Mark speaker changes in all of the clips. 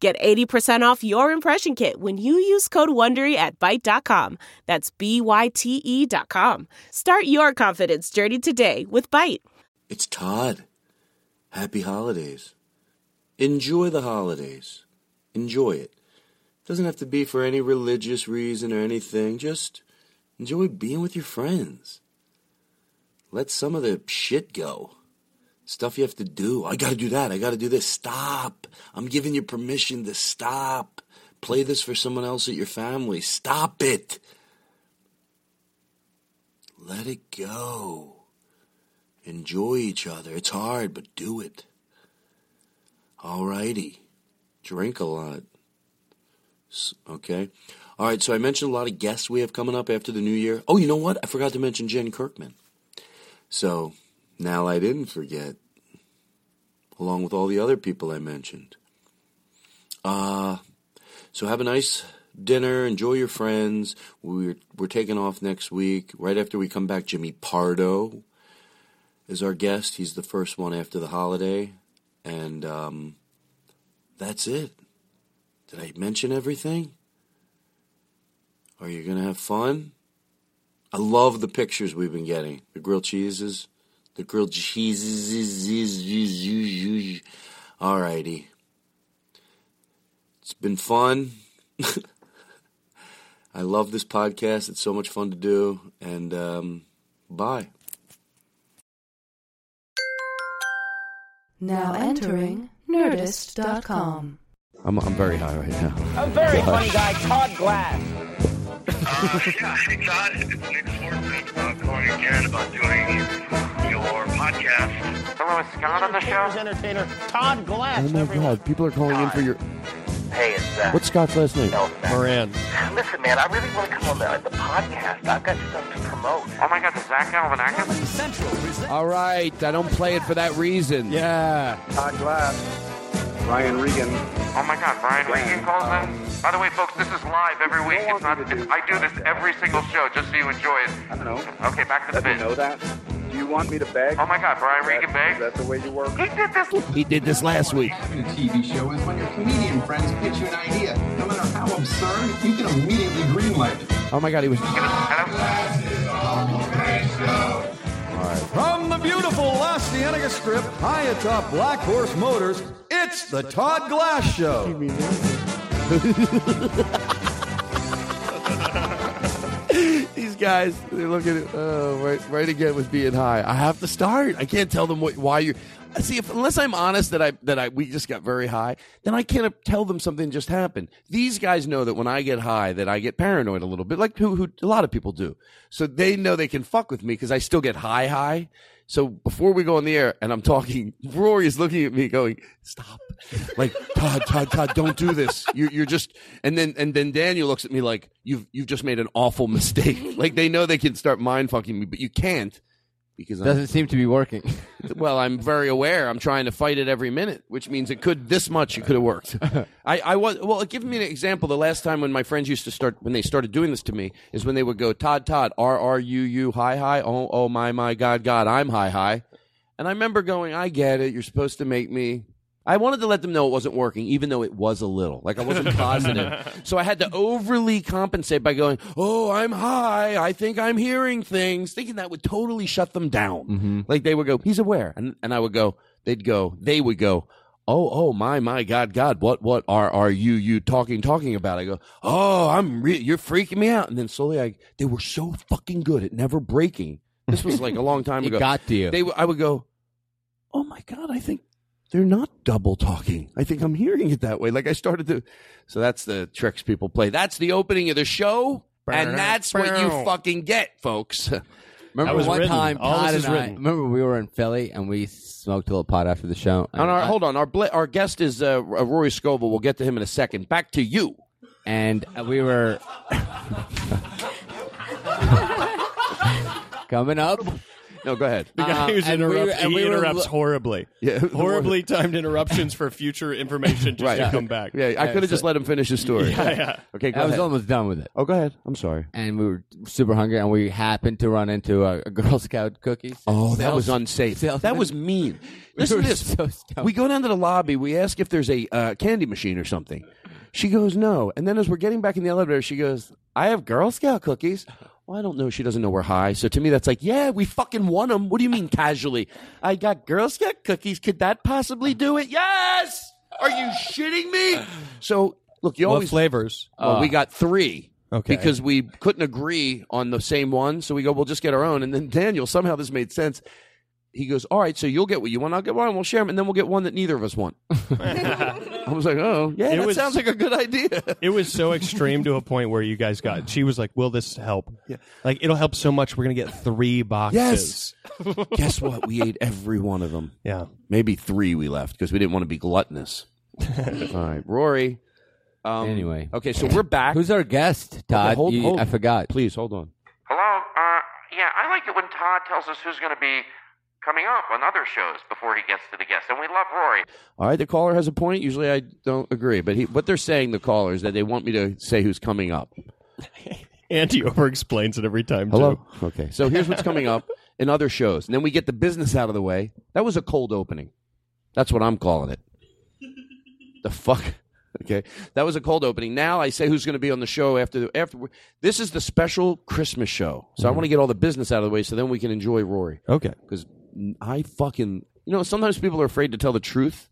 Speaker 1: Get 80% off your impression kit when you use code WONDERY at Byte.com. That's B-Y-T-E E dot com. Start your confidence journey today with Byte.
Speaker 2: It's Todd. Happy holidays. Enjoy the holidays. Enjoy it. Doesn't have to be for any religious reason or anything. Just enjoy being with your friends. Let some of the shit go. Stuff you have to do. I gotta do that. I gotta do this. Stop. I'm giving you permission to stop. Play this for someone else at your family. Stop it. Let it go. Enjoy each other. It's hard, but do it. Alrighty. Drink a lot. S- Okay. All right, so I mentioned a lot of guests we have coming up after the new year. Oh, you know what? I forgot to mention Jen Kirkman. So now I didn't forget, along with all the other people I mentioned. Uh, so have a nice dinner. Enjoy your friends. We're, we're taking off next week. Right after we come back, Jimmy Pardo is our guest. He's the first one after the holiday. And um, that's it. Did I mention everything? Are you going to have fun? I love the pictures we've been getting. The grilled cheeses. The grilled cheeses. Alrighty. It's been fun. I love this podcast. It's so much fun to do. And um, bye.
Speaker 3: Now entering Nerdist.com.
Speaker 2: I'm, I'm very high right now.
Speaker 4: A very funny guy, Todd Glass.
Speaker 5: Uh, yeah, hey Todd, it's Nick Swartzman uh, calling again about doing your podcast.
Speaker 4: Hello, is Scott on the show? Entertainer, Todd Glass.
Speaker 2: Oh my god, people are calling in for your.
Speaker 5: Hey, it's uh,
Speaker 2: What's Scott's last name?
Speaker 6: Moran.
Speaker 5: Listen, man, I really want to come on the, the podcast. I've got stuff to promote.
Speaker 4: Oh my God, the Zach Galifianakis.
Speaker 7: All right, I don't play it for that reason.
Speaker 6: Yeah.
Speaker 8: Todd Glass, Ryan Regan.
Speaker 4: Oh my God, Brian Regan calls in. By the way, folks, this is live every week. It's not. It's, I do this every single show just so you enjoy it.
Speaker 8: I don't know.
Speaker 4: Okay, back to the
Speaker 8: Let me know
Speaker 4: bit.
Speaker 8: that. Do you want me to beg?
Speaker 4: Oh my God, Brian
Speaker 8: Is that-
Speaker 4: Regan begs?
Speaker 8: Is that the way you work?
Speaker 4: He did this.
Speaker 7: He did this last week.
Speaker 9: in a TV show is when your comedian friends pitch you an idea. No matter how absurd, you can immediately greenlight it.
Speaker 7: Oh my god, he was.
Speaker 4: Hello?
Speaker 6: From the beautiful Las Cienega Strip, high atop Black Horse Motors, it's the Todd Glass Show.
Speaker 7: These guys, they look at it. Oh, right, right again with being high. I have to start. I can't tell them what, why you. See, if, unless I'm honest that I that I we just got very high, then I can't tell them something just happened. These guys know that when I get high, that I get paranoid a little bit, like who, who a lot of people do. So they know they can fuck with me because I still get high, high. So before we go on the air, and I'm talking, Rory is looking at me, going, "Stop!" Like Todd, Todd, Todd, don't do this. You're, you're just, and then and then Daniel looks at me like, "You've you've just made an awful mistake." Like they know they can start mind fucking me, but you can't because I'm-
Speaker 10: Doesn't seem to be working.
Speaker 7: well, I'm very aware. I'm trying to fight it every minute, which means it could this much. It could have worked. I, I was well. Give me an example. The last time when my friends used to start when they started doing this to me is when they would go Todd Todd R R U U hi hi oh oh my my God God I'm high high, and I remember going I get it. You're supposed to make me. I wanted to let them know it wasn't working, even though it was a little. Like I wasn't positive. So I had to overly compensate by going, Oh, I'm high. I think I'm hearing things, thinking that would totally shut them down.
Speaker 10: Mm-hmm.
Speaker 7: Like they would go, He's aware. And, and I would go, They'd go, They would go, Oh, oh, my, my, God, God, what, what are, are you, you talking, talking about? I go, Oh, I'm, re- you're freaking me out. And then slowly I, they were so fucking good at never breaking. This was like a long time
Speaker 10: It
Speaker 7: ago.
Speaker 10: got to you.
Speaker 7: They, w- I would go, Oh my God, I think they're not double talking. I think I'm hearing it that way. Like I started to. So that's the tricks people play. That's the opening of the show, and that's what you fucking get, folks.
Speaker 10: Remember
Speaker 7: That was
Speaker 10: one
Speaker 7: written.
Speaker 10: time
Speaker 7: All
Speaker 10: Todd
Speaker 7: this is
Speaker 10: and I-
Speaker 7: written.
Speaker 10: remember we were in Philly and we smoked a little pot after the show.
Speaker 7: And our, hold on, our bla- our guest is uh, Rory Scovel. We'll get to him in a second. Back to you.
Speaker 10: And we were coming up. Um,
Speaker 7: No, go ahead.
Speaker 11: The
Speaker 10: Uh,
Speaker 11: guy who's interrupt, he interrupts horribly.
Speaker 7: Yeah.
Speaker 11: horribly timed interruptions for future information just
Speaker 7: Right.
Speaker 11: to come back.
Speaker 7: Yeah, I could have just let him finish his story.
Speaker 11: Yeah, yeah.
Speaker 7: Okay, go
Speaker 10: I was
Speaker 7: ahead.
Speaker 10: almost done with it.
Speaker 7: Oh, go ahead. I'm sorry.
Speaker 10: And we were super hungry, and we happened to run into a, a Girl Scout cookies.
Speaker 7: Oh, that was unsafe. That was mean. Listen
Speaker 10: were
Speaker 7: to this.
Speaker 10: so stoned.
Speaker 7: we go down to the lobby. We ask if there's a uh, candy machine or something. She goes, no. And then as we're getting back in the elevator, she goes, I have Girl Scout cookies. Well, I don't know. She doesn't know we're high. So to me, that's like, yeah, we fucking won them. What do you mean casually? I got Girl Scout cookies. Could that possibly do it? Yes. Are you shitting me? So look, you
Speaker 11: What
Speaker 7: always
Speaker 11: flavors?
Speaker 7: Well,
Speaker 11: Uh,
Speaker 7: we got three.
Speaker 11: Okay.
Speaker 7: Because we couldn't agree on the same one, so we go, we'll just get our own. And then Daniel, somehow this made sense. He goes, all right, so you'll get what you want, I'll get one, we'll share them, and then we'll get one that neither of us want. I was like, oh, yeah,
Speaker 11: It
Speaker 7: that
Speaker 11: was-
Speaker 7: sounds like a good idea.
Speaker 11: It was so extreme to a point where you guys got. She was like, "Will this help? Like, it'll help so much. We're gonna get three boxes."
Speaker 7: Yes. Guess what? We ate every one of them.
Speaker 11: Yeah.
Speaker 7: Maybe three we left because we didn't want to be gluttonous. all right, Rory. Um,
Speaker 10: Anyway.
Speaker 7: Okay, so we're back.
Speaker 10: Who's our guest, Todd?
Speaker 7: hold-
Speaker 10: You-
Speaker 7: hold.
Speaker 10: I forgot.
Speaker 7: Please hold on.
Speaker 5: Hello? Uh, yeah, I like it when Todd tells us who's going to be coming up on other shows before he gets to the guests. And we love Rory.
Speaker 7: All right, the caller has a point. Usually I don't agree, but he, what they're saying, the caller, is that they want me to say who's coming up.
Speaker 11: Andy over explains it every time.
Speaker 7: Hello?
Speaker 11: Too.
Speaker 7: Okay. So here's what's coming up in other shows. And then we get the business out of the way. That was a cold opening. That's what I'm calling it. The fuck? Okay. That was a cold opening. Now I say who's going to be on the show after after this is the special Christmas show. So I
Speaker 11: Mm-hmm.
Speaker 7: want to get all the business out of the way so then we can enjoy Rory.
Speaker 11: Okay.
Speaker 7: Cuz I fucking you know sometimes people are afraid to tell the truth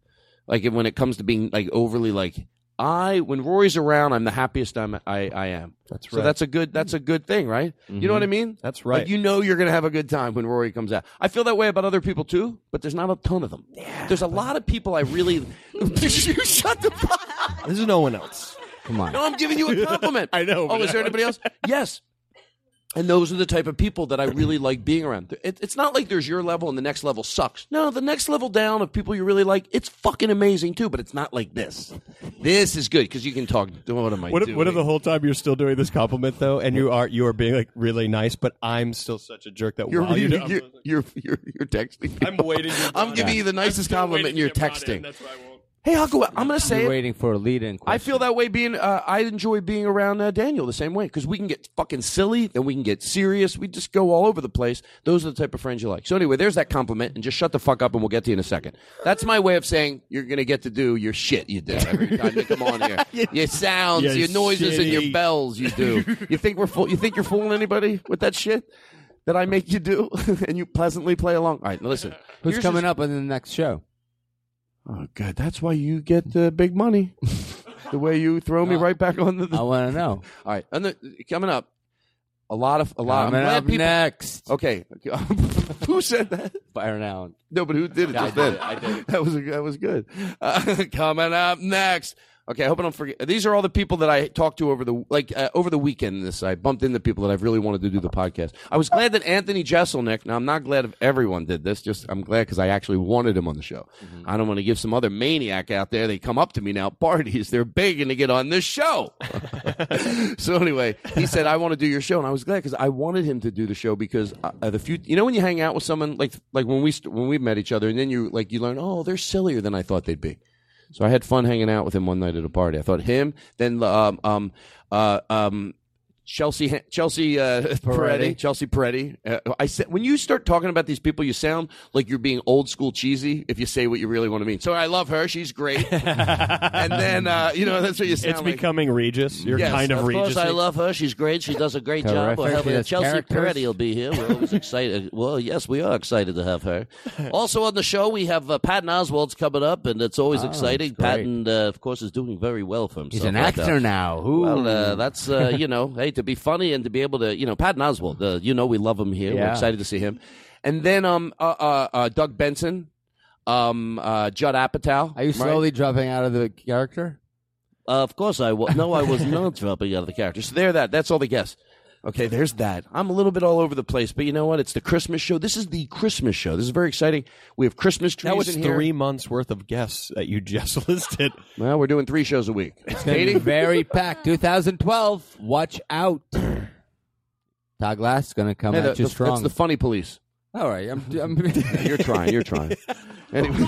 Speaker 7: like when it comes to being like overly like I when Rory's around I'm the happiest I'm, I I am. That's So
Speaker 11: right. Mm-hmm.
Speaker 7: that's a good that's a good thing, right? You know what I mean?
Speaker 11: That's right.
Speaker 7: Like, you know you're going to have a good time when Rory comes out. I feel that way about other people too, but there's not a ton of them. there's a lot of people I really. you shut the fuck.
Speaker 11: This is no one else.
Speaker 10: Come on.
Speaker 7: No, I'm giving you a compliment. I know. Oh,
Speaker 11: but
Speaker 7: is there
Speaker 11: I-
Speaker 7: anybody else? Yes. And those are the type of people that I really like being around. It, it's not like there's your level and the next level sucks. No, the next level down of people you really like, it's fucking amazing too. But it's not like this. This is good because you can talk. What am I
Speaker 11: What, if-
Speaker 7: doing?
Speaker 11: what if the whole time you're still doing this compliment though, and you are you are being like really nice, but I'm still such a jerk that
Speaker 7: You're
Speaker 11: while you do,
Speaker 7: reading-
Speaker 11: I'm,
Speaker 7: you're, you're, you're, you're texting.
Speaker 11: I'm waiting. to-
Speaker 7: I'm giving you the nicest
Speaker 11: still
Speaker 7: compliment,
Speaker 11: waiting
Speaker 7: and you're
Speaker 11: to get brought in,
Speaker 7: texting.
Speaker 11: that's why I won't.
Speaker 7: Hey, I'll go. I'm going to say
Speaker 10: You're
Speaker 7: it.
Speaker 10: waiting for a lead-in
Speaker 7: I
Speaker 10: question.
Speaker 7: feel that way being. Uh, I enjoy being around uh, Daniel the same way because we can get fucking silly, then we can get serious. We just go all over the place. Those are the type of friends you like. So anyway, there's that compliment, and just shut the fuck up, and we'll get to you in a second. That's my way of saying you're gonna get to do your shit you do every time you come on here. Your sounds,
Speaker 11: You're
Speaker 7: your noises, and your
Speaker 11: shitty.
Speaker 7: bells you do. You think we're fool? You think you're fooling anybody with that shit that I make you do, and you pleasantly play along? All right, now listen.
Speaker 10: Who's
Speaker 7: Here's
Speaker 10: coming
Speaker 7: this-
Speaker 10: up on the next show?
Speaker 7: Oh God, that's why you get the big money. the way you throw me right back on the.
Speaker 10: I want to know.
Speaker 7: All right, and the, coming up, a lot of a lot.
Speaker 10: Coming
Speaker 7: I'm glad
Speaker 10: up
Speaker 7: people.
Speaker 10: next,
Speaker 7: Okay, who said that?
Speaker 10: Byron Allen.
Speaker 7: No, but who did it
Speaker 10: Yeah, I
Speaker 7: just
Speaker 10: did
Speaker 7: then?
Speaker 10: it, I did
Speaker 7: That was that was good. Uh, coming up next, Okay, I hope I don't forget. These are all the people that I talked to over the like uh, over the weekend. This I bumped into people that I've really wanted to do the podcast. I was glad that Anthony Jeselnik. Now I'm not glad if everyone did this. Just I'm glad because I actually wanted him on the show.
Speaker 10: Mm-hmm.
Speaker 7: I don't want to give some other maniac out there. They come up to me now. Parties, they're begging to get on this show. so anyway, he said I want to do your show, and I was glad because I wanted him to do the show because uh, the few you know when you hang out with someone like like when we st- when we met each other, and then you like you learn oh they're sillier than I thought they'd be. So I had fun hanging out with him one night at a party. I thought him, then um, um, uh, um, Chelsea, Chelsea uh, Peretti, Chelsea Peretti. Uh, I said when you start talking about these people, you sound like you're being old school cheesy if you say what you really want to mean. So I love her; she's great. and then uh, you know that's what you sound
Speaker 11: It's
Speaker 7: like.
Speaker 11: becoming Regis. You're
Speaker 7: Yes,
Speaker 11: kind of,
Speaker 2: of
Speaker 11: Regis.
Speaker 2: course, I love her. She's great. She does a great job. We're
Speaker 11: Terrific.
Speaker 2: having
Speaker 11: She has
Speaker 2: Chelsea
Speaker 11: characters.
Speaker 2: Peretti will be here. We're always excited. Well, yes, we are excited to have her. Also on the show, we have uh, Patton Oswald's coming up, and it's always
Speaker 10: Oh,
Speaker 2: exciting.
Speaker 10: that's great.
Speaker 2: Patton, uh, of course, is doing very well for himself.
Speaker 10: He's an
Speaker 2: right
Speaker 10: actor now. Ooh.
Speaker 2: Well, uh, that's uh, you know, hey, to be funny and to be able to, you know, Patton Oswald. Uh, you know, we love him here. We're
Speaker 7: Yeah.
Speaker 2: excited to see him. And then um, uh, uh, uh, Doug Benson, um, uh, Judd Apatow.
Speaker 10: Are you slowly dropping out of the character?
Speaker 2: Uh, of course I was. No, I was not dropping out of the character. So there, that. That's all the guess. Okay, there's that. I'm a little bit all over the place, but you know what? It's the Christmas show. This is the Christmas show. This is very exciting. We have Christmas trees
Speaker 11: that was
Speaker 2: in here.
Speaker 11: three months worth of guests that you just listed.
Speaker 2: Well, we're doing three shows a week. It's
Speaker 10: gonna be very packed. 2012. Watch out. Todd Glass is going to come
Speaker 7: Hey,
Speaker 10: at
Speaker 7: the-
Speaker 10: you
Speaker 7: the-
Speaker 10: strong.
Speaker 7: It's the funny police.
Speaker 10: All right, I'm, I'm
Speaker 7: You're trying. You're trying. Anyway,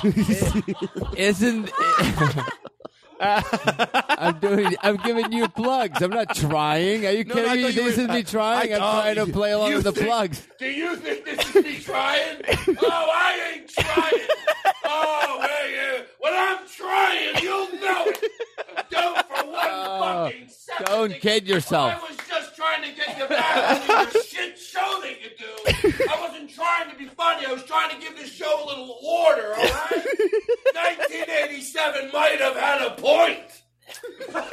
Speaker 10: Isn't I'm doing? I'm giving you plugs. I'm not trying. Are you
Speaker 7: No, I
Speaker 10: kidding me?
Speaker 7: thought you
Speaker 10: This
Speaker 7: were-
Speaker 10: isn't me trying.
Speaker 7: I-
Speaker 10: I'm
Speaker 7: oh,
Speaker 10: trying to
Speaker 7: you-
Speaker 10: play along
Speaker 7: you
Speaker 10: with the
Speaker 7: think-
Speaker 10: plugs.
Speaker 7: Do you think this is me trying? Oh, I ain't trying. Oh, hey, uh, when I'm trying, you'll know it. Don't for one
Speaker 10: Oh,
Speaker 7: fucking second.
Speaker 10: don't
Speaker 7: think
Speaker 10: kid yourself.
Speaker 7: I was just trying to get you back on your shit show that you do. I wasn't trying to be funny. I was trying to give this show a little order, all right? 1987 might have had a point.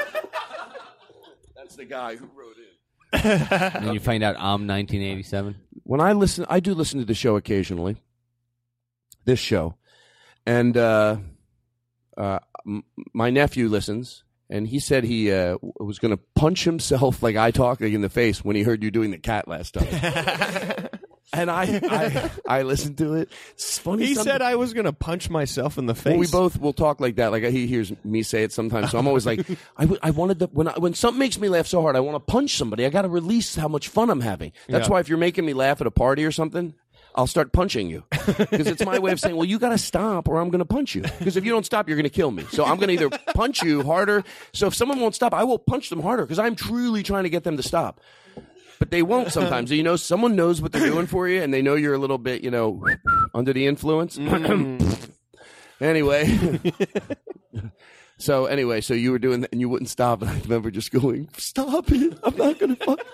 Speaker 7: That's the guy who wrote it.
Speaker 10: And then you find out I'm 1987.
Speaker 7: when I listen, I do listen to the show occasionally. This show, and uh, uh, m- my nephew listens, and he said he uh, w- was going to punch himself like I talk like, in the face when he heard you doing the cat last time. and I, I, I listened to it. It's funny.
Speaker 11: He
Speaker 7: some-
Speaker 11: said I was going to punch myself in the face.
Speaker 7: well, we both will talk like that. Like he hears me say it sometimes, so I'm always like, I, w- I wanted to when I, when something makes me laugh so hard, I want to punch somebody. I got to release how much fun I'm having. That's
Speaker 11: Yeah.
Speaker 7: why if you're making me laugh at a party or something, I'll start punching you because it's my way of saying, well, you got to stop or I'm going to punch you. Because if you don't stop, you're going to kill me. So I'm going to either punch you harder. So if someone won't stop, I will punch them harder because I'm truly trying to get them to stop. But they won't sometimes. You know, someone knows what they're doing for you, and they know you're a little bit, you know, under the influence. Anyway. so anyway, so you were doing that and you wouldn't stop and I remember just going, Stop it. I'm not gonna fuck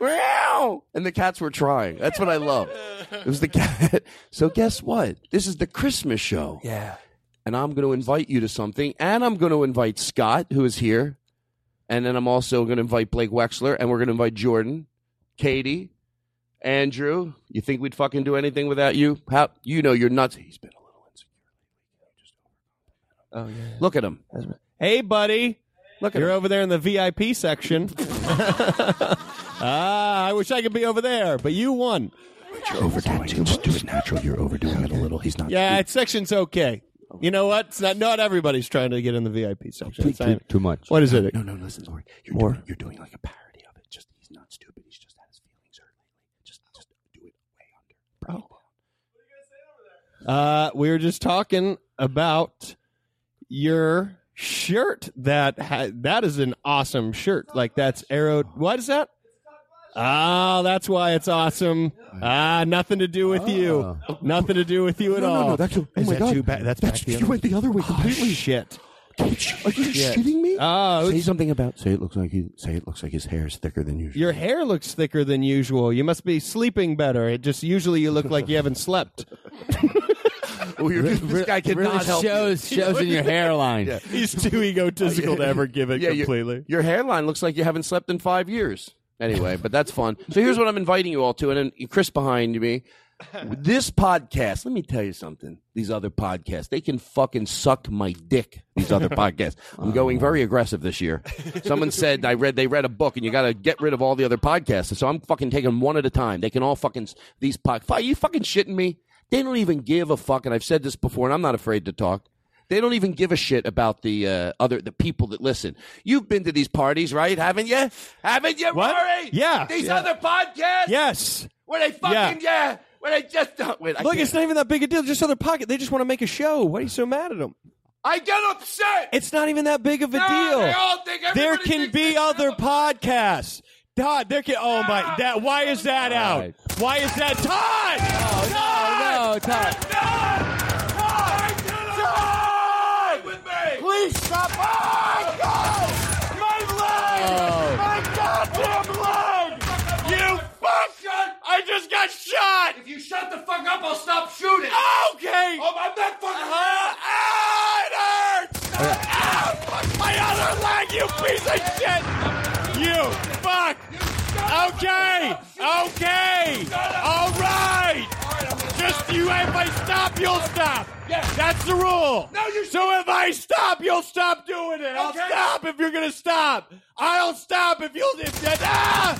Speaker 7: Meow! And the cats were trying. That's what I love. It was the cat. So guess what? This is the Christmas show.
Speaker 11: Yeah.
Speaker 7: And I'm gonna invite you to something, and I'm gonna invite Scott, who is here, and then I'm also gonna invite Blake Wexler, and we're gonna invite Jordan, Katie, Andrew. You think we'd fucking do anything without you? How you know you're nuts. He's been
Speaker 11: Oh, yeah.
Speaker 7: Look at him.
Speaker 11: Hey, buddy.
Speaker 7: Look,
Speaker 11: you're over there in the VIP section. ah, I wish I could be over there, but you won.
Speaker 7: You're overdoing it. Just do it natural. You're overdoing it a little. He's not.
Speaker 11: Yeah, it's section's okay. You know what? It's not. Not everybody's trying to get in the VIP section. It's not-
Speaker 10: much.
Speaker 11: What is it?
Speaker 7: No, no, listen, Lori. You're Doing, you're doing like a parody of it. Just he's not stupid. He's just had his feelings hurt lately. Just, just do it way under. Bro.
Speaker 11: Uh, we were just talking about your shirt. That ha- that is an awesome shirt. Like that's arrowed. What is that? Oh, that's why it's awesome. Ah, nothing to do with you. Nothing to do with you at
Speaker 7: Ah. No, no,
Speaker 11: all.
Speaker 7: no, that's- oh
Speaker 11: Is
Speaker 7: my
Speaker 11: that
Speaker 7: God.
Speaker 11: too bad? That's,
Speaker 7: That's-
Speaker 11: back the
Speaker 7: you
Speaker 11: other-
Speaker 7: went the other way
Speaker 11: Oh,
Speaker 7: completely.
Speaker 11: shit.
Speaker 7: Are you
Speaker 11: Shit.
Speaker 7: shitting me?
Speaker 11: Oh,
Speaker 7: say
Speaker 11: it's-
Speaker 7: something about. Say it looks like he. Say it looks like his hair is thicker than usual.
Speaker 11: Your hair looks thicker than usual. You must be sleeping better. It just usually you look like you haven't slept.
Speaker 7: this guy
Speaker 10: really shows shows in your hairline.
Speaker 7: Yeah.
Speaker 11: He's too egotistical to ever give it
Speaker 7: Yeah, your-
Speaker 11: completely.
Speaker 7: Your, hairline looks like you haven't slept in five years. Anyway, but that's fun. So here's what I'm inviting you all to, and then Chris behind me. this podcast, let me tell you something. These other podcasts, they can fucking suck my dick. These other podcasts. I'm going very aggressive this year. Someone said I read they read a book and you got to get rid of all the other podcasts. So I'm fucking taking 'em one at a time. They can all fucking s- these pod. Are you fucking shitting me? They don't even give a fuck. And I've said this before, and I'm not afraid to talk. They don't even give a shit about the uh, other the people that listen. You've been to these parties, right? Haven't you? Haven't you, Murray?
Speaker 11: Yeah.
Speaker 7: These
Speaker 11: Yeah.
Speaker 7: other podcasts.
Speaker 11: Yes.
Speaker 7: Where they fucking yeah. Where they just don't. Wait, I
Speaker 11: Look,
Speaker 7: can't.
Speaker 11: it's not even that big a deal. Just other pocket. They just want to make a show. Why are you so mad at them?
Speaker 7: I get upset.
Speaker 11: It's not even that big of a
Speaker 7: No,
Speaker 11: deal.
Speaker 7: they all think-
Speaker 11: there
Speaker 7: everybody
Speaker 11: can be other podcasts. Todd, there can. Oh my! That why is that out? Why is that Todd?
Speaker 12: Oh, no, Todd.
Speaker 7: Please stop! My God! My
Speaker 13: leg! My goddamn leg! Oh. You fucking! I just got shot! If you shut the fuck up, I'll stop shooting! Okay! Oh, I'm not fucking. Ah, it hurts! Ah, my other leg, you piece of shit! You fuck! Okay! Okay! Alright! Just you, if I stop, you'll stop! That's the rule! No, you So if I stop, you'll stop doing it! I'll stop if you're gonna stop! I'll stop if you'll. If that, ah!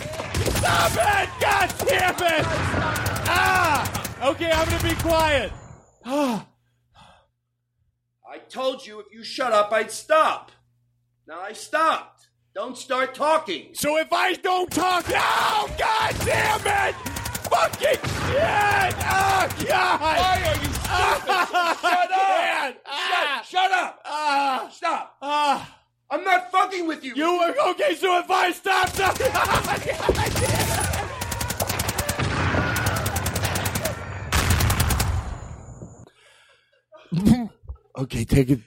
Speaker 13: Stop it! God damn it! Ah! Okay, I'm gonna be quiet.
Speaker 11: Ah.
Speaker 13: I told you if you shut up, I'd stop. Now I stopped. Don't start talking. So if I don't talk, oh god damn it! Fucking shit! Oh god! Why are you stupid? shut up! Shut, shut up! stop! I'm not fucking with Ah! you. You were okay. So if I stop, stop.
Speaker 7: Okay, take it.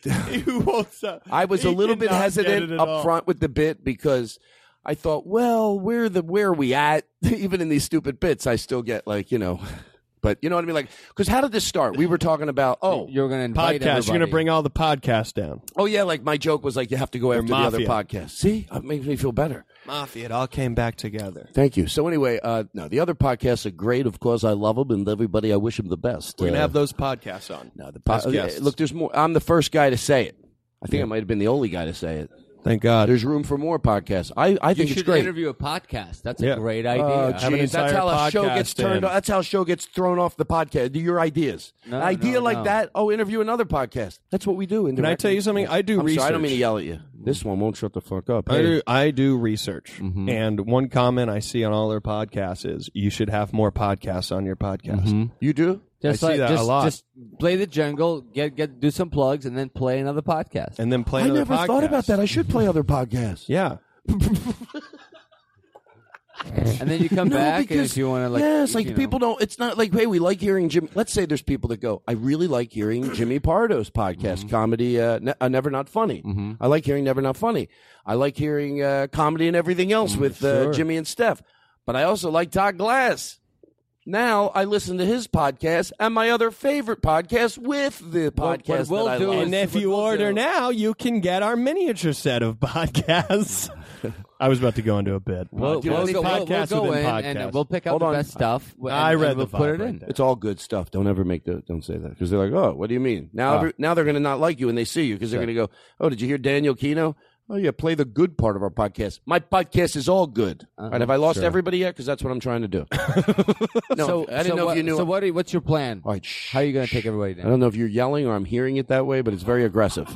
Speaker 11: You won't stop.
Speaker 7: I was a
Speaker 11: He
Speaker 7: little bit
Speaker 11: cannot get
Speaker 7: hesitant
Speaker 11: it at
Speaker 7: up
Speaker 11: all.
Speaker 7: front with the bit because I thought, well, where the where are we at? Even in these stupid bits, I still get like you know, but you know what I mean. Like, because how did this start? We were talking about oh,
Speaker 12: you're gonna
Speaker 11: Podcast. You're gonna bring all the podcasts down.
Speaker 7: Oh yeah, like my joke was like you have to go after the other
Speaker 11: mafia.
Speaker 7: podcast. See, it makes me feel better.
Speaker 11: Mafia. It all came back together.
Speaker 7: Thank you. So anyway, uh, no, the other podcasts are great. Of course, I love them, and everybody, I wish them the best.
Speaker 11: We're gonna
Speaker 7: Uh,
Speaker 11: have those podcasts on.
Speaker 7: No, the
Speaker 11: podcasts.
Speaker 7: Uh, Look, there's more. I'm the first guy to say it. I think I
Speaker 11: Yeah.
Speaker 7: might have been the only guy to say it.
Speaker 11: Thank God.
Speaker 7: There's room for more podcasts. I, I think
Speaker 12: you
Speaker 7: it's
Speaker 12: should
Speaker 7: great.
Speaker 12: interview a podcast. That's a
Speaker 7: Yeah.
Speaker 11: Uh,
Speaker 12: great idea.
Speaker 7: Oh, jeez, that's how a show gets turned. off That's how a show gets thrown off the podcast. Your ideas,
Speaker 12: No,
Speaker 7: an idea
Speaker 12: no,
Speaker 7: like
Speaker 12: no.
Speaker 7: that. Oh, interview another podcast. That's what we do.
Speaker 11: Can I tell you something? I do
Speaker 7: I'm sorry, I don't mean to
Speaker 11: research.
Speaker 7: yell at you. This one won't shut the fuck up.
Speaker 11: I
Speaker 7: Hey.
Speaker 11: do, I do research,
Speaker 12: Mm-hmm.
Speaker 11: and one comment I see on all their podcasts is you should have more podcasts on your podcast.
Speaker 7: You do?
Speaker 12: Mm-hmm. Just
Speaker 11: I see
Speaker 12: like
Speaker 11: that
Speaker 12: just,
Speaker 11: a lot,
Speaker 12: just play the jungle, get get do some plugs, and then play another podcast.
Speaker 11: and then play.
Speaker 7: I
Speaker 11: another
Speaker 7: never thought
Speaker 11: podcast.
Speaker 7: about that. I should play other podcasts.
Speaker 11: Yeah.
Speaker 12: and then you come
Speaker 7: No,
Speaker 12: back, and
Speaker 7: because-
Speaker 12: if you want to, like,
Speaker 7: yes, like
Speaker 12: you know.
Speaker 7: people don't. It's not like hey, we like hearing Jimmy. Let's say there's people that go, I really like hearing Jimmy Pardo's podcast,
Speaker 11: Mm-hmm.
Speaker 7: comedy, uh, Ne- uh, never not funny. I like hearing never not funny. I like hearing uh, comedy and everything else
Speaker 11: Mm,
Speaker 7: with uh,
Speaker 12: sure.
Speaker 7: Jimmy and Steph. But I also like Todd Glass. Now I listen to his podcast and my other favorite podcast with the podcast
Speaker 11: Podcast
Speaker 7: that I love.
Speaker 11: and if you order now, you can get our miniature set of podcasts. I was about to go into a bit.
Speaker 12: We'll,
Speaker 11: Podcast-
Speaker 12: we'll go, we'll, we'll
Speaker 11: podcasts
Speaker 12: go in
Speaker 11: within
Speaker 12: and uh,
Speaker 11: podcasts.
Speaker 12: we'll pick out
Speaker 11: Hold
Speaker 12: the
Speaker 11: on.
Speaker 12: best stuff. w-
Speaker 11: I
Speaker 12: and,
Speaker 11: read
Speaker 12: and
Speaker 11: the
Speaker 12: we'll put it
Speaker 11: vibe
Speaker 12: in.
Speaker 7: It's all good stuff. Don't ever make the don't say that because they're like, oh, what do you mean? Now,
Speaker 12: Ah.
Speaker 7: every- now they're going to not like you and they see you because they're going to go, oh, did you hear Daniel Kino? Oh yeah, play the good part of our podcast. My podcast is all good. All right, have I lost
Speaker 12: Uh-huh, sure.
Speaker 7: everybody yet? Because that's what I'm trying to do. no,
Speaker 12: so,
Speaker 7: I didn't
Speaker 12: so
Speaker 7: know
Speaker 12: what,
Speaker 7: if you knew.
Speaker 12: So what? Are, what's your plan?
Speaker 7: All right,
Speaker 12: How are you going to take everybody
Speaker 7: I
Speaker 12: down?
Speaker 7: don't know if you're yelling or I'm hearing it that way, but it's very aggressive.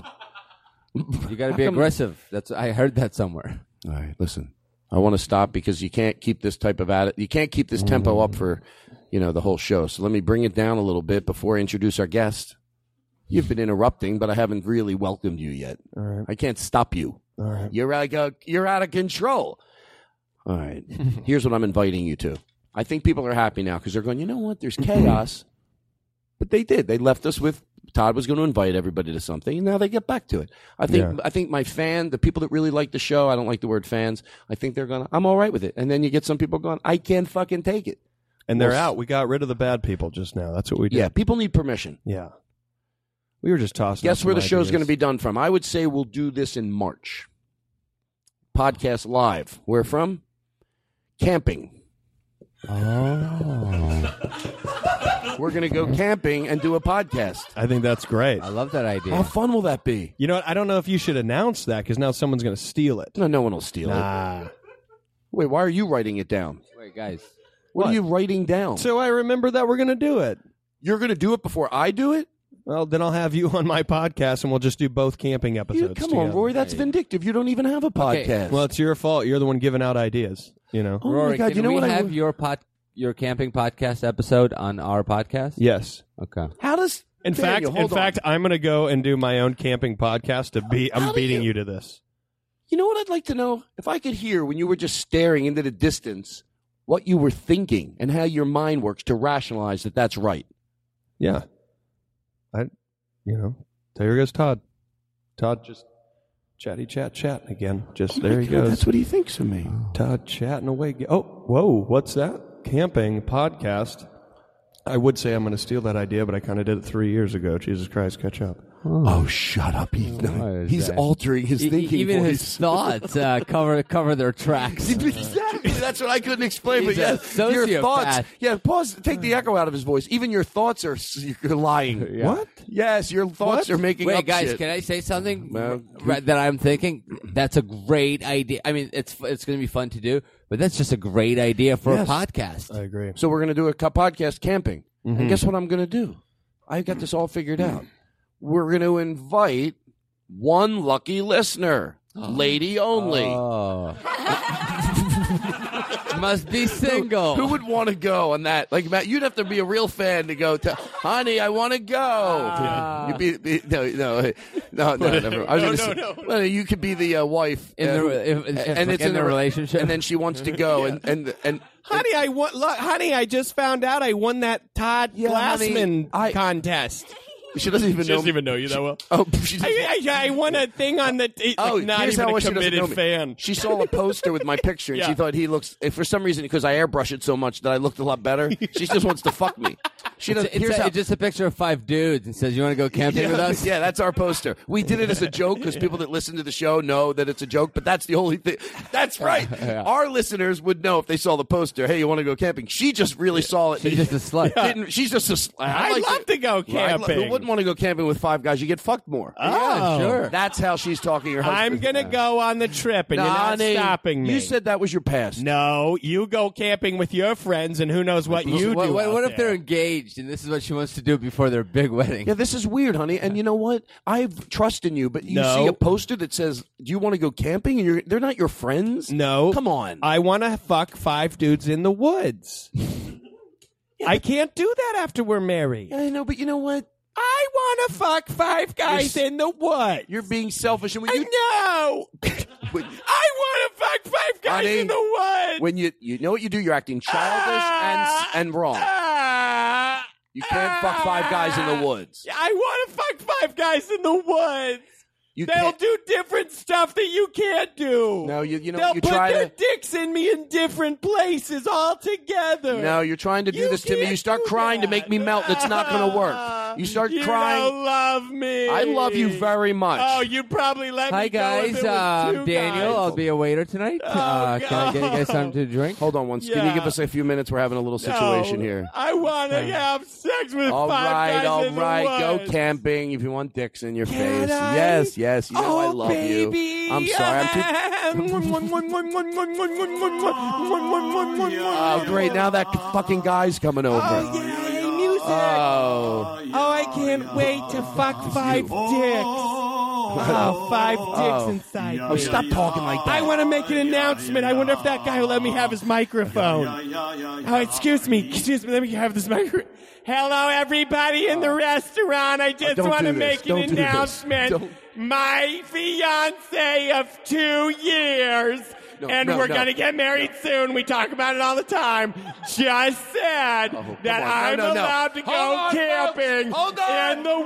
Speaker 12: You got to
Speaker 7: How
Speaker 12: be
Speaker 7: come-
Speaker 12: aggressive. That's I heard that somewhere.
Speaker 7: All right, listen. I want to stop because you can't keep this type of atti- You can't keep this tempo up for, you know, the whole show. So let me bring it down a little bit before I introduce our guest. You've been interrupting, but I haven't really welcomed you yet. All right. I can't stop you. All right. You're like a, you're out of control. All right. Here's what I'm inviting you to. I think people are happy now because they're going. You know what? There's chaos, but they did. They left us with. Todd was going to invite everybody to something, and now they get back to it. I think
Speaker 11: Yeah.
Speaker 7: I think my fan, the people that really like the show, I don't like the word fans. I think they're gonna. I'm all right with it. And then you get some people going, I can't fucking take it.
Speaker 11: and they're
Speaker 7: Well,
Speaker 11: out. We got rid of the bad people just now. That's what we did.
Speaker 7: Yeah, people need permission.
Speaker 11: Yeah. We were just tossing. out
Speaker 7: Guess
Speaker 11: some
Speaker 7: where the show's
Speaker 11: ideas.
Speaker 7: going to be done from? I would say we'll do this in March. Podcast live. Where
Speaker 6: Oh,
Speaker 7: from? Camping.
Speaker 12: Oh.
Speaker 7: We're going to go camping and do a podcast.
Speaker 11: I think that's great. I
Speaker 12: love that idea.
Speaker 7: How fun will that be?
Speaker 11: You know what? I don't know if you should announce that because now someone's going to steal it.
Speaker 7: No, no one will steal
Speaker 11: it. Nah.
Speaker 7: Wait, why are you writing it down?
Speaker 12: Wait, guys.
Speaker 7: What, are you writing down?
Speaker 11: So I remember that we're going to do it.
Speaker 7: You're going to do it before I do it?
Speaker 11: Well, then I'll have you on my podcast and we'll just do both camping episodes.
Speaker 7: Come
Speaker 11: together.
Speaker 7: on, Rory, that's vindictive. You don't even have a podcast.
Speaker 11: Well, it's your fault. You're the one giving out ideas, you
Speaker 7: Oh
Speaker 11: know.
Speaker 12: Rory, can we have your pod, your camping podcast episode on our podcast?
Speaker 11: Yes.
Speaker 12: Okay.
Speaker 7: How does
Speaker 11: In fact,
Speaker 7: Daniel,
Speaker 11: in
Speaker 7: hold on.
Speaker 11: fact, I'm going to go and do my own camping podcast to be I'm beating you? to this.
Speaker 7: You know what I'd like to know? If I could hear when you were just staring into the distance what you were thinking and how your mind works to rationalize that that's right.
Speaker 11: Yeah. I you know, there goes Todd. Todd just chatty chat chat again. Just
Speaker 7: Oh my
Speaker 11: there he
Speaker 7: God,
Speaker 11: goes.
Speaker 7: That's what he thinks of me.
Speaker 11: Todd chatting away. Oh, whoa, what's that? Camping podcast. I would say I'm going to steal that idea, but I kind of did it three years ago. Jesus Christ, catch up.
Speaker 7: Oh, shut up. He's, not, he's altering his
Speaker 12: E-
Speaker 7: thinking.
Speaker 12: Even his
Speaker 7: voice.
Speaker 12: thoughts uh, cover cover their tracks.
Speaker 7: exactly. That's what I couldn't explain.
Speaker 12: He's
Speaker 7: but
Speaker 12: a
Speaker 7: yes, your
Speaker 12: sociopath.
Speaker 7: thoughts. Yeah, pause. Take the echo out of his voice. Even your thoughts are you're lying.
Speaker 12: Yeah. What?
Speaker 7: Yes, your thoughts are making
Speaker 12: Wait,
Speaker 7: up
Speaker 12: guys,
Speaker 7: shit.
Speaker 12: can I say something
Speaker 7: Well,
Speaker 12: r- that I'm thinking? That's a great idea. I mean, it's it's going to be fun to do, but that's just a great idea for
Speaker 7: Yes.
Speaker 12: a podcast.
Speaker 11: I agree.
Speaker 7: So we're going to do a co- podcast camping.
Speaker 12: Mhm.
Speaker 7: And guess what I'm going to do? I've got this all figured out. We're going to invite one lucky listener, lady only.
Speaker 12: Must be single.
Speaker 7: Oh. Who, would want to go on that? Like Matt, you'd have to be a real fan to go. To, Honey, I want to go. You'd be, be- no, no, no, no,
Speaker 12: But-
Speaker 7: never. I was
Speaker 12: No,
Speaker 7: gonna
Speaker 12: no,
Speaker 7: say- Well, you could be the uh, wife
Speaker 12: In
Speaker 7: uh,
Speaker 12: the-
Speaker 7: who-
Speaker 12: if-
Speaker 7: and,
Speaker 12: if-
Speaker 7: it's
Speaker 12: in
Speaker 7: in
Speaker 12: the
Speaker 7: a
Speaker 12: relationship.
Speaker 7: and then she wants to go, and and and
Speaker 11: Honey, I won, look, honey, I just found out I won that Todd
Speaker 7: honey,
Speaker 11: Glassman contest.
Speaker 7: she doesn't even
Speaker 11: She
Speaker 7: know
Speaker 11: doesn't
Speaker 7: me.
Speaker 11: even know you that well.
Speaker 7: Oh, she doesn't-
Speaker 11: I, I, I won a thing on the. It,
Speaker 7: Oh,
Speaker 11: like, not
Speaker 7: here's
Speaker 11: even
Speaker 7: how
Speaker 11: a
Speaker 7: well she doesn't know
Speaker 11: committed
Speaker 7: me.
Speaker 11: fan.
Speaker 7: She saw a poster with my picture, and she
Speaker 11: Yeah.
Speaker 7: thought he looks. If for some reason, because I airbrush it so much that I looked a lot better, she just wants to fuck me. She
Speaker 12: It's,
Speaker 7: does.
Speaker 12: it's
Speaker 7: Here's
Speaker 12: a-
Speaker 7: how.
Speaker 12: it's just a picture of five dudes and says, "You want to go camping
Speaker 7: yeah,
Speaker 12: with us?"
Speaker 7: yeah, that's our poster. We did it as a joke because people that listen to the show know that it's a joke. But that's the only thing. That's right.
Speaker 12: Yeah.
Speaker 7: Our listeners would know if they saw the poster. Hey, you want to go camping? She just really saw it.
Speaker 12: She's just a slut.
Speaker 7: Didn't, she's just a slut.
Speaker 11: I'd love to go
Speaker 7: Who
Speaker 11: camping.
Speaker 7: wouldn't want to go camping with five guys? You get fucked more.
Speaker 11: Yeah, Oh. sure.
Speaker 7: That's how she's talking. to Her husband.
Speaker 11: I'm gonna go on the trip, and you're not
Speaker 7: Donnie,
Speaker 11: stopping me.
Speaker 7: You said that was your past.
Speaker 11: no. You go camping with your friends, and who knows what you
Speaker 12: what
Speaker 11: do.
Speaker 12: what,
Speaker 11: out
Speaker 12: what if
Speaker 11: there.
Speaker 12: they're engaged and this is what she wants to do before their big wedding?
Speaker 7: Yeah, this is weird, honey. And you know what? I have trust in you, but you
Speaker 11: No.
Speaker 7: see a poster that says, "Do you want to go camping?" And you're, they're not your friends.
Speaker 11: No,
Speaker 7: Come on.
Speaker 11: I want to fuck five dudes in the woods. I can't do that after we're married.
Speaker 7: I know, but you know what?
Speaker 11: I want to fuck five guys in the woods.
Speaker 7: You're being selfish, and when
Speaker 11: I
Speaker 7: you
Speaker 11: know. I want to fuck five guys
Speaker 7: Honey,
Speaker 11: in the woods.
Speaker 7: when you you know what you do, you're acting childish and s- and wrong.
Speaker 11: Ah,
Speaker 7: You can't fuck five guys in the woods.
Speaker 11: I want to fuck five guys in the woods.
Speaker 7: You
Speaker 11: They'll
Speaker 7: can't-
Speaker 11: do different stuff that you can't do.
Speaker 7: No, you you know
Speaker 11: They'll
Speaker 7: you
Speaker 11: put
Speaker 7: try
Speaker 11: their
Speaker 7: to.
Speaker 11: dicks in me in different places all together.
Speaker 7: No, you're trying to do
Speaker 11: You
Speaker 7: this to me. You
Speaker 11: can't
Speaker 7: start
Speaker 11: do Ah,
Speaker 7: crying to make me melt. It's not going to work. You start
Speaker 11: You
Speaker 7: crying.
Speaker 11: don't love me.
Speaker 7: I love you very much. Uh,
Speaker 11: Oh, you probably let
Speaker 12: Hi
Speaker 11: me go
Speaker 12: guys,
Speaker 11: if it was
Speaker 12: um,
Speaker 11: two
Speaker 12: Daniel.
Speaker 11: guys. Oh,
Speaker 12: I'll be a waiter tonight. uh, can I get you guys something to drink?
Speaker 7: Hold on one. Can you
Speaker 11: Yeah.
Speaker 7: give us a few minutes? We're having a little situation
Speaker 11: No,
Speaker 7: here.
Speaker 11: I want to have sex with
Speaker 7: All
Speaker 11: five
Speaker 7: right,
Speaker 11: guys
Speaker 7: all
Speaker 11: in
Speaker 7: right.
Speaker 11: the
Speaker 7: Go
Speaker 11: woods.
Speaker 7: camping if you want dicks in your
Speaker 11: Can
Speaker 7: face.
Speaker 11: I?
Speaker 7: Yes, yes. You know I
Speaker 11: Oh,
Speaker 7: love
Speaker 11: baby.
Speaker 7: you. I'm sorry. I'm too. Oh, great. Now that fucking guy's coming over.
Speaker 11: Oh, yeah, music.
Speaker 7: Oh.
Speaker 11: Oh, I can't wait to fuck five dicks. Oh, five dicks
Speaker 7: Oh.
Speaker 11: inside.
Speaker 7: Oh,
Speaker 11: me.
Speaker 7: stop talking like that.
Speaker 11: I want to make an announcement. I wonder if that guy will let me have his microphone. Oh, excuse me. Excuse me. Let me have this microphone. Hello, everybody in the restaurant. I just
Speaker 7: Oh, don't
Speaker 11: want to
Speaker 7: do this.
Speaker 11: make
Speaker 7: Don't
Speaker 11: an
Speaker 7: do this.
Speaker 11: announcement.
Speaker 7: Don't-
Speaker 11: My fiance of two years.
Speaker 7: No,
Speaker 11: and
Speaker 7: no,
Speaker 11: we're
Speaker 7: no.
Speaker 11: going to get married soon. We talk about it all the time. Just said that
Speaker 7: Oh, on. No,
Speaker 11: I'm
Speaker 7: no, no.
Speaker 11: allowed to go
Speaker 7: Hold on,
Speaker 11: camping
Speaker 7: folks. Hold on. Oh,
Speaker 11: in the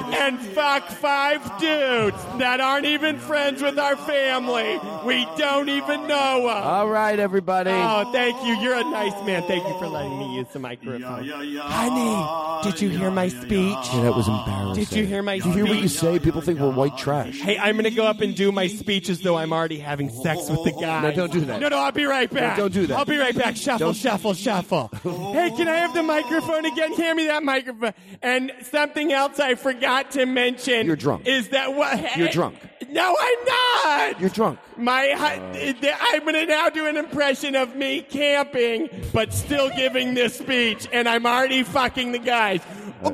Speaker 11: woods and fuck five dudes that aren't even friends with our family. We don't even know 'em.
Speaker 7: All right, everybody.
Speaker 11: Oh, thank you. You're a nice man. Thank you for letting me use the microphone. Honey, did you hear my speech?
Speaker 7: Yeah, that was embarrassing.
Speaker 11: Did you hear my
Speaker 7: Do Ah, you hear what you
Speaker 11: speech?
Speaker 7: say? People think we're white trash.
Speaker 11: Hey, I'm going to go up and do my speech as though I'm already having sex with with the guy.
Speaker 7: No, don't do that.
Speaker 11: No, no, I'll be right
Speaker 7: No,
Speaker 11: back.
Speaker 7: don't do that.
Speaker 11: I'll be right back. Shuffle,
Speaker 7: Don't-
Speaker 11: shuffle, shuffle. hey, can I have the microphone again? Hand me that microphone. And something else I forgot to mention.
Speaker 7: You're drunk.
Speaker 11: Is that what?
Speaker 7: You're drunk.
Speaker 11: No, I'm not.
Speaker 7: You're drunk.
Speaker 11: My, hu- I'm gonna now do an impression of me camping, but still giving this speech, and I'm already fucking the guys.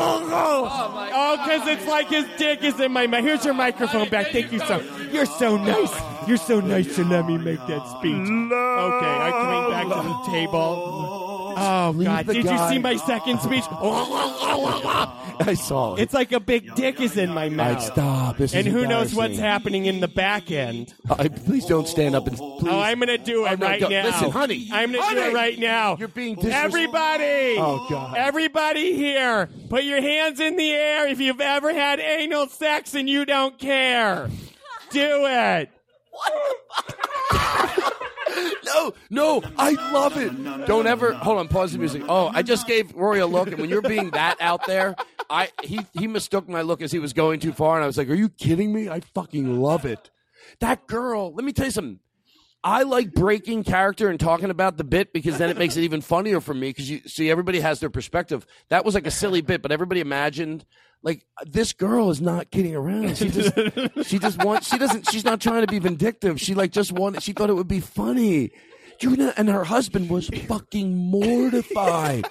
Speaker 11: Oh, because it's like his dick is in my mouth. Here's your microphone back. Thank you so. You're so nice. You're so nice to let me make that speech. Okay, I came back to the table. Oh God!
Speaker 7: the
Speaker 11: Did you
Speaker 7: guy.
Speaker 11: see my second speech? I
Speaker 7: saw it.
Speaker 11: It's like a big dick is in my mouth.
Speaker 7: stop. This is
Speaker 11: and who knows what's
Speaker 7: embarrassing.
Speaker 11: happening in the back end?
Speaker 7: I, please don't stand up and please.
Speaker 11: Oh, I'm gonna do it
Speaker 7: no,
Speaker 11: right
Speaker 7: don't-
Speaker 11: now.
Speaker 7: listen, honey.
Speaker 11: I'm gonna do
Speaker 7: Honey!
Speaker 11: it right now. You're being
Speaker 7: disres-
Speaker 11: everybody.
Speaker 7: Oh, God.
Speaker 11: Everybody here, put your hands in the air if you've ever had anal sex and you don't care. Do it.
Speaker 7: No, no, I love it. Don't ever hold on. Pause the music. Oh, I just gave Rory a look, and when you're being that out there, I he he mistook my look as he was going too far, and I was like, "Are you kidding me? I fucking love it." That girl. Let me tell you something. I like breaking character and talking about the bit because then it makes it even funnier for me because you see everybody has their perspective. That was like a silly bit, but everybody imagined like this girl is not kidding around. She just she just wants she doesn't she's not trying to be vindictive. She like just wanted she thought it would be funny. You know, and her husband was fucking mortified.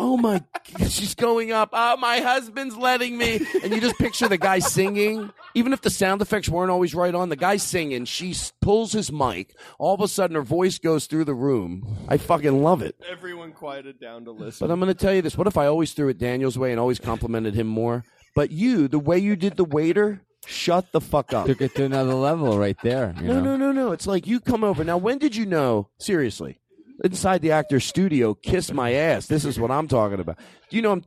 Speaker 7: Oh my! She's going up. Oh, my husband's letting me. And you just picture the guy singing. Even if the sound effects weren't always right on, the guy's singing. She s- pulls his mic. All of a sudden, her voice goes through the room. I fucking love it.
Speaker 11: Everyone quieted down to listen.
Speaker 7: But I'm going to tell you this: What if I always threw it Daniel's way and always complimented him more? But you, the way you did the waiter, shut the fuck up.
Speaker 10: Took it to another level right there. You
Speaker 7: No,
Speaker 10: know?
Speaker 7: no, no, no. It's like you come over. Now, when did you know? Seriously, inside the actor's studio, kiss my ass. This is what I'm talking about. Do you know I'm?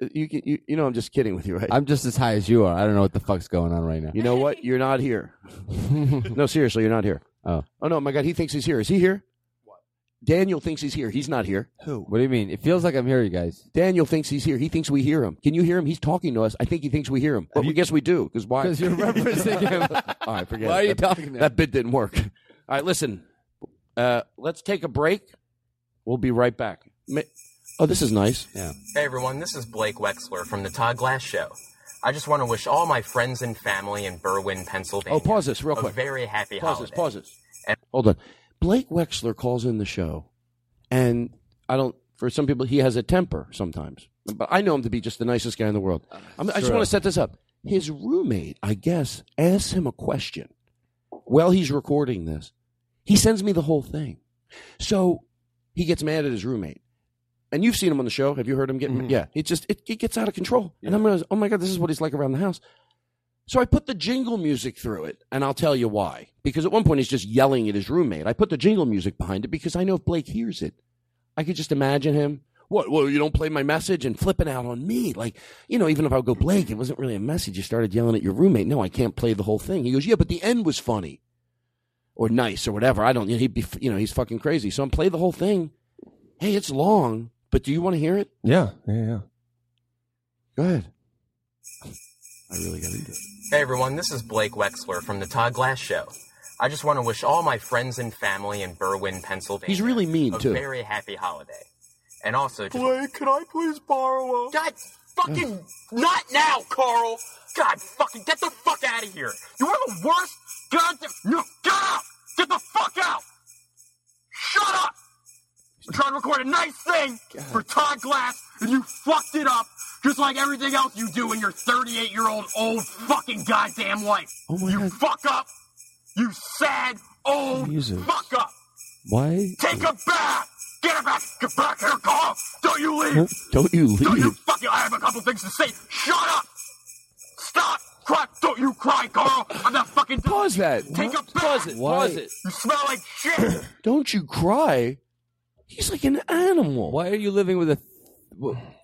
Speaker 7: uh, You, can- you you know I'm just kidding with you, right?
Speaker 10: I'm just as high as you are. I don't know what the fuck's going on right now.
Speaker 7: You know what? You're not here. no, seriously, you're not here.
Speaker 10: Oh.
Speaker 7: Oh no, my God, he thinks he's here. Is he here? Daniel thinks he's here. He's not here. Who?
Speaker 10: What do you mean? It feels like I'm here, you guys.
Speaker 7: Daniel thinks he's here. He thinks we hear him. Can you hear him? He's talking to us. I think he thinks we hear him. But we guess we do. Because why?
Speaker 10: 'Cause you're referencing him.
Speaker 7: All right, forget
Speaker 10: Why
Speaker 7: it.
Speaker 10: are you
Speaker 7: That-
Speaker 10: talking there?
Speaker 7: That bit didn't work. All right, listen. Uh, let's take a break. We'll be right back. Ma- Oh, this is nice. Yeah.
Speaker 6: Hey everyone, this is Blake Wexler from The Todd Glass Show. I just want to wish all my friends and family in Berwyn, Pennsylvania.
Speaker 7: Oh, pause this real
Speaker 6: a
Speaker 7: quick.
Speaker 6: very happy
Speaker 7: Pause
Speaker 6: holiday.
Speaker 7: this. Pause this. Hold on. Blake Wexler calls in the show, and I don't. For some people, he has a temper sometimes, but I know him to be just the nicest guy in the world. I'm, I just
Speaker 2: true.
Speaker 7: want to set this up. His roommate, I guess, asks him a question while he's recording this. He sends me the whole thing, so he gets mad at his roommate. And you've seen him on the show. Have you heard him get? Yeah, it just it, it gets out of control. And I'm gonna, oh my god, this is what he's like around the house. So I put the jingle music through it, and I'll tell you why. Because at one point he's just yelling at his roommate. I put the jingle music behind it because I know if Blake hears it, I could just imagine him. What? Well, you don't play my message and flipping out on me. Like, you know, even if I would go, Blake, it wasn't really a message. You started yelling at your roommate. No, I can't play the whole thing. He goes, yeah, but the end was funny or nice or whatever. I don't, you know, he'd be, you know, he's fucking crazy. So I'm play the whole thing. Hey, it's long, but do you want to hear it?
Speaker 11: Yeah, yeah, yeah.
Speaker 7: Go ahead. I really got to do it.
Speaker 6: Hey everyone, this is Blake Wexler from The Todd Glass Show. I just want to wish all my friends and family in Berwyn, Pennsylvania.
Speaker 7: He's really mean,
Speaker 6: a
Speaker 7: too.
Speaker 6: very happy holiday. And also just
Speaker 14: Blake, can I please borrow a?
Speaker 6: God fucking not now, Carl! God fucking get the fuck out of here! You are the worst goddamn no get out! Get the fuck out! Shut up! I'm trying to record a nice thing for Todd Glass and you fucked it up just like everything else you do in your 38 year old old fucking goddamn life.
Speaker 7: Oh my
Speaker 6: you
Speaker 7: God.
Speaker 6: fuck up! You sad old
Speaker 7: Music.
Speaker 6: fuck up!
Speaker 7: Why?
Speaker 6: Take a bath! Get it back! Get back here, Carl! Don't you leave!
Speaker 7: Huh? Don't you
Speaker 6: Don't you
Speaker 7: leave.
Speaker 6: fucking! I have a couple things to say. Shut up! Stop! Cry! Don't you cry, Carl! I'm not fucking. done.
Speaker 7: Pause that.
Speaker 6: Take a pause it.
Speaker 7: Why? pause it.
Speaker 6: You smell like shit.
Speaker 7: Don't you cry. He's like an animal.
Speaker 10: Why are you living with a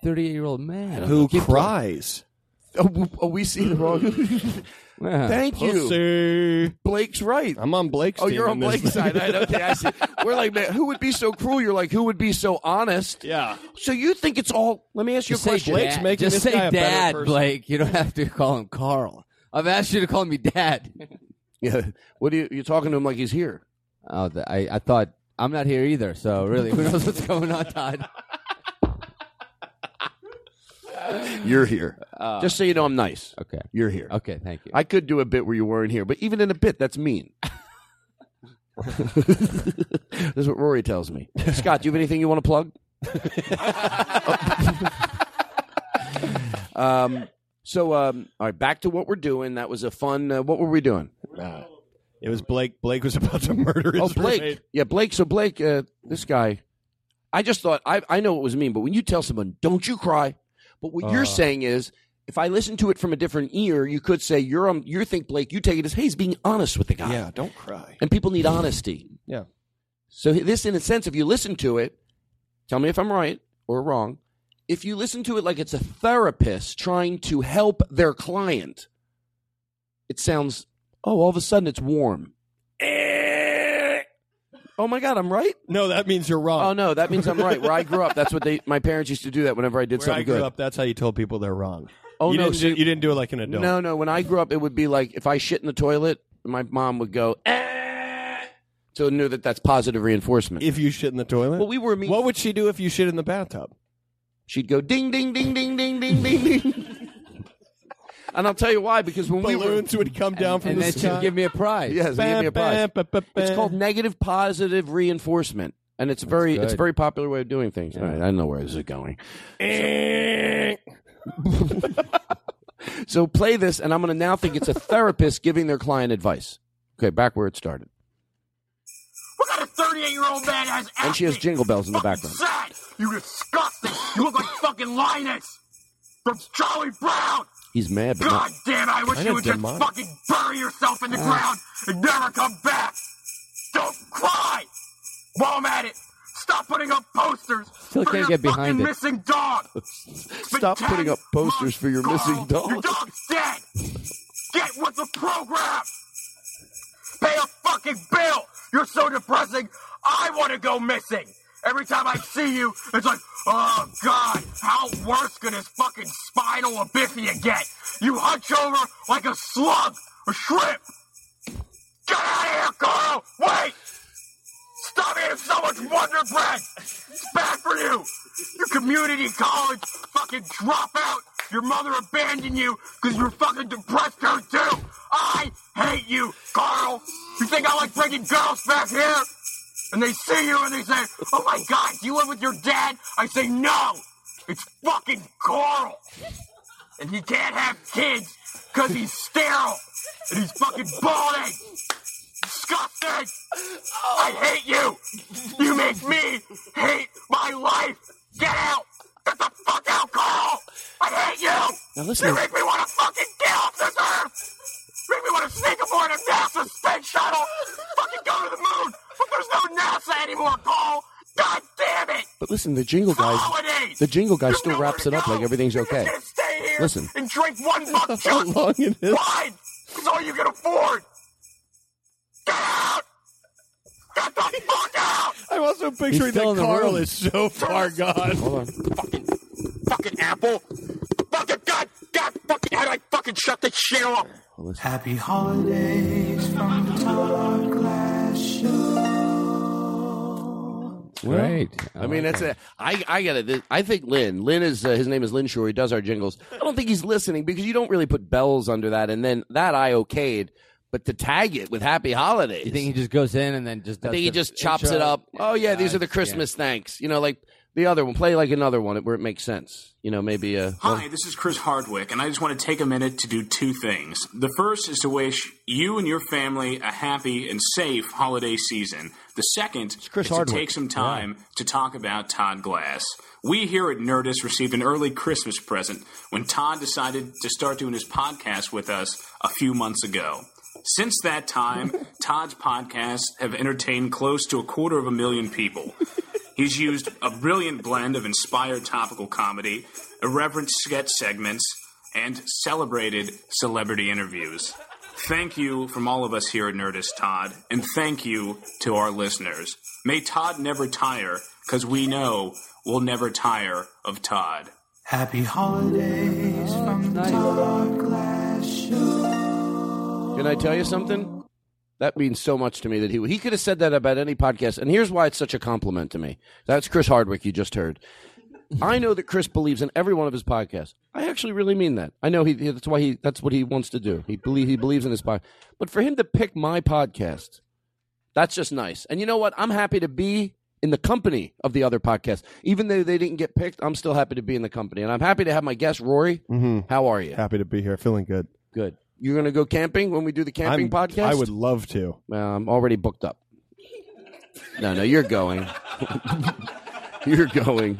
Speaker 10: 38 year old man?
Speaker 7: Who
Speaker 10: Keep-
Speaker 7: cries? Oh, w- oh, we see the wrong. Thank you.
Speaker 11: Ah, Pussy.
Speaker 7: Blake's right.
Speaker 11: I'm on Blake's
Speaker 7: Oh,
Speaker 11: team
Speaker 7: you're
Speaker 11: in
Speaker 7: on
Speaker 11: this
Speaker 7: Blake's
Speaker 11: one.
Speaker 7: side. Right? Okay, I see. We're like, man, who would be so cruel? You're like, who would be so honest?
Speaker 11: Yeah.
Speaker 7: So you think it's all? Let me ask you
Speaker 10: Just
Speaker 7: a
Speaker 10: say
Speaker 7: question.
Speaker 10: dad. Just say dad, Blake. You don't have to call him Carl.
Speaker 12: I've asked you to call me dad.
Speaker 7: yeah. What are you? You're talking to him like he's here.
Speaker 12: Oh, th- I I thought I'm not here either. So really, who knows what's going on, Todd?
Speaker 7: You're here.
Speaker 12: Uh,
Speaker 7: Just so you know, I'm nice.
Speaker 12: Okay.
Speaker 7: You're here.
Speaker 12: Okay, thank you.
Speaker 7: I could do a bit where you weren't here, but even in a bit, that's mean. that's what Rory tells me. Scott, do you have anything you want to plug? um, so, um, all right, back to what we're doing. That was a fun. Uh, what were we doing? Uh,
Speaker 11: it was Blake. Blake was about to murder his
Speaker 7: Oh, Blake.
Speaker 11: roommate.
Speaker 7: Yeah, Blake. So Blake, uh, this guy, I just thought I I know it was mean, but when you tell someone, "Don't you cry," but what
Speaker 11: Uh.
Speaker 7: you're saying is, if I listen to it from a different ear, you could say you're um, you think Blake, you take it as, "Hey, he's being honest with the guy."
Speaker 11: Yeah, don't cry.
Speaker 7: And people need honesty.
Speaker 11: Yeah.
Speaker 7: So this, in a sense, if you listen to it, tell me if I'm right or wrong. If you listen to it like it's a therapist trying to help their client, it sounds oh, all of a sudden it's warm. Oh my God, I'm right.
Speaker 11: No, that means you're wrong.
Speaker 7: Oh no, that means I'm right. Where I grew up, that's what they my parents used to do that whenever I did
Speaker 11: Where
Speaker 7: something
Speaker 11: I grew
Speaker 7: good.
Speaker 11: up, that's how you told people they're wrong.
Speaker 7: Oh,
Speaker 11: you
Speaker 7: no,
Speaker 11: didn't
Speaker 7: so-
Speaker 11: do, you didn't do it like an adult.
Speaker 7: No, no. When I grew up, it would be like if I shit in the toilet, my mom would go, "Eh," so I knew that that's positive reinforcement.
Speaker 11: If you shit in the toilet,
Speaker 7: Well, we were mean.
Speaker 11: What would she do if you shit in the bathtub?
Speaker 7: She'd go ding, ding, ding, ding, ding, ding, ding, ding. And I'll tell you why, because when
Speaker 11: Balloons
Speaker 7: we were,
Speaker 11: would come down from
Speaker 12: and
Speaker 11: the
Speaker 12: then
Speaker 11: sky.
Speaker 12: she'd give me a prize.
Speaker 7: yes, they gave me a prize. It's called negative positive reinforcement, and it's very it's a
Speaker 12: good.
Speaker 7: very popular way of doing things. All right, I know where this is going.
Speaker 11: Eh.
Speaker 7: So play this, and I'm going to now think it's a therapist giving their client advice. Okay, back where it started.
Speaker 6: What kind of 38 year old man has
Speaker 7: And she has jingle bells in the background.
Speaker 6: Zach, you disgusting! You look like fucking Linus from Charlie Brown.
Speaker 7: He's mad, but
Speaker 6: God
Speaker 7: not.
Speaker 6: damn it! I wish
Speaker 7: Kind
Speaker 6: you
Speaker 7: of
Speaker 6: would just
Speaker 7: demonic.
Speaker 6: fucking bury yourself in the
Speaker 7: Ah.
Speaker 6: ground and never come back. Don't cry. While I'm at it, stop putting up posters
Speaker 7: Still
Speaker 6: for
Speaker 7: can't
Speaker 6: your
Speaker 7: get behind
Speaker 6: fucking
Speaker 7: it.
Speaker 6: missing dog.
Speaker 7: Stop putting up posters for your missing
Speaker 6: Your
Speaker 7: dog.
Speaker 6: dog's dead. Get with the program. Pay a fucking bill. You're so depressing. I want to go missing. Every time I see you, it's like, oh god, how worse could his fucking spinal abifia get? You hunch over like a slug, a shrimp. Get out of here, Carl. Wait. Stop eating so much Wonder Bread! It's bad for you! You community college fucking dropout! Your mother abandoned you because you were fucking depressed her too! I hate you, Carl! You think I like bringing girls back here? And they see you and they say, oh my god, do you live with your dad? I say, no! It's fucking Carl! And he can't have kids because he's sterile! And he's fucking balding! disgusting! I hate you! You make me hate my life! Get out! Get the fuck out, Carl! I hate you!
Speaker 7: Now listen
Speaker 6: You
Speaker 7: to-
Speaker 6: make me want to fucking get off this earth! Make me want to sneak aboard a NASA space shuttle! Fucking go to the moon! But there's no NASA anymore, Carl! God damn it!
Speaker 7: But listen, the jingle guy, the jingle guy still wraps it up like everything's okay. Listen,
Speaker 6: And drink one buck
Speaker 11: How
Speaker 6: juice!
Speaker 11: long it is?
Speaker 6: Why? It's all you can afford! Get out! Get the fuck out!
Speaker 11: I'm also
Speaker 6: He's
Speaker 11: picturing
Speaker 6: still
Speaker 11: that
Speaker 6: in the
Speaker 11: Carl
Speaker 6: room.
Speaker 11: is so far gone.
Speaker 7: hold on.
Speaker 6: fucking apple. Fucking god, god, fucking how do I fucking shut this shit off?
Speaker 7: Happy
Speaker 6: holidays from the Todd Glass
Speaker 12: Great.
Speaker 7: I mean, that's it. I I got it. I think Lynn. Lynn is uh, his name is Lynn Shore. He does our jingles. I don't think he's listening because you don't really put bells under that. And then that I okayed, but to tag it with Happy Holidays.
Speaker 12: You think he just goes in and then just?
Speaker 7: I
Speaker 12: does
Speaker 7: think he
Speaker 12: the
Speaker 7: just chops it
Speaker 12: intro?
Speaker 7: up. Oh yeah, these
Speaker 12: Yeah,
Speaker 7: are the
Speaker 12: it's-
Speaker 7: Christmas thanks. You know, like the other one. Play like another one where it makes sense. You know, maybe uh,
Speaker 4: Hi, this is Chris Hardwick, and I just want to take a minute to do two things. The first is to wish you and your family a happy and safe holiday season. The second
Speaker 7: Chris
Speaker 4: is to
Speaker 7: Hardwick.
Speaker 4: take some time to talk about Todd Glass. We here at Nerdist received an early Christmas present when Todd decided to start doing his podcast with us a few months ago. Since that time, Todd's podcasts have entertained close to a quarter of a million people. He's used a brilliant blend of inspired topical comedy, irreverent sketch segments, and celebrated celebrity interviews. Thank you from all of us here at Nerdist, Todd, and thank you to our listeners. May Todd never tire, because we know we'll never tire of Todd.
Speaker 6: Happy holidays from Todd Glass Show.
Speaker 7: Can I tell you something? That means so much to me that he he could have said that about any podcast. And here's why it's such a compliment to me. That's Chris Hardwick you just heard. I know that Chris believes in every one of his podcasts. I actually really mean that. I know he that's why he that's what he wants to do. He believe he believes in his podcast. But for him to pick my podcast, that's just nice. And you know what? I'm happy to be in the company of the other podcasts. Even though they didn't get picked, I'm still happy to be in the company. And I'm happy to have my guest Rory.
Speaker 11: Mm-hmm.
Speaker 7: How are you?
Speaker 11: Happy to be here. Feeling good.
Speaker 7: Good. You're going to go camping when we do the camping
Speaker 11: I'm-
Speaker 7: podcast?
Speaker 11: I would love to.
Speaker 7: Well, I'm already booked up. No, no, you're going. you're going.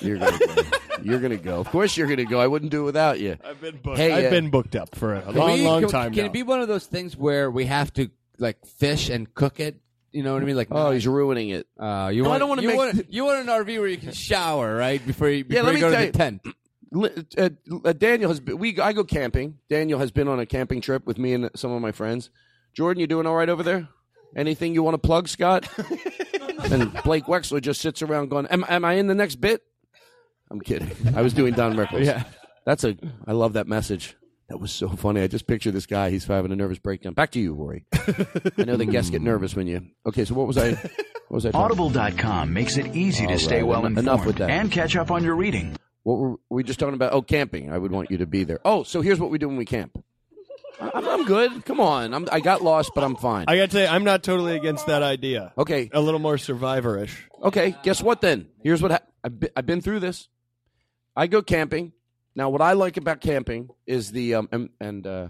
Speaker 7: You're going. to go. You're going to go. Of course, you're going to go. I wouldn't do it without you. I've been
Speaker 11: booked. I've been booked up for a
Speaker 12: uh, Can
Speaker 11: long,
Speaker 12: we-
Speaker 11: long
Speaker 12: can-
Speaker 11: time
Speaker 12: Can
Speaker 11: now.
Speaker 12: it be one of those things where we have to like fish and cook it? You know what I mean? Like,
Speaker 7: oh, he's ruining it.
Speaker 12: Uh, you
Speaker 7: No, I
Speaker 12: want,
Speaker 7: don't wanna
Speaker 12: you
Speaker 7: make-
Speaker 12: Want, you want an RV where you can shower, right? Before you, before
Speaker 7: yeah, let
Speaker 12: you
Speaker 7: me
Speaker 12: go
Speaker 7: tell
Speaker 12: to
Speaker 7: you.
Speaker 12: the tent.
Speaker 7: li- Uh, uh, Daniel has been, we I go camping. Daniel has been on a camping trip with me and some of my friends. Jordan, you doing all right over there? Anything you want to plug, Scott? and Blake Wexler just sits around going, "Am, am I in the next bit?" I'm kidding. I was doing Don Rickles.
Speaker 12: Yeah.
Speaker 7: that's a. I love that message. That was so funny. I just picture this guy. He's having a nervous breakdown. Back to you, Rory. I know the guests get nervous when you. Okay, so what was I? What was I? talking about?
Speaker 15: Audible.com makes it easy
Speaker 7: All
Speaker 15: to stay
Speaker 7: right,
Speaker 15: well
Speaker 7: en-
Speaker 15: informed
Speaker 7: enough with that.
Speaker 15: and catch up on your reading.
Speaker 7: What were we just talking about? Oh, camping. I would want you to be there. Oh, so here's what we do when we camp. I- I'm, I'm good. Come on. I'm, I got lost, but I'm fine.
Speaker 11: I got to say, I'm not totally against that idea.
Speaker 7: Okay.
Speaker 11: A little more survivorish.
Speaker 7: Okay, guess what then? Here's what ha- I've, been, I've been through this. I go camping. Now, what I like about camping is the um and, and uh,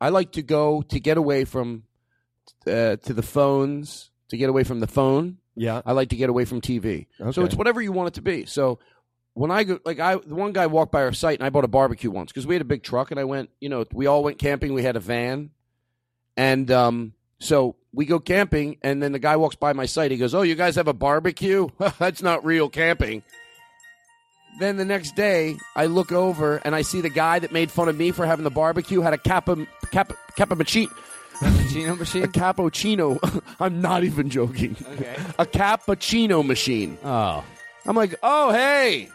Speaker 7: I like to go to get away from uh, to the phones to get away from the phone.
Speaker 11: Yeah.
Speaker 7: I like to get away from TV. So
Speaker 11: Okay.
Speaker 7: it's whatever you want it to be. So when I go, like I, the one guy walked by our site and I bought a barbecue once because we had a big truck and I went, you know, we all went camping. We had a van, and um, so we go camping and then the guy walks by my site. He goes, "Oh, you guys have a barbecue? That's not real camping." Then the next day, I look over and I see the guy that made fun of me for having the barbecue had a capa capa cappuccino.
Speaker 12: Cappuccino machine?
Speaker 7: A cappuccino. I'm not even joking. Okay. A cappuccino machine.
Speaker 12: Oh.
Speaker 7: I'm like, oh, hey.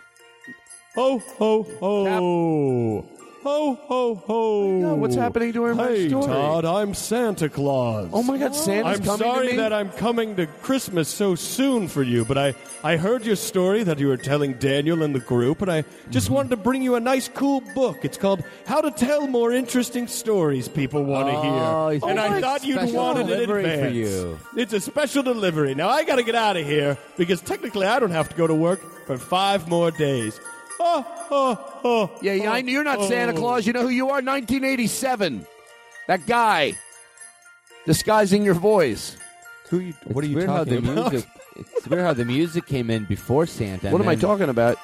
Speaker 11: Ho, ho, ho. Ho, ho, ho.
Speaker 7: God, what's happening to our
Speaker 11: Hey,
Speaker 7: story?
Speaker 11: Todd, I'm Santa Claus.
Speaker 7: Oh my God, Santa's
Speaker 11: I'm
Speaker 7: coming to
Speaker 11: sorry
Speaker 7: me?
Speaker 11: that I'm coming to Christmas so soon for you, but I, I heard your story that you were telling Daniel and the group, and I just
Speaker 7: Mm-hmm.
Speaker 11: wanted to bring you a nice, cool book. It's called How to Tell More Interesting Stories People Want to
Speaker 12: Oh, he's
Speaker 11: Hear. And
Speaker 12: making
Speaker 11: I
Speaker 12: a
Speaker 11: thought you'd
Speaker 12: special
Speaker 11: wanted it in
Speaker 12: delivery for
Speaker 11: advance.
Speaker 12: you.
Speaker 11: It's a special delivery. Now I got to get out of here because technically I don't have to go to work for five more days. Oh, oh, oh.
Speaker 7: Yeah, yeah I, you're not
Speaker 11: oh.
Speaker 7: Santa Claus. You know who you are? 1987. That guy disguising your voice.
Speaker 11: Who you,
Speaker 7: what are
Speaker 12: It's weird how the music. It's weird how the music came in before Santa. and
Speaker 7: what am I
Speaker 12: then-
Speaker 7: talking about?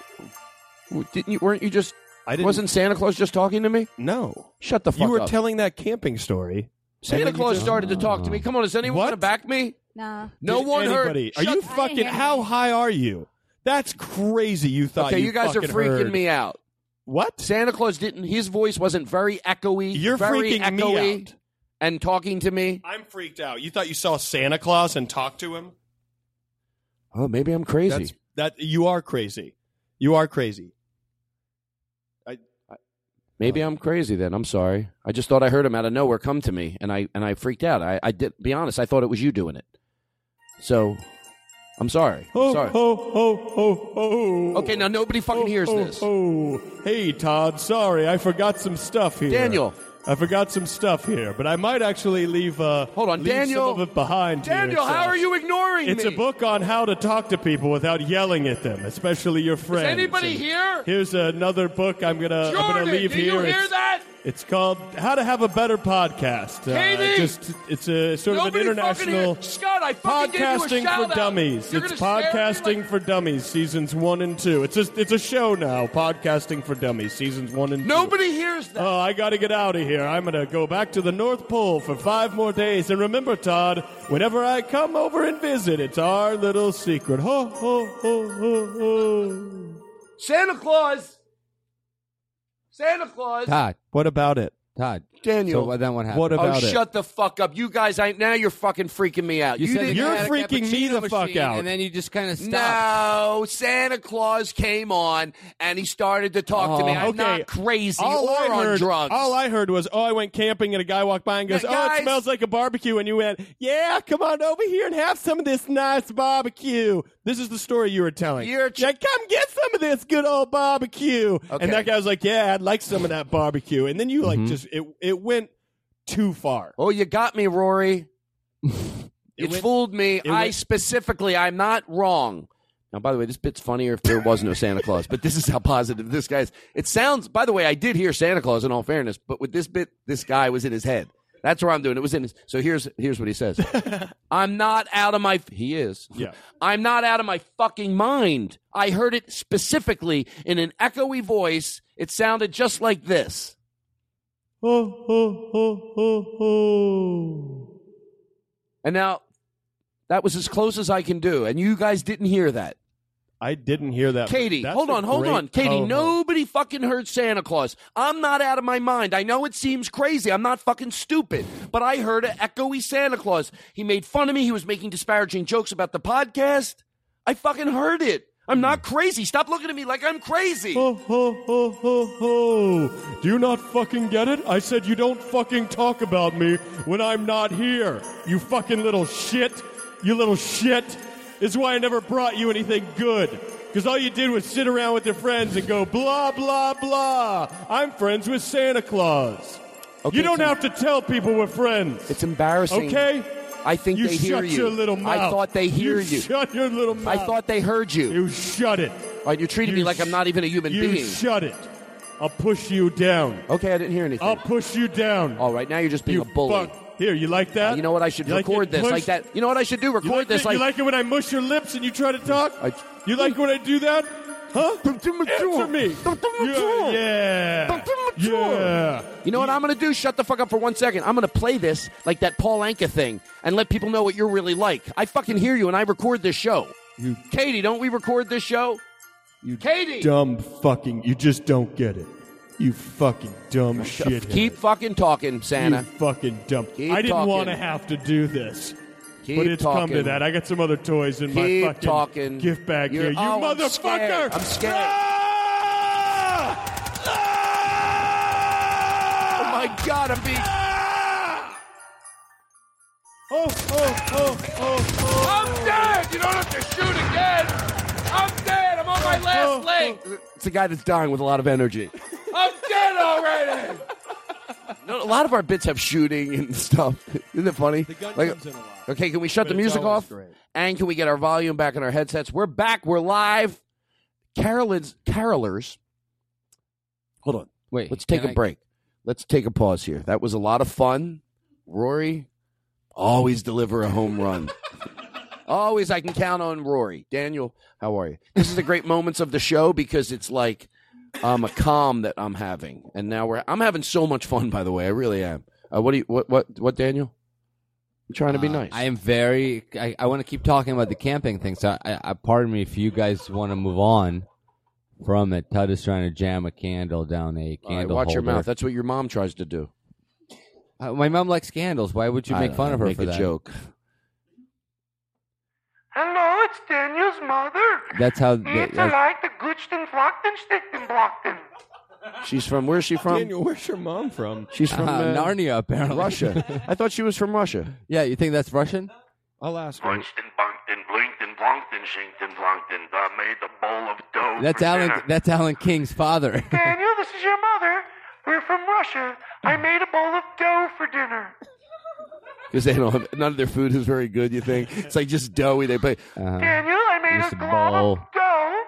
Speaker 7: W- Didn't you? Weren't you just?
Speaker 11: I didn't-
Speaker 7: Wasn't Santa Claus just talking to me?
Speaker 11: No.
Speaker 7: Shut the fuck
Speaker 11: You were
Speaker 7: up.
Speaker 11: telling that camping story.
Speaker 7: Santa Claus started to talk
Speaker 11: Oh.
Speaker 7: to me. Come on, does anyone want to back me?
Speaker 16: Nah.
Speaker 7: No
Speaker 11: Did
Speaker 7: one
Speaker 11: anybody,
Speaker 7: heard.
Speaker 11: Are you
Speaker 7: Shut-
Speaker 11: fucking? How high are you? That's crazy. You thought?
Speaker 7: Okay, you, guys are
Speaker 11: fucking
Speaker 7: freaking
Speaker 11: heard.
Speaker 7: me out.
Speaker 11: What?
Speaker 7: Santa Claus didn't. His voice wasn't very echoey.
Speaker 11: You're
Speaker 7: very
Speaker 11: freaking me
Speaker 7: echoey
Speaker 11: out.
Speaker 7: And talking to me.
Speaker 11: I'm freaked out. You thought you saw Santa Claus and talked to him?
Speaker 7: Oh, maybe I'm crazy.
Speaker 11: That's that. You are crazy. You are crazy. Uh.
Speaker 7: Maybe I'm crazy then. I'm sorry. I just thought I heard him out of nowhere come to me and I and I freaked out. I, I did be honest, I thought it was you doing it. So I'm sorry. I'm
Speaker 11: Oh,
Speaker 7: sorry.
Speaker 11: oh, oh, oh, oh.
Speaker 7: Okay, now nobody fucking hears
Speaker 11: oh,
Speaker 7: this.
Speaker 11: Oh, hey, Todd. Sorry, I forgot some stuff here.
Speaker 7: Daniel.
Speaker 11: I forgot some stuff here, but I might actually leave. Uh, Hold
Speaker 7: on,
Speaker 11: leave
Speaker 7: Daniel.
Speaker 11: Some of it behind. here.
Speaker 7: Daniel,
Speaker 11: It's, uh,
Speaker 7: how are you ignoring
Speaker 11: It's
Speaker 7: me?
Speaker 11: a book on how to talk to people without yelling at them, especially your friends.
Speaker 7: anybody
Speaker 11: And
Speaker 7: here?
Speaker 11: Here's another book. I'm gonna. I'm
Speaker 7: Jordan,
Speaker 11: gonna leave
Speaker 7: do you
Speaker 11: here.
Speaker 7: hear
Speaker 11: It's-
Speaker 7: that?
Speaker 11: It's called "How to Have a Better Podcast."
Speaker 7: Katie!
Speaker 11: Uh, just it's a sort
Speaker 7: Nobody
Speaker 11: of an
Speaker 7: fucking
Speaker 11: international
Speaker 7: hear- Scott, I fucking gave you a
Speaker 11: podcasting
Speaker 7: shout
Speaker 11: for
Speaker 7: out.
Speaker 11: dummies.
Speaker 7: You're
Speaker 11: it's
Speaker 7: gonna stare at me
Speaker 11: podcasting for dummies, seasons one and two. It's a it's a show now. Podcasting for dummies, seasons one and two.
Speaker 7: Nobody hears that.
Speaker 11: Oh, I got to get out of here. I'm going to go back to the North Pole for five more days. And remember, Todd, whenever I come over and visit, it's our little secret. Ho, ho, ho, ho, ho.
Speaker 7: Santa Claus. Santa Claus.
Speaker 11: What about it?
Speaker 10: Todd.
Speaker 7: Daniel,
Speaker 10: So then what happened?
Speaker 7: oh, shut the fuck up. You guys, I now you're fucking freaking me out.
Speaker 10: You said
Speaker 7: didn't
Speaker 10: you
Speaker 7: add
Speaker 10: had
Speaker 7: a
Speaker 10: a cappuccino machine, And then you just kind of stopped.
Speaker 7: No, Santa Claus came on and he started to talk to me. I'm
Speaker 11: okay.
Speaker 7: not crazy
Speaker 11: all
Speaker 7: or
Speaker 11: I
Speaker 7: on
Speaker 11: heard,
Speaker 7: drugs.
Speaker 11: All I heard was, oh, I went camping and a guy walked by and goes,
Speaker 7: Yeah,
Speaker 11: oh,
Speaker 7: guys-
Speaker 11: it smells like a barbecue. And you went, yeah, come on over here and have some of this nice barbecue. This is the story you were telling. You're yeah, come get some of this good old barbecue. And that guy was like, yeah, I'd like some of that barbecue. And then you like just, it, it went too far.
Speaker 7: Oh, you got me, Rory. it fooled me.
Speaker 11: it
Speaker 7: I
Speaker 11: went-
Speaker 7: specifically, I'm not wrong. Now, by the way, this bit's funnier if there was no Santa Claus, but this is how positive this guy's. It sounds, by the way, I did hear Santa Claus in all fairness, but with this bit, this guy was in his head. That's where I'm doing. It was in his. So here's here's what he says. I'm not out of my. He is. Yeah. I'm not out of my fucking mind. I heard it specifically in an echoey voice. It sounded just like this.
Speaker 11: Oh, oh, oh, oh, oh.
Speaker 7: And now, that was as close as I can do, and you guys didn't hear that.
Speaker 11: I didn't hear that.
Speaker 7: Katie,
Speaker 11: That's
Speaker 7: hold
Speaker 11: a
Speaker 7: on, hold
Speaker 11: great
Speaker 7: on. Katie,
Speaker 11: ho-ho.
Speaker 7: nobody fucking heard Santa Claus. I'm not out of my mind. I know it seems crazy. I'm not fucking stupid. But I heard an echoey Santa Claus. He made fun of me. He was making disparaging jokes about the podcast. I fucking heard it. I'm not crazy. Stop looking at me like I'm crazy.
Speaker 11: Ho, ho, ho, ho, ho. Do you not fucking get it? I said you don't fucking talk about me when I'm not here. You fucking little shit. You little shit. This is why I never brought you anything good. Because all you did was sit around with your friends and go, blah, blah, blah. I'm friends with Santa Claus. you don't have to tell people we're friends. It's
Speaker 7: embarrassing.
Speaker 11: Okay?
Speaker 7: I think
Speaker 11: you
Speaker 7: they hear
Speaker 11: shut
Speaker 7: you.
Speaker 11: your little mouth.
Speaker 7: I thought they hear you.
Speaker 11: Shut your little mouth.
Speaker 7: I thought they heard you.
Speaker 11: You shut it.
Speaker 7: All right, you're treating me like I'm not even a human
Speaker 11: you
Speaker 7: being.
Speaker 11: shut it. I'll push you down.
Speaker 7: Okay, I didn't hear anything.
Speaker 11: I'll push you down.
Speaker 7: All right, now you're just being
Speaker 11: you
Speaker 7: a bully.
Speaker 11: Fuck. Here, you like that? you know
Speaker 7: what? I should record this like that. You know what I should do? Record
Speaker 11: You like
Speaker 7: this
Speaker 11: it?
Speaker 7: like
Speaker 11: you like it when I mush your lips and you try to talk. you like when I do that? Huh? Answer me. Yeah. yeah. Yeah.
Speaker 7: You know what I'm going to do? Shut the fuck up for one second. I'm going to play this like that Paul Anka thing and let people know what you're really like. I fucking hear you and I record this show. Katie, don't we record this show? Katie!
Speaker 11: Dumb fucking. You just don't get it. You fucking dumb shit.
Speaker 7: Keep fucking talking, Santa.
Speaker 11: You fucking dumb.
Speaker 7: Keep
Speaker 11: I didn't
Speaker 7: talking.
Speaker 11: want to have to do this.
Speaker 7: Keep
Speaker 11: but it's come to
Speaker 7: talking.
Speaker 11: that. I got some other toys in
Speaker 7: Keep
Speaker 11: my fucking
Speaker 7: talking.
Speaker 11: gift bag
Speaker 7: You're-
Speaker 11: here. You
Speaker 7: oh, I'm
Speaker 11: motherfucker!
Speaker 7: scared. I'm scared. Oh my god, I'm being.
Speaker 11: Oh, oh, oh, oh, oh.
Speaker 6: I'm dead! You don't have to shoot again! I'm dead! I'm on my
Speaker 7: Oh.
Speaker 6: last leg!
Speaker 7: It's a guy that's dying with a lot of energy.
Speaker 6: I'm dead already!
Speaker 7: No, a lot of our bits have shooting and stuff. Isn't it funny? The
Speaker 6: gun comes in a lot.
Speaker 7: Okay, can we shut
Speaker 6: But
Speaker 7: the
Speaker 6: it's
Speaker 7: music
Speaker 6: always
Speaker 7: off?
Speaker 6: great.
Speaker 7: And can we get our volume back in our headsets? We're back. We're live. Carolyn's carolers. Hold on. Wait. Let's take
Speaker 10: can
Speaker 7: a
Speaker 10: I-
Speaker 7: break. Let's take a pause here. That was a lot of fun. Rory, always deliver a home run. always I can count on Rory. Daniel, how are you? This is the great moments of the show because it's like um a calm that I'm having. And now we're I'm having so much fun by the way. I really am. Uh, what do you what what what Daniel? I'm trying to be
Speaker 10: Uh,
Speaker 7: nice.
Speaker 10: I am very. I, I want to keep talking about the camping thing. So, I, I, pardon me if you guys want to move on from it. Todd is trying to jam a candle down a
Speaker 7: All right,
Speaker 10: candle.
Speaker 7: watch your
Speaker 10: holder.
Speaker 7: mouth. That's what your mom tries to do.
Speaker 10: Uh, my mom likes candles. Why would you
Speaker 7: I
Speaker 10: make
Speaker 7: don't
Speaker 10: fun
Speaker 7: know,
Speaker 10: of her
Speaker 7: make
Speaker 10: for
Speaker 7: a
Speaker 10: that?
Speaker 7: joke.
Speaker 17: Hello, it's Daniel's mother.
Speaker 10: That's how.
Speaker 17: It's
Speaker 10: that-
Speaker 17: like the Gutschten, Flockten, Stichten, Blockten.
Speaker 7: She's from where's she from?
Speaker 11: Daniel, where's your mom from?
Speaker 7: She's from
Speaker 10: Uh,
Speaker 7: uh,
Speaker 10: Narnia, apparently.
Speaker 7: Russia. I thought she was from Russia.
Speaker 10: yeah, you think that's Russian?
Speaker 11: I'll ask
Speaker 17: Punchten, Bunkten, Blinkten, Blonkten, Shinkten, Blonkten. I made a bowl of dough.
Speaker 10: That's
Speaker 17: for
Speaker 10: Alan.
Speaker 17: dinner.
Speaker 10: That's Alan King's father.
Speaker 17: Daniel, this is your mother. We're from Russia. I made a bowl of dough for dinner.
Speaker 7: Because they don't have none of their food is very good. You think it's like just doughy. They play.
Speaker 10: Uh-huh.
Speaker 17: Daniel, I made
Speaker 7: Just
Speaker 17: a
Speaker 7: a
Speaker 17: glob of
Speaker 7: bowl.
Speaker 17: dough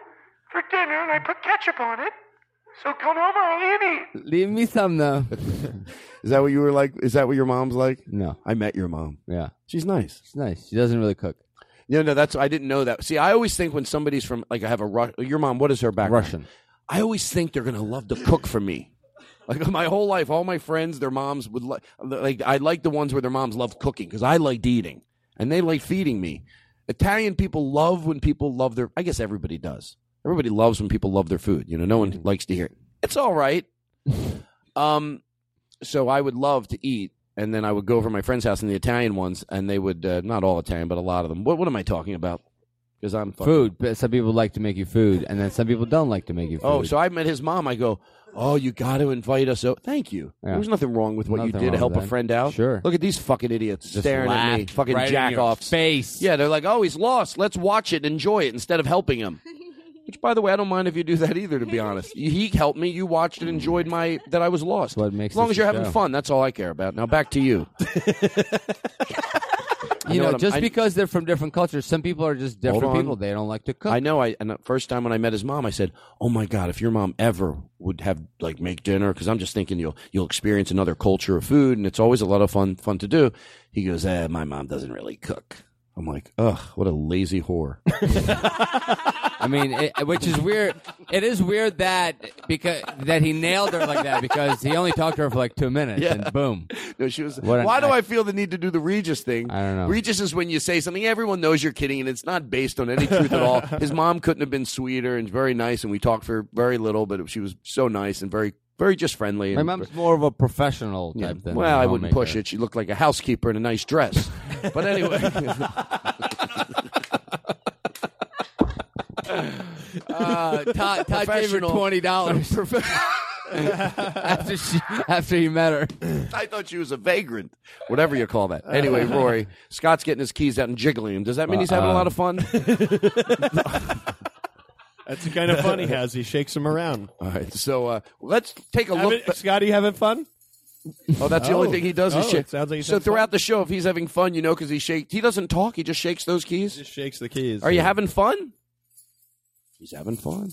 Speaker 17: for dinner and I put ketchup on it. So come over and eat.
Speaker 10: Leave me some now.
Speaker 7: is that what you were like? Is that what your mom's like?
Speaker 10: No,
Speaker 7: I met your mom.
Speaker 10: Yeah,
Speaker 7: she's nice.
Speaker 10: She's nice. She doesn't really cook.
Speaker 7: No, no, that's I didn't know that. See, I always think when somebody's from like I have a Ru- your mom. What is her background?
Speaker 10: Russian.
Speaker 7: I always think they're gonna love to cook for me. Like my whole life, all my friends, their moms would like. Like I like the ones where their moms love cooking because I liked eating and they like feeding me. Italian people love when people love their. I guess everybody does. Everybody loves when people love their food. You know, no one likes to hear it. It's all right. Um, so I would love to eat, and then I would go over to my friend's house and the Italian ones, and they would uh, not all Italian, but a lot of them. What what am I talking about? Because I'm fucking
Speaker 12: Food. But some people like to make you food, and then some people don't like to make you food.
Speaker 7: Oh, so I met his mom. I go, oh, you got to invite us. Oh, thank you.
Speaker 12: Yeah.
Speaker 7: There's nothing wrong with what you
Speaker 12: Nothing
Speaker 7: did to
Speaker 12: wrong
Speaker 7: help
Speaker 12: with
Speaker 7: a
Speaker 12: that.
Speaker 7: friend out.
Speaker 12: Sure.
Speaker 7: Look at these fucking idiots
Speaker 12: Just
Speaker 7: staring at me,
Speaker 12: laugh
Speaker 7: fucking
Speaker 12: right in your
Speaker 7: jack off face. Yeah, they're like, oh, he's lost. Let's watch it and enjoy it instead of helping him. Which, by the way, I don't mind if you do that either. To be honest, he helped me. You watched and enjoyed my that I was lost. What makes as long
Speaker 12: this
Speaker 7: as you're
Speaker 12: a
Speaker 7: having
Speaker 12: show.
Speaker 7: fun. That's all I care about. Now back to you. I
Speaker 12: you know,
Speaker 7: what I'm-
Speaker 12: just
Speaker 7: I-
Speaker 12: because they're from different cultures, some people are just
Speaker 7: Hold
Speaker 12: different
Speaker 7: on.
Speaker 12: people. They don't like to cook.
Speaker 7: I know. I and the first time when I met his mom, I said, "Oh my God, if your mom ever would have like make dinner, because I'm just thinking you'll you'll experience another culture of food, and it's always a lot of fun fun to do." He goes, eh, "My mom doesn't really cook." I'm like, "Ugh, what a lazy whore."
Speaker 12: I mean, it, which is weird. It is weird that because that he nailed her like that because he only talked to her for like two minutes and boom.
Speaker 7: No, she was.
Speaker 12: What an
Speaker 7: Why do
Speaker 12: act-
Speaker 7: I feel the need to do the Regis thing? I don't
Speaker 12: know.
Speaker 7: Regis is when you say something everyone knows you're kidding, and it's not based on any truth at all. His mom couldn't have been sweeter and very nice, and we talked for very little, but she was so nice and very, very just friendly.
Speaker 12: My
Speaker 7: and-
Speaker 12: mom's more of a professional type than
Speaker 7: well,
Speaker 12: a
Speaker 7: I wouldn't push
Speaker 12: homemaker.
Speaker 7: it. She looked like a housekeeper in a nice dress. but anyway.
Speaker 12: Uh, Todd, Todd gave her
Speaker 7: Professional-
Speaker 12: twenty dollars after she after he met her.
Speaker 7: I thought she was a vagrant, whatever you call that. Anyway, Rory, Scott's getting his keys out and jiggling him. Does that mean he's having a
Speaker 12: Uh,
Speaker 11: Uh-uh.
Speaker 7: lot of fun?
Speaker 11: That's the kind of fun he has. He shakes him around.
Speaker 7: All right, so uh, let's take a
Speaker 11: look. Scotty, having fun?
Speaker 7: Oh, that's the only
Speaker 11: Oh.
Speaker 7: thing he does is
Speaker 11: Oh,
Speaker 7: shake.
Speaker 11: it sounds like he's
Speaker 7: so
Speaker 11: having
Speaker 7: throughout the show, if he's having fun, you know, because he shakes. He doesn't talk. He just shakes those keys.
Speaker 11: Just shakes the keys.
Speaker 7: Are you having fun? He's having fun.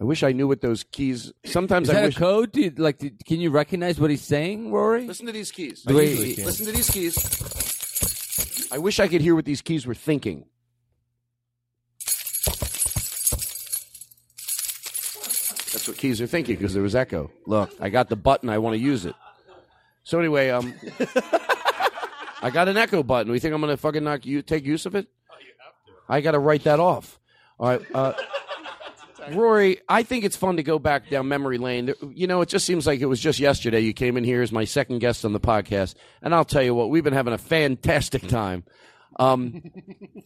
Speaker 7: I wish I knew what those keys. Sometimes
Speaker 12: Is
Speaker 7: I
Speaker 12: that
Speaker 7: wish.
Speaker 12: a code? Do you, like, do- can you recognize what he's saying, Rory?
Speaker 7: Listen to these keys.
Speaker 12: I Wait. usually can.
Speaker 7: Listen to these keys. I wish I could hear what these keys were thinking. That's what keys are thinking because there was echo. Look, I got the button. I want to use it. So anyway, um, I got an echo button. We think I'm gonna fucking knock you take use of it? I gotta write that off. All right. Uh, Rory, I think it's fun to go back down memory lane. There- You know, it just seems like it was just yesterday you came in here as my second guest on the podcast, and I'll tell you what, we've been having a fantastic time. Um,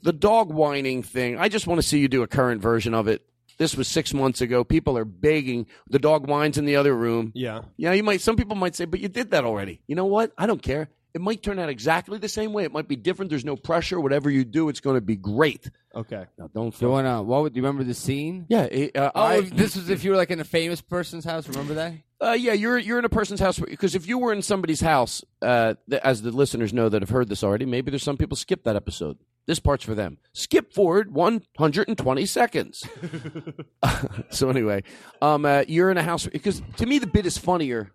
Speaker 7: the dog whining thing, I just want to see you do a current version of it. This was six months ago. People are begging. The dog whines in the other room.
Speaker 11: Yeah.
Speaker 7: Yeah, you might. Some people might say, "But you did that already." You know what? I don't care. It might turn out exactly the same way. It might be different. There's no pressure. Whatever you do, it's going to be great.
Speaker 11: Okay.
Speaker 7: Now, don't.
Speaker 12: Do you want to? What would- do you remember the scene?
Speaker 7: Yeah. it- uh,
Speaker 12: Oh,
Speaker 7: I-
Speaker 12: if this was if you were like in a famous person's house. Remember that?
Speaker 7: Uh, yeah, you're you're in a person's house because if you were in somebody's house, uh, th- as the listeners know that have heard this already, maybe there's some people skip that episode. This part's for them. Skip forward 120 seconds. so anyway, um, uh, you're in a house because to me the bit is funnier.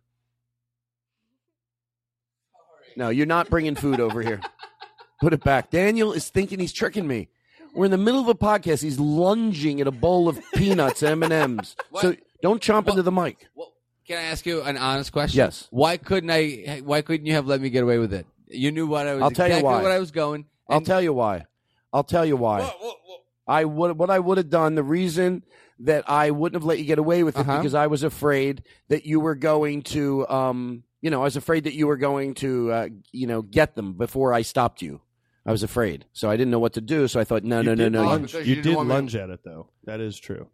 Speaker 7: No, you're not bringing food over here. Put it back. Daniel is thinking he's tricking me. We're in the middle of a podcast. He's lunging at a bowl of peanuts, M and M's. So don't chomp into the mic.
Speaker 12: Can I ask you an honest question?
Speaker 7: Yes.
Speaker 12: Why couldn't I? Why couldn't you have let me get away with it? You knew what I was.
Speaker 7: I'll tell
Speaker 12: exactly
Speaker 7: you why.
Speaker 12: What I was going.
Speaker 7: I'll tell you why. I'll tell you why. I would what I would have done. The reason that I wouldn't have let you get away with it
Speaker 12: Uh-huh.
Speaker 7: because I was afraid that you were going to, um, you know, I was afraid that you were going to, uh, you know, get them before I stopped you. I was afraid, so I didn't know what to do. So I thought, no,
Speaker 11: You
Speaker 7: no, no,
Speaker 11: did
Speaker 7: no.
Speaker 11: lunge- you did lunge at it though. That is true.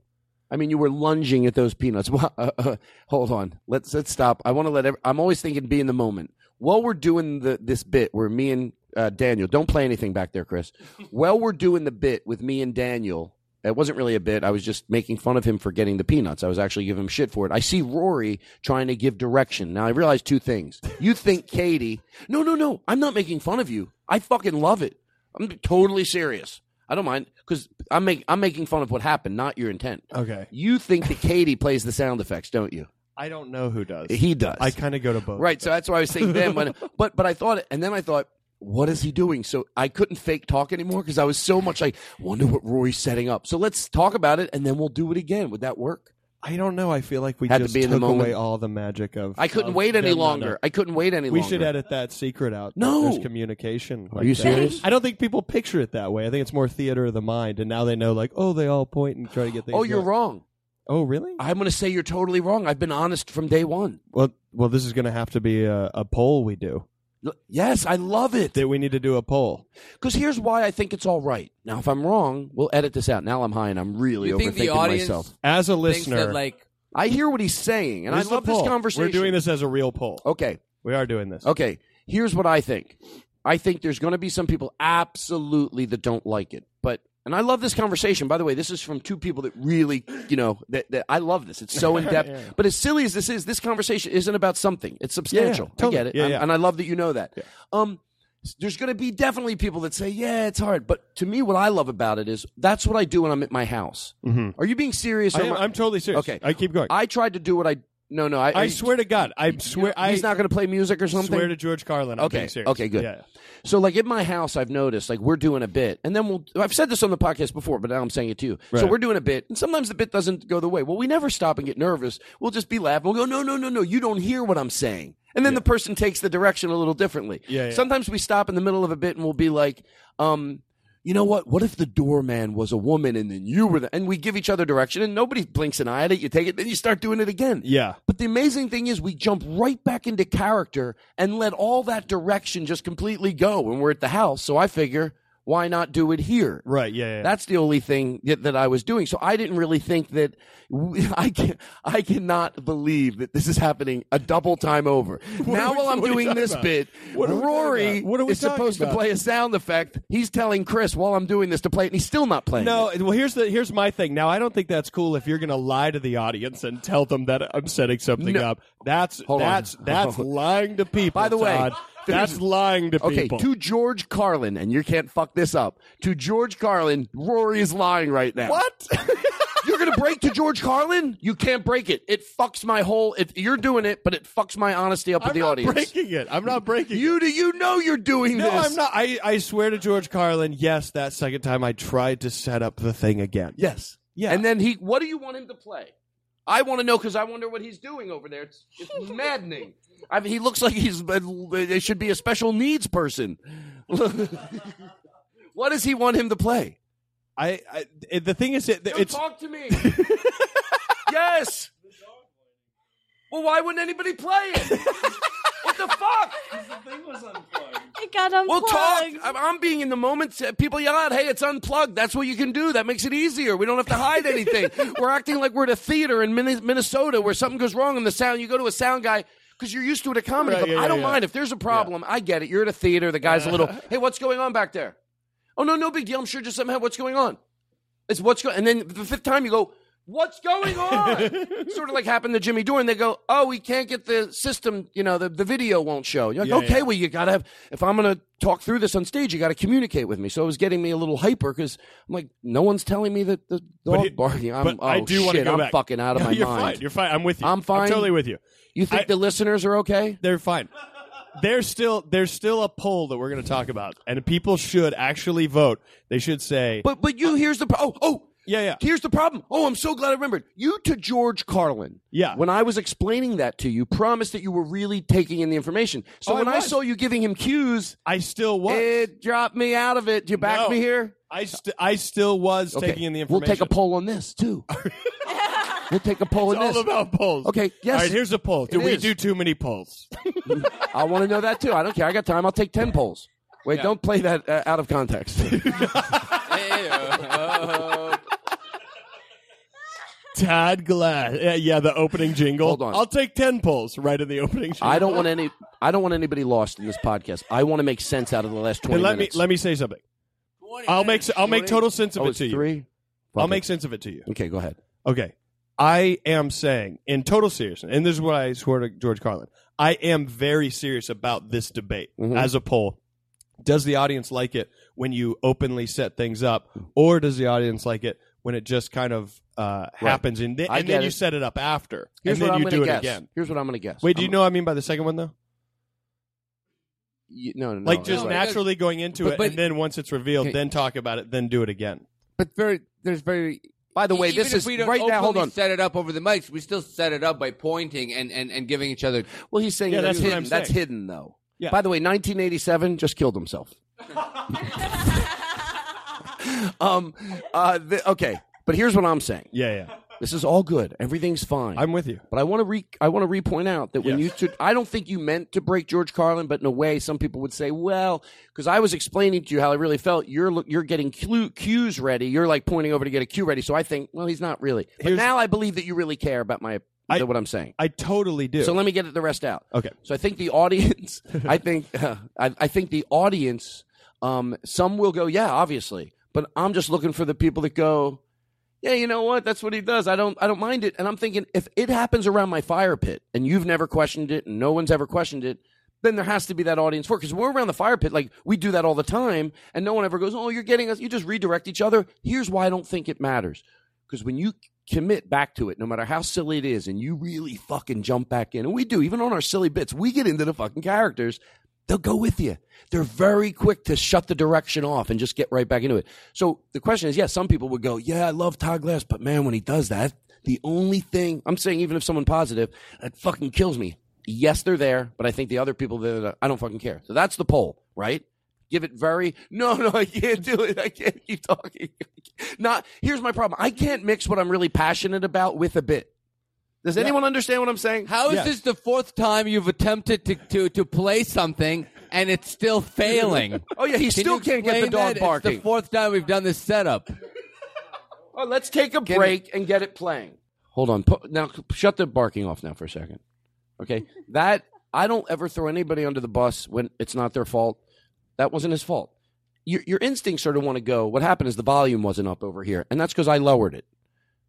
Speaker 7: I mean, you were lunging at those peanuts. Well, uh, uh, hold on. Let's let's stop. I want to let. Every, I'm always thinking, be in the moment. While we're doing the this bit, where me and uh, Daniel don't play anything back there, Chris. While we're doing the bit with me and Daniel, it wasn't really a bit. I was just making fun of him for getting the peanuts. I was actually giving him shit for it. I see Rory trying to give direction. Now I realize two things. You think Katie? No, no, no. I'm not making fun of you. I fucking love it. I'm totally serious. I don't mind because I'm make, I'm making fun of what happened, not your intent.
Speaker 11: Okay.
Speaker 7: You think that Katie plays the sound effects, don't you?
Speaker 11: I don't know who does.
Speaker 7: He does.
Speaker 11: I kind of go to both.
Speaker 7: Right. So that's why I was saying then. When, but but I thought, and then I thought, what is he doing? So I couldn't fake talk anymore because I was so much like, wonder what Rory's setting up. So let's talk about it, and then we'll do it again. Would that work?
Speaker 11: I don't know. I feel like we
Speaker 7: Had to
Speaker 11: just
Speaker 7: be in the
Speaker 11: took away
Speaker 7: moment.
Speaker 11: all the magic of.
Speaker 7: I couldn't
Speaker 11: of
Speaker 7: wait any
Speaker 11: them not
Speaker 7: longer.
Speaker 11: up.
Speaker 7: I couldn't wait any
Speaker 11: We
Speaker 7: longer.
Speaker 11: should edit that secret out. that
Speaker 7: No.
Speaker 11: there's communication. like
Speaker 7: you
Speaker 11: that.
Speaker 7: serious?
Speaker 11: I don't think people picture it that way. I think it's more theater of the mind, and now they know, like, oh, they all point and try to get things.
Speaker 7: Oh, you're
Speaker 11: right.
Speaker 7: wrong.
Speaker 11: Oh, really?
Speaker 7: I'm going to say you're totally wrong. I've been honest from day one.
Speaker 11: Well, well, this is going to have to be a, a poll we do.
Speaker 7: Yes, I love it.
Speaker 11: That we need to do a poll.
Speaker 7: Because here's why I think it's all right. Now, if I'm wrong, we'll edit this out. Now I'm high and I'm really
Speaker 11: You
Speaker 7: overthinking
Speaker 11: think the audience
Speaker 7: myself.
Speaker 11: As a thinks that, listener-
Speaker 12: like
Speaker 7: I hear what he's saying, and
Speaker 11: This
Speaker 7: I
Speaker 11: is a
Speaker 7: love this
Speaker 11: poll.
Speaker 7: conversation.
Speaker 11: We're doing this as a real poll.
Speaker 7: Okay.
Speaker 11: We are doing this.
Speaker 7: Okay, here's what I think. I think there's going to be some people absolutely that don't like it, but and I love this conversation. By the way, this is from two people that really, you know, that, that I love this. It's so in depth.
Speaker 11: Yeah.
Speaker 7: But as silly as this is, this conversation isn't about something. It's substantial.
Speaker 11: totally.
Speaker 7: I get it,
Speaker 11: Yeah,
Speaker 7: I'm-
Speaker 11: yeah.
Speaker 7: and I love that you know that. Um, s- there's going to be definitely people that say, "Yeah, it's hard," but to me, what I love about it is that's what I do when I'm at my house.
Speaker 11: Mhm.
Speaker 7: Are you being serious?
Speaker 11: I
Speaker 7: or
Speaker 11: am-
Speaker 7: I-
Speaker 11: I'm totally serious.
Speaker 7: Okay,
Speaker 11: I keep going.
Speaker 7: I tried to do what I. No, no. I,
Speaker 11: I swear to God, I swear. I,
Speaker 7: he's not going to play music or something.
Speaker 11: Swear to George Carlin. I'm
Speaker 7: okay.
Speaker 11: being serious.
Speaker 7: Okay. Good.
Speaker 11: Yeah.
Speaker 7: So, like at my house, I've noticed like we're doing a bit, and then we'll. I've said this on the podcast before, but now I'm saying it to you. So
Speaker 11: Right.
Speaker 7: we're doing a bit, and sometimes the bit doesn't go the way. Well, we never stop and get nervous. We'll just be laughing. We'll go, no, no, no, no. You don't hear what I'm saying, and then the person takes the direction a little differently.
Speaker 11: Yeah, yeah.
Speaker 7: Sometimes we stop in the middle of a bit, and we'll be like, um. You know what? What if the doorman was a woman and then you were the. And we give each other direction and nobody blinks an eye at it. You take it, then you start doing it again.
Speaker 11: Yeah.
Speaker 7: But the amazing thing is, we jump right back into character and let all that direction just completely go when we're at the house. So I figure, why not do it here?
Speaker 11: Right. Yeah. yeah.
Speaker 7: That's the only thing that, that I was doing. So I didn't really think that I can, I cannot believe that this is happening a double time over.
Speaker 11: are
Speaker 7: now
Speaker 11: we-
Speaker 7: while I'm
Speaker 11: what are you
Speaker 7: doing
Speaker 11: talking
Speaker 7: this
Speaker 11: about?
Speaker 7: bit,
Speaker 11: What are we talking
Speaker 7: Rory
Speaker 11: about? What are we
Speaker 7: is supposed
Speaker 11: talking
Speaker 7: to
Speaker 11: about?
Speaker 7: play a sound effect. He's telling Chris while I'm doing this to play it, and he's still not playing.
Speaker 11: No, well, here's the here's my thing. Now, I don't think that's cool if you're going to lie to the audience and tell them that I'm setting something
Speaker 7: No.
Speaker 11: up. That's
Speaker 7: Hold on.
Speaker 11: that's that's
Speaker 7: Hold on.
Speaker 11: lying to people.
Speaker 7: By the way,
Speaker 11: Todd. that's
Speaker 7: there's-
Speaker 11: lying to
Speaker 7: okay,
Speaker 11: people.
Speaker 7: to George Carlin, and you can't fuck this up. To George Carlin, Rory is lying right now.
Speaker 11: What?
Speaker 7: you're gonna break to George Carlin? You can't break it. It fucks my whole. It, you're doing it, but it fucks my honesty up
Speaker 11: I'm
Speaker 7: with the
Speaker 11: not
Speaker 7: audience.
Speaker 11: breaking it. I'm not breaking. it.
Speaker 7: You do you know you're doing
Speaker 11: No,
Speaker 7: this?
Speaker 11: I'm not. I, I swear to George Carlin. Yes, that second time I tried to set up the thing again.
Speaker 7: Yes.
Speaker 11: Yeah.
Speaker 7: And then he. What do you want him to play? I want to know because I wonder what he's doing over there. It's, it's maddening. I mean, he looks like he's. uh, They should be a special needs person. what does he want him to play?
Speaker 11: I, I it- the thing is it,
Speaker 7: Don't
Speaker 11: it's
Speaker 7: talk to me. yes. Well, why wouldn't anybody play it? what the fuck?
Speaker 13: The thing was unplugged.
Speaker 16: It got unplugged.
Speaker 7: We'll talk. I'm, I'm being in the moment. People yell out, "Hey, it's unplugged." That's what you can do. That makes it easier. We don't have to hide anything. we're acting like we're at a theater in Minne- Minnesota where something goes wrong in the sound. You go to a sound guy. Because you're used to it at comedy
Speaker 11: Right,
Speaker 7: club.
Speaker 11: yeah,
Speaker 7: I don't
Speaker 11: yeah,
Speaker 7: mind
Speaker 11: yeah.
Speaker 7: if there's a problem. I get it. You're at a theater. The guy's a little. Hey, what's going on back there? Oh no, no big deal. I'm sure just somehow what's going on. It's what's going. And then the fifth time you go, what's going on? sort of like happened to Jimmy Dore, and they go, oh, we can't get the system. You know, the, the video won't show. You're like,
Speaker 11: Yeah,
Speaker 7: okay,
Speaker 11: yeah.
Speaker 7: well, you gotta have. If I'm gonna talk through this on stage, you gotta communicate with me. So it was getting me a little hyper because I'm like, no one's telling me that the dog
Speaker 11: he-
Speaker 7: barking. I'm,
Speaker 11: but
Speaker 7: oh,
Speaker 11: I do want
Speaker 7: shit,
Speaker 11: to go
Speaker 7: I'm
Speaker 11: back.
Speaker 7: fucking out of
Speaker 11: No,
Speaker 7: my
Speaker 11: you're
Speaker 7: mind.
Speaker 11: fine. You're fine. I'm with you.
Speaker 7: I'm fine.
Speaker 11: I'm totally with you.
Speaker 7: You think
Speaker 11: I-
Speaker 7: the listeners are okay?
Speaker 11: They're fine. There's still there's still a poll that we're going to talk about, and people should actually vote. They should say,
Speaker 7: But but you here's the pro- oh oh
Speaker 11: yeah yeah.
Speaker 7: Here's the problem. Oh, I'm so glad I remembered. You to George Carlin.
Speaker 11: Yeah.
Speaker 7: When I was explaining that to you, promised that you were really taking in the information. So
Speaker 11: Oh, I
Speaker 7: when I,
Speaker 11: was.
Speaker 7: saw you giving him cues,
Speaker 11: I still was.
Speaker 7: it dropped me out of it. You back
Speaker 11: No.
Speaker 7: me here?
Speaker 11: I st- I still was
Speaker 7: Okay.
Speaker 11: taking in the
Speaker 7: We'll
Speaker 11: information.
Speaker 7: take a poll on this too. we'll take a poll
Speaker 11: It's
Speaker 7: on
Speaker 11: all
Speaker 7: this.
Speaker 11: about polls.
Speaker 7: Okay, yes.
Speaker 11: All right. Here's a poll. Do
Speaker 7: It
Speaker 11: we
Speaker 7: is.
Speaker 11: do too many polls?
Speaker 7: I want to know that too. I don't care. I got time. I'll take ten polls. Wait,
Speaker 12: Yeah.
Speaker 7: don't play that uh, out of context. uh,
Speaker 11: Todd Glass. Yeah, yeah, the opening jingle.
Speaker 7: Hold on.
Speaker 11: I'll take 10 polls right at the opening jingle.
Speaker 7: I don't want any. I don't want anybody lost in this podcast. I want to make sense out of the last twenty
Speaker 11: And let
Speaker 7: minutes.
Speaker 11: me let me say something. I'll make s- I'll make total sense of
Speaker 7: Oh,
Speaker 11: it
Speaker 7: it's
Speaker 11: to you.
Speaker 7: three?
Speaker 11: I'll
Speaker 7: Okay.
Speaker 11: make sense of it to you.
Speaker 7: Okay, go ahead.
Speaker 11: Okay. I am saying in total seriousness, and this is what I swear to George Carlin, I am very serious about this debate
Speaker 7: Mhm.
Speaker 11: as a poll. Does the audience like it when you openly set things up, or does the audience like it when it just kind of uh, happens and, then
Speaker 7: I
Speaker 11: and then
Speaker 7: get
Speaker 11: you
Speaker 7: it.
Speaker 11: set it up after?
Speaker 7: Here's
Speaker 11: and then
Speaker 7: what I'm
Speaker 11: you
Speaker 7: gonna
Speaker 11: do
Speaker 7: guess.
Speaker 11: it again.
Speaker 7: Here's what I'm going to guess.
Speaker 11: Wait, do you
Speaker 7: I'm-
Speaker 11: know what I mean by the second one, though?
Speaker 7: you- no, no, no.
Speaker 11: like just
Speaker 7: no,
Speaker 11: naturally going into
Speaker 12: But-
Speaker 11: it,
Speaker 12: but-
Speaker 11: and then once it's revealed,
Speaker 12: Okay.
Speaker 11: then talk about it, then do it again.
Speaker 12: But very, there's very. e-,
Speaker 7: By the way,
Speaker 12: even
Speaker 7: this
Speaker 12: if
Speaker 7: is-
Speaker 12: we don't
Speaker 7: right now, hold
Speaker 12: openly
Speaker 7: on.
Speaker 12: Set it up over the mics. We still set it up by pointing and and, and giving each other.
Speaker 7: Well, he's saying
Speaker 12: Yeah,
Speaker 7: that's,
Speaker 12: that's what
Speaker 7: hidden.
Speaker 12: I'm
Speaker 7: That's
Speaker 12: saying.
Speaker 7: hidden, though.
Speaker 12: Yeah.
Speaker 7: By the way, 1987 just killed himself. um, uh, the, okay, but here's what I'm saying.
Speaker 11: Yeah, yeah.
Speaker 7: This is all good. Everything's fine. I'm
Speaker 11: with you.
Speaker 7: But I want to re I want to repoint out that when you took, I don't think you meant to break George Carlin, but in a way, some people would say, well, because I was explaining to you how I really felt. You're look, you're getting clue, cues ready. You're like pointing over to get a cue ready. So I think, well, he's not really. But now I believe that you really care about my that what I'm saying.
Speaker 11: I totally do.
Speaker 7: So let me get the rest out.
Speaker 11: Okay.
Speaker 7: So I think the audience. I think I, I think the audience. Um, some will go, yeah, obviously, but I'm just looking for the people that go yeah, you know what? That's what he does. I don't I don't mind it. And I'm thinking if it happens around my fire pit and you've never questioned it and no one's ever questioned it, then there has to be that audience for because we're around the fire pit like we do that all the time and no one ever goes, "Oh, you're getting us." You just redirect each other. Here's why I don't think it matters. Cuz when you commit back to it, no matter how silly it is, and you really fucking jump back in. And we do, even on our silly bits, we get into the fucking characters. They'll go with you. They're very quick to shut the direction off and just get right back into it. So the question is, yes, some people would go, yeah, I love Todd Glass, but man, when he does that, the only thing I'm saying, even if someone positive, that fucking kills me. Yes, they're there, but I think the other people that I don't fucking care. So that's the poll, right? Give it very no, no, I can't do it. I can't keep talking. Not here's my problem. I can't mix what I'm really passionate about with a bit. Does anyone understand what I'm saying?
Speaker 12: How is this the fourth time you've attempted to, to, to play something and it's still failing?
Speaker 7: Oh, yeah, he
Speaker 12: Can
Speaker 7: still
Speaker 12: you
Speaker 7: can't get the
Speaker 12: explain
Speaker 7: dog
Speaker 12: that? It's
Speaker 7: barking.
Speaker 12: the fourth time we've done this setup.
Speaker 7: Oh, let's take a break and get it playing. Hold on. Pu- Now c- shut the barking off now for a second. Okay? That I don't ever throw anybody under the bus when it's not their fault. That wasn't his fault. Your your instincts sort of want to go, what happened is the volume wasn't up over here, and that's because I lowered it.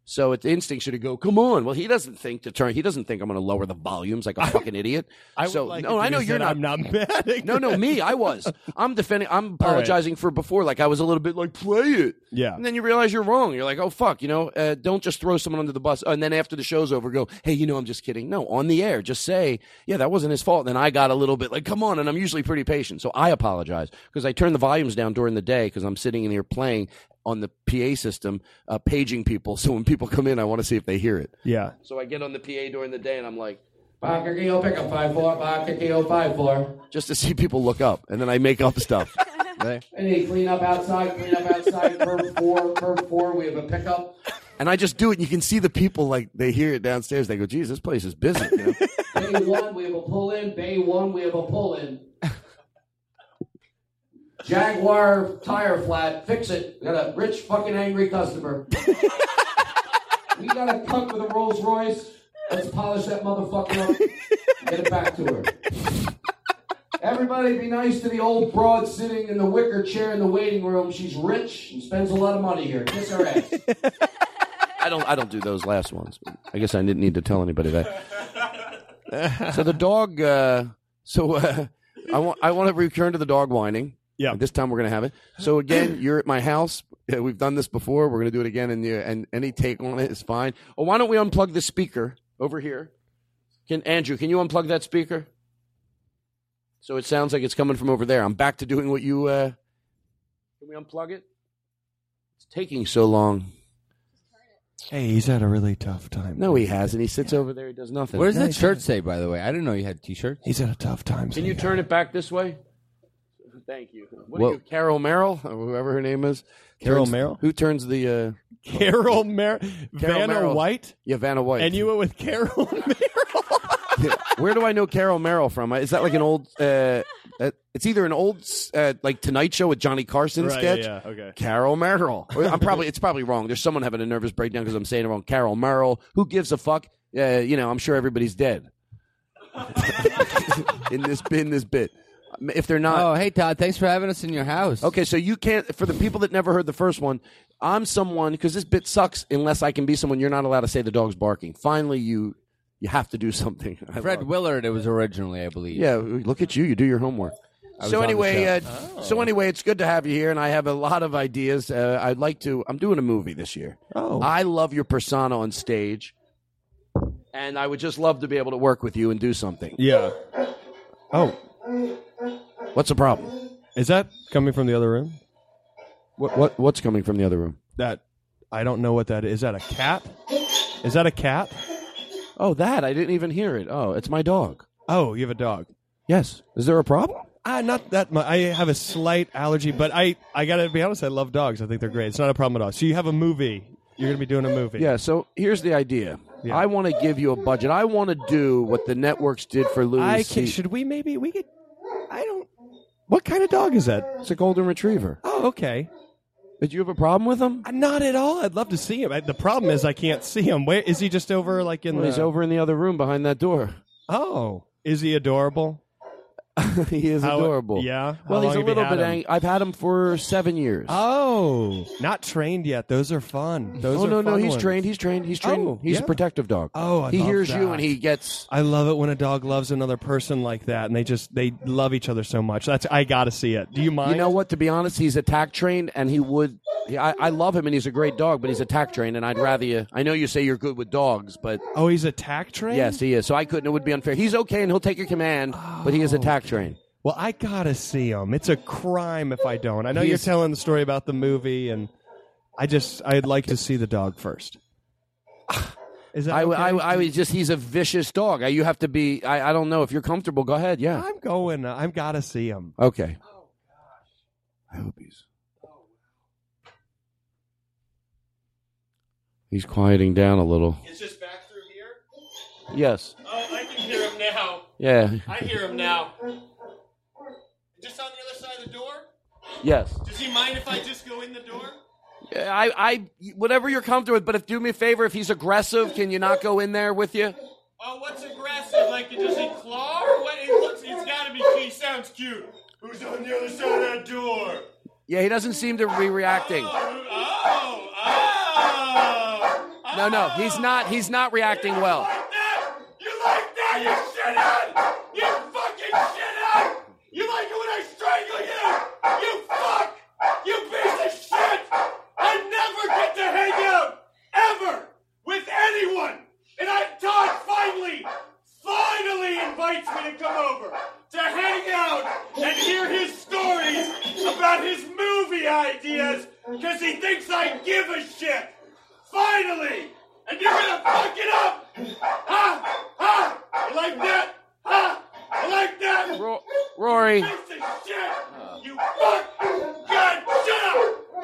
Speaker 7: So it's instinct should go, come on. Well, he doesn't think to turn. He doesn't think I'm going to lower the volumes like a fucking idiot.
Speaker 11: I would
Speaker 7: so
Speaker 11: like
Speaker 7: no,
Speaker 11: it if
Speaker 7: I
Speaker 11: you
Speaker 7: know you're
Speaker 11: said,
Speaker 7: not.
Speaker 11: "I'm not mad at
Speaker 7: No, no, me. I was. I'm defending. I'm apologizing for before. Like I was a little bit like play it.
Speaker 11: Yeah.
Speaker 7: And then you realize you're wrong. You're like, oh fuck, you know, uh, don't just throw someone under the bus. And then after the show's over, go, hey, you know, I'm just kidding. No, on the air, just say, yeah, that wasn't his fault. And then I got a little bit like, come on. And I'm usually pretty patient, so I apologize because I turn the volumes down during the day because I'm sitting in here playing on the PA system, uh, paging people. So when people come in, I want to see if they hear it.
Speaker 11: Yeah.
Speaker 7: So I get on the PA during the day and I'm like,
Speaker 12: pick up 5 4,
Speaker 7: just to see people look up, and then I make up stuff. Right?
Speaker 12: clean up outside, clean up outside, curve 4, curve 4, we have a pickup.
Speaker 7: And I just do it, and you can see the people like they hear it downstairs. They go, "Geez, this place is busy." you know?
Speaker 12: Bay 1, we have a pull in, Bay 1, we have a pull in. Jaguar tire flat, fix it. We got a rich fucking angry customer. we got a cunt with a Rolls Royce. Let's polish that motherfucker up and get it back to her. Everybody be nice to the old broad sitting in the wicker chair in the waiting room. She's rich and spends a lot of money here. Kiss her ass.
Speaker 7: I don't, I don't do those last ones. but I guess I didn't need to tell anybody that. so the dog. Uh, so uh, I want, I want to return to the dog whining.
Speaker 11: Yeah.
Speaker 7: This time we're gonna have it. So again, you're at my house. Yeah, We've done this before. We're gonna do it again, and you, and any take on it is fine. Oh, why don't we unplug the speaker over here? Can Andrew? Can you unplug that speaker? So it sounds like it's coming from over there. I'm back to doing what you. Uh, Can we unplug it? It's taking so long.
Speaker 11: Hey, he's had a really tough time.
Speaker 7: No, he hasn't. He sits over there. He does nothing.
Speaker 12: What does that shirt say, by the way? I didn't know you had t-shirts.
Speaker 11: He's had a tough time.
Speaker 7: Can you turn it back this way? Thank you. What
Speaker 12: Whoa.
Speaker 7: are you, Carol Merrill, or whoever her name is?
Speaker 11: Carol
Speaker 7: Turns-
Speaker 11: Merrill?
Speaker 7: Who turns the uh,
Speaker 11: Carol Mer-
Speaker 7: Carol
Speaker 11: Vanna
Speaker 7: Merrill.
Speaker 11: White?
Speaker 7: Yeah, Vanna White.
Speaker 11: And you went with Carol
Speaker 7: Yeah. Where do I know Carol Merrill from? Is that like an old? Uh, uh, it's either an old uh, like Tonight Show with Johnny Carson
Speaker 11: Right,
Speaker 7: sketch.
Speaker 11: yeah, yeah, okay.
Speaker 7: Carol Merrill. Or I'm probably it's probably wrong. There's someone having a nervous breakdown because I'm saying it wrong. Carol Merrill. Who gives a fuck? Uh, you know, I'm sure everybody's dead. in this in this bit, if they're not.
Speaker 12: Oh, hey Todd, thanks for having us in your house.
Speaker 7: Okay, so you can't for the people that never heard the first one. I'm someone because this bit sucks unless I can be someone. You're not allowed to say the dog's barking. Finally, you you have to do something. I
Speaker 12: Fred Willard, it was originally, I believe.
Speaker 7: yeah, look at you. You do your homework.
Speaker 12: I was
Speaker 7: So
Speaker 12: on the
Speaker 7: anyway, uh,
Speaker 12: show.
Speaker 11: Oh.
Speaker 7: so anyway, it's good to have you here, and I have a lot of ideas. Uh, I'd like to. I'm doing a movie this year. Oh, I love your persona on stage, and I would just love to be able to work with you and do something.
Speaker 11: Yeah. Oh,
Speaker 7: What's the problem?
Speaker 11: is that coming from the other room?
Speaker 7: What what what's coming from the other room?
Speaker 11: That I don't know what that is. Is that a cat? Is that a cat?
Speaker 7: Oh, that I didn't even hear it. Oh, it's my dog.
Speaker 11: Oh, you have a dog.
Speaker 7: Yes. Is there a problem?
Speaker 11: Uh, not that much. I have a slight allergy, but I, I gotta be honest. I love dogs. I think they're great. It's not a problem at all. So you have a movie. You're going to be doing a movie.
Speaker 7: Yeah, so here's the idea. I want to give you a budget. I want to do what the networks did for Louis
Speaker 11: I
Speaker 7: C.
Speaker 11: can, should we maybe we could? I don't.
Speaker 7: What kind of dog is that? It's a golden retriever.
Speaker 11: Oh, okay.
Speaker 7: Did you have a problem with him?
Speaker 11: Uh, Not at all. I'd love to see him. I, the problem is I can't see him. Where is he? Just over like in
Speaker 7: Well,
Speaker 11: the?
Speaker 7: he's over in the other room behind that door.
Speaker 11: uh, Oh, is he adorable?
Speaker 7: he is
Speaker 11: How-
Speaker 7: adorable.
Speaker 11: yeah?
Speaker 7: Well, he's
Speaker 11: How
Speaker 7: a
Speaker 11: long have you
Speaker 7: little
Speaker 11: had
Speaker 7: bit.
Speaker 11: him?
Speaker 7: Ang- I've had him for seven years.
Speaker 11: Oh, not trained yet. Those are fun. Those
Speaker 7: oh
Speaker 11: are
Speaker 7: no, no,
Speaker 11: fun
Speaker 7: he's
Speaker 11: ones.
Speaker 7: trained. He's trained. He's trained.
Speaker 11: Oh,
Speaker 7: he's
Speaker 11: yeah.
Speaker 7: a protective dog.
Speaker 11: Oh, I
Speaker 7: he
Speaker 11: love
Speaker 7: hears you
Speaker 11: that.
Speaker 7: and he gets.
Speaker 11: I love it when a dog loves another person like that, and they just they love each other so much. That's I gotta see it. Do you mind?
Speaker 7: You know what? To be honest, he's attack trained, and he would. he- I, I love him, and he's a great dog, but he's attack trained, and I'd rather you. I know you say you're good with dogs, but
Speaker 11: oh, he's attack trained.
Speaker 7: yes, he is. So I couldn't. It would be unfair. He's okay, and he'll take your command, but he is attack trained.
Speaker 11: Well, I gotta see him. It's a crime if I don't. I know
Speaker 7: He's-
Speaker 11: you're telling the story about the movie, and I just I'd like to see the dog first. Is that
Speaker 7: I,
Speaker 11: okay?
Speaker 7: I, I was just. He's a vicious dog. I, you have to be. I, I don't know if you're comfortable. Go ahead. Yeah.
Speaker 11: I'm going. uh, I've gotta see him.
Speaker 7: Okay. I hope he's. He's quieting down a little.
Speaker 13: It's just back through here?
Speaker 7: Yes.
Speaker 13: Oh, I can hear him now.
Speaker 7: Yeah.
Speaker 13: I hear him now. Just on the other side of the door?
Speaker 7: Yes.
Speaker 13: Does he mind if I just go in the door?
Speaker 7: I, I, whatever you're comfortable with. But if do me a favor, if he's aggressive, can you not go in there with you?
Speaker 13: Oh, what's aggressive? Like, does he claw or what? It looks, it's gotta be, he sounds cute. Who's on the other side of that door?
Speaker 7: Yeah, he doesn't seem to be reacting.
Speaker 13: Oh,
Speaker 7: No, no, he's not. He's not reacting well.
Speaker 13: Now you shit on! You fucking shit on! You like it when I strangle you! You fuck! You piece of shit! I never get to hang out! Ever! With anyone! And I Todd finally, finally invites me to come over! To hang out and hear his stories about his movie ideas! Cause he thinks I give a shit! Finally! And you're gonna fuck it up! Ha! Ha! You like that? Ha! You like that?
Speaker 7: Rory.
Speaker 13: Piece of shit! You fuck! God,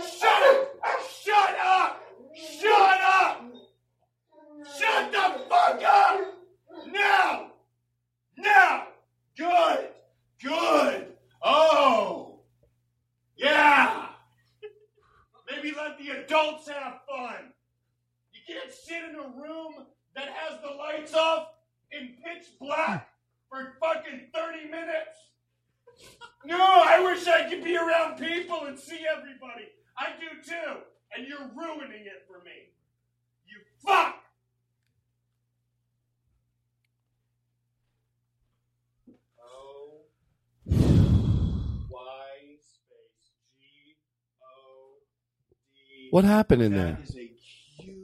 Speaker 13: shut up! Shut up! Shut up! Shut up! Shut the fuck up! Now! Now! Good! Good! Oh! Yeah! Maybe let the adults have fun! You can't sit in a room that has the lights off in pitch black for fucking 30 minutes. No, I wish I could be around people and see everybody. I do too. And you're ruining it for me. You fuck! Oh. Why space G O D.
Speaker 7: What happened in there?
Speaker 13: That is a cute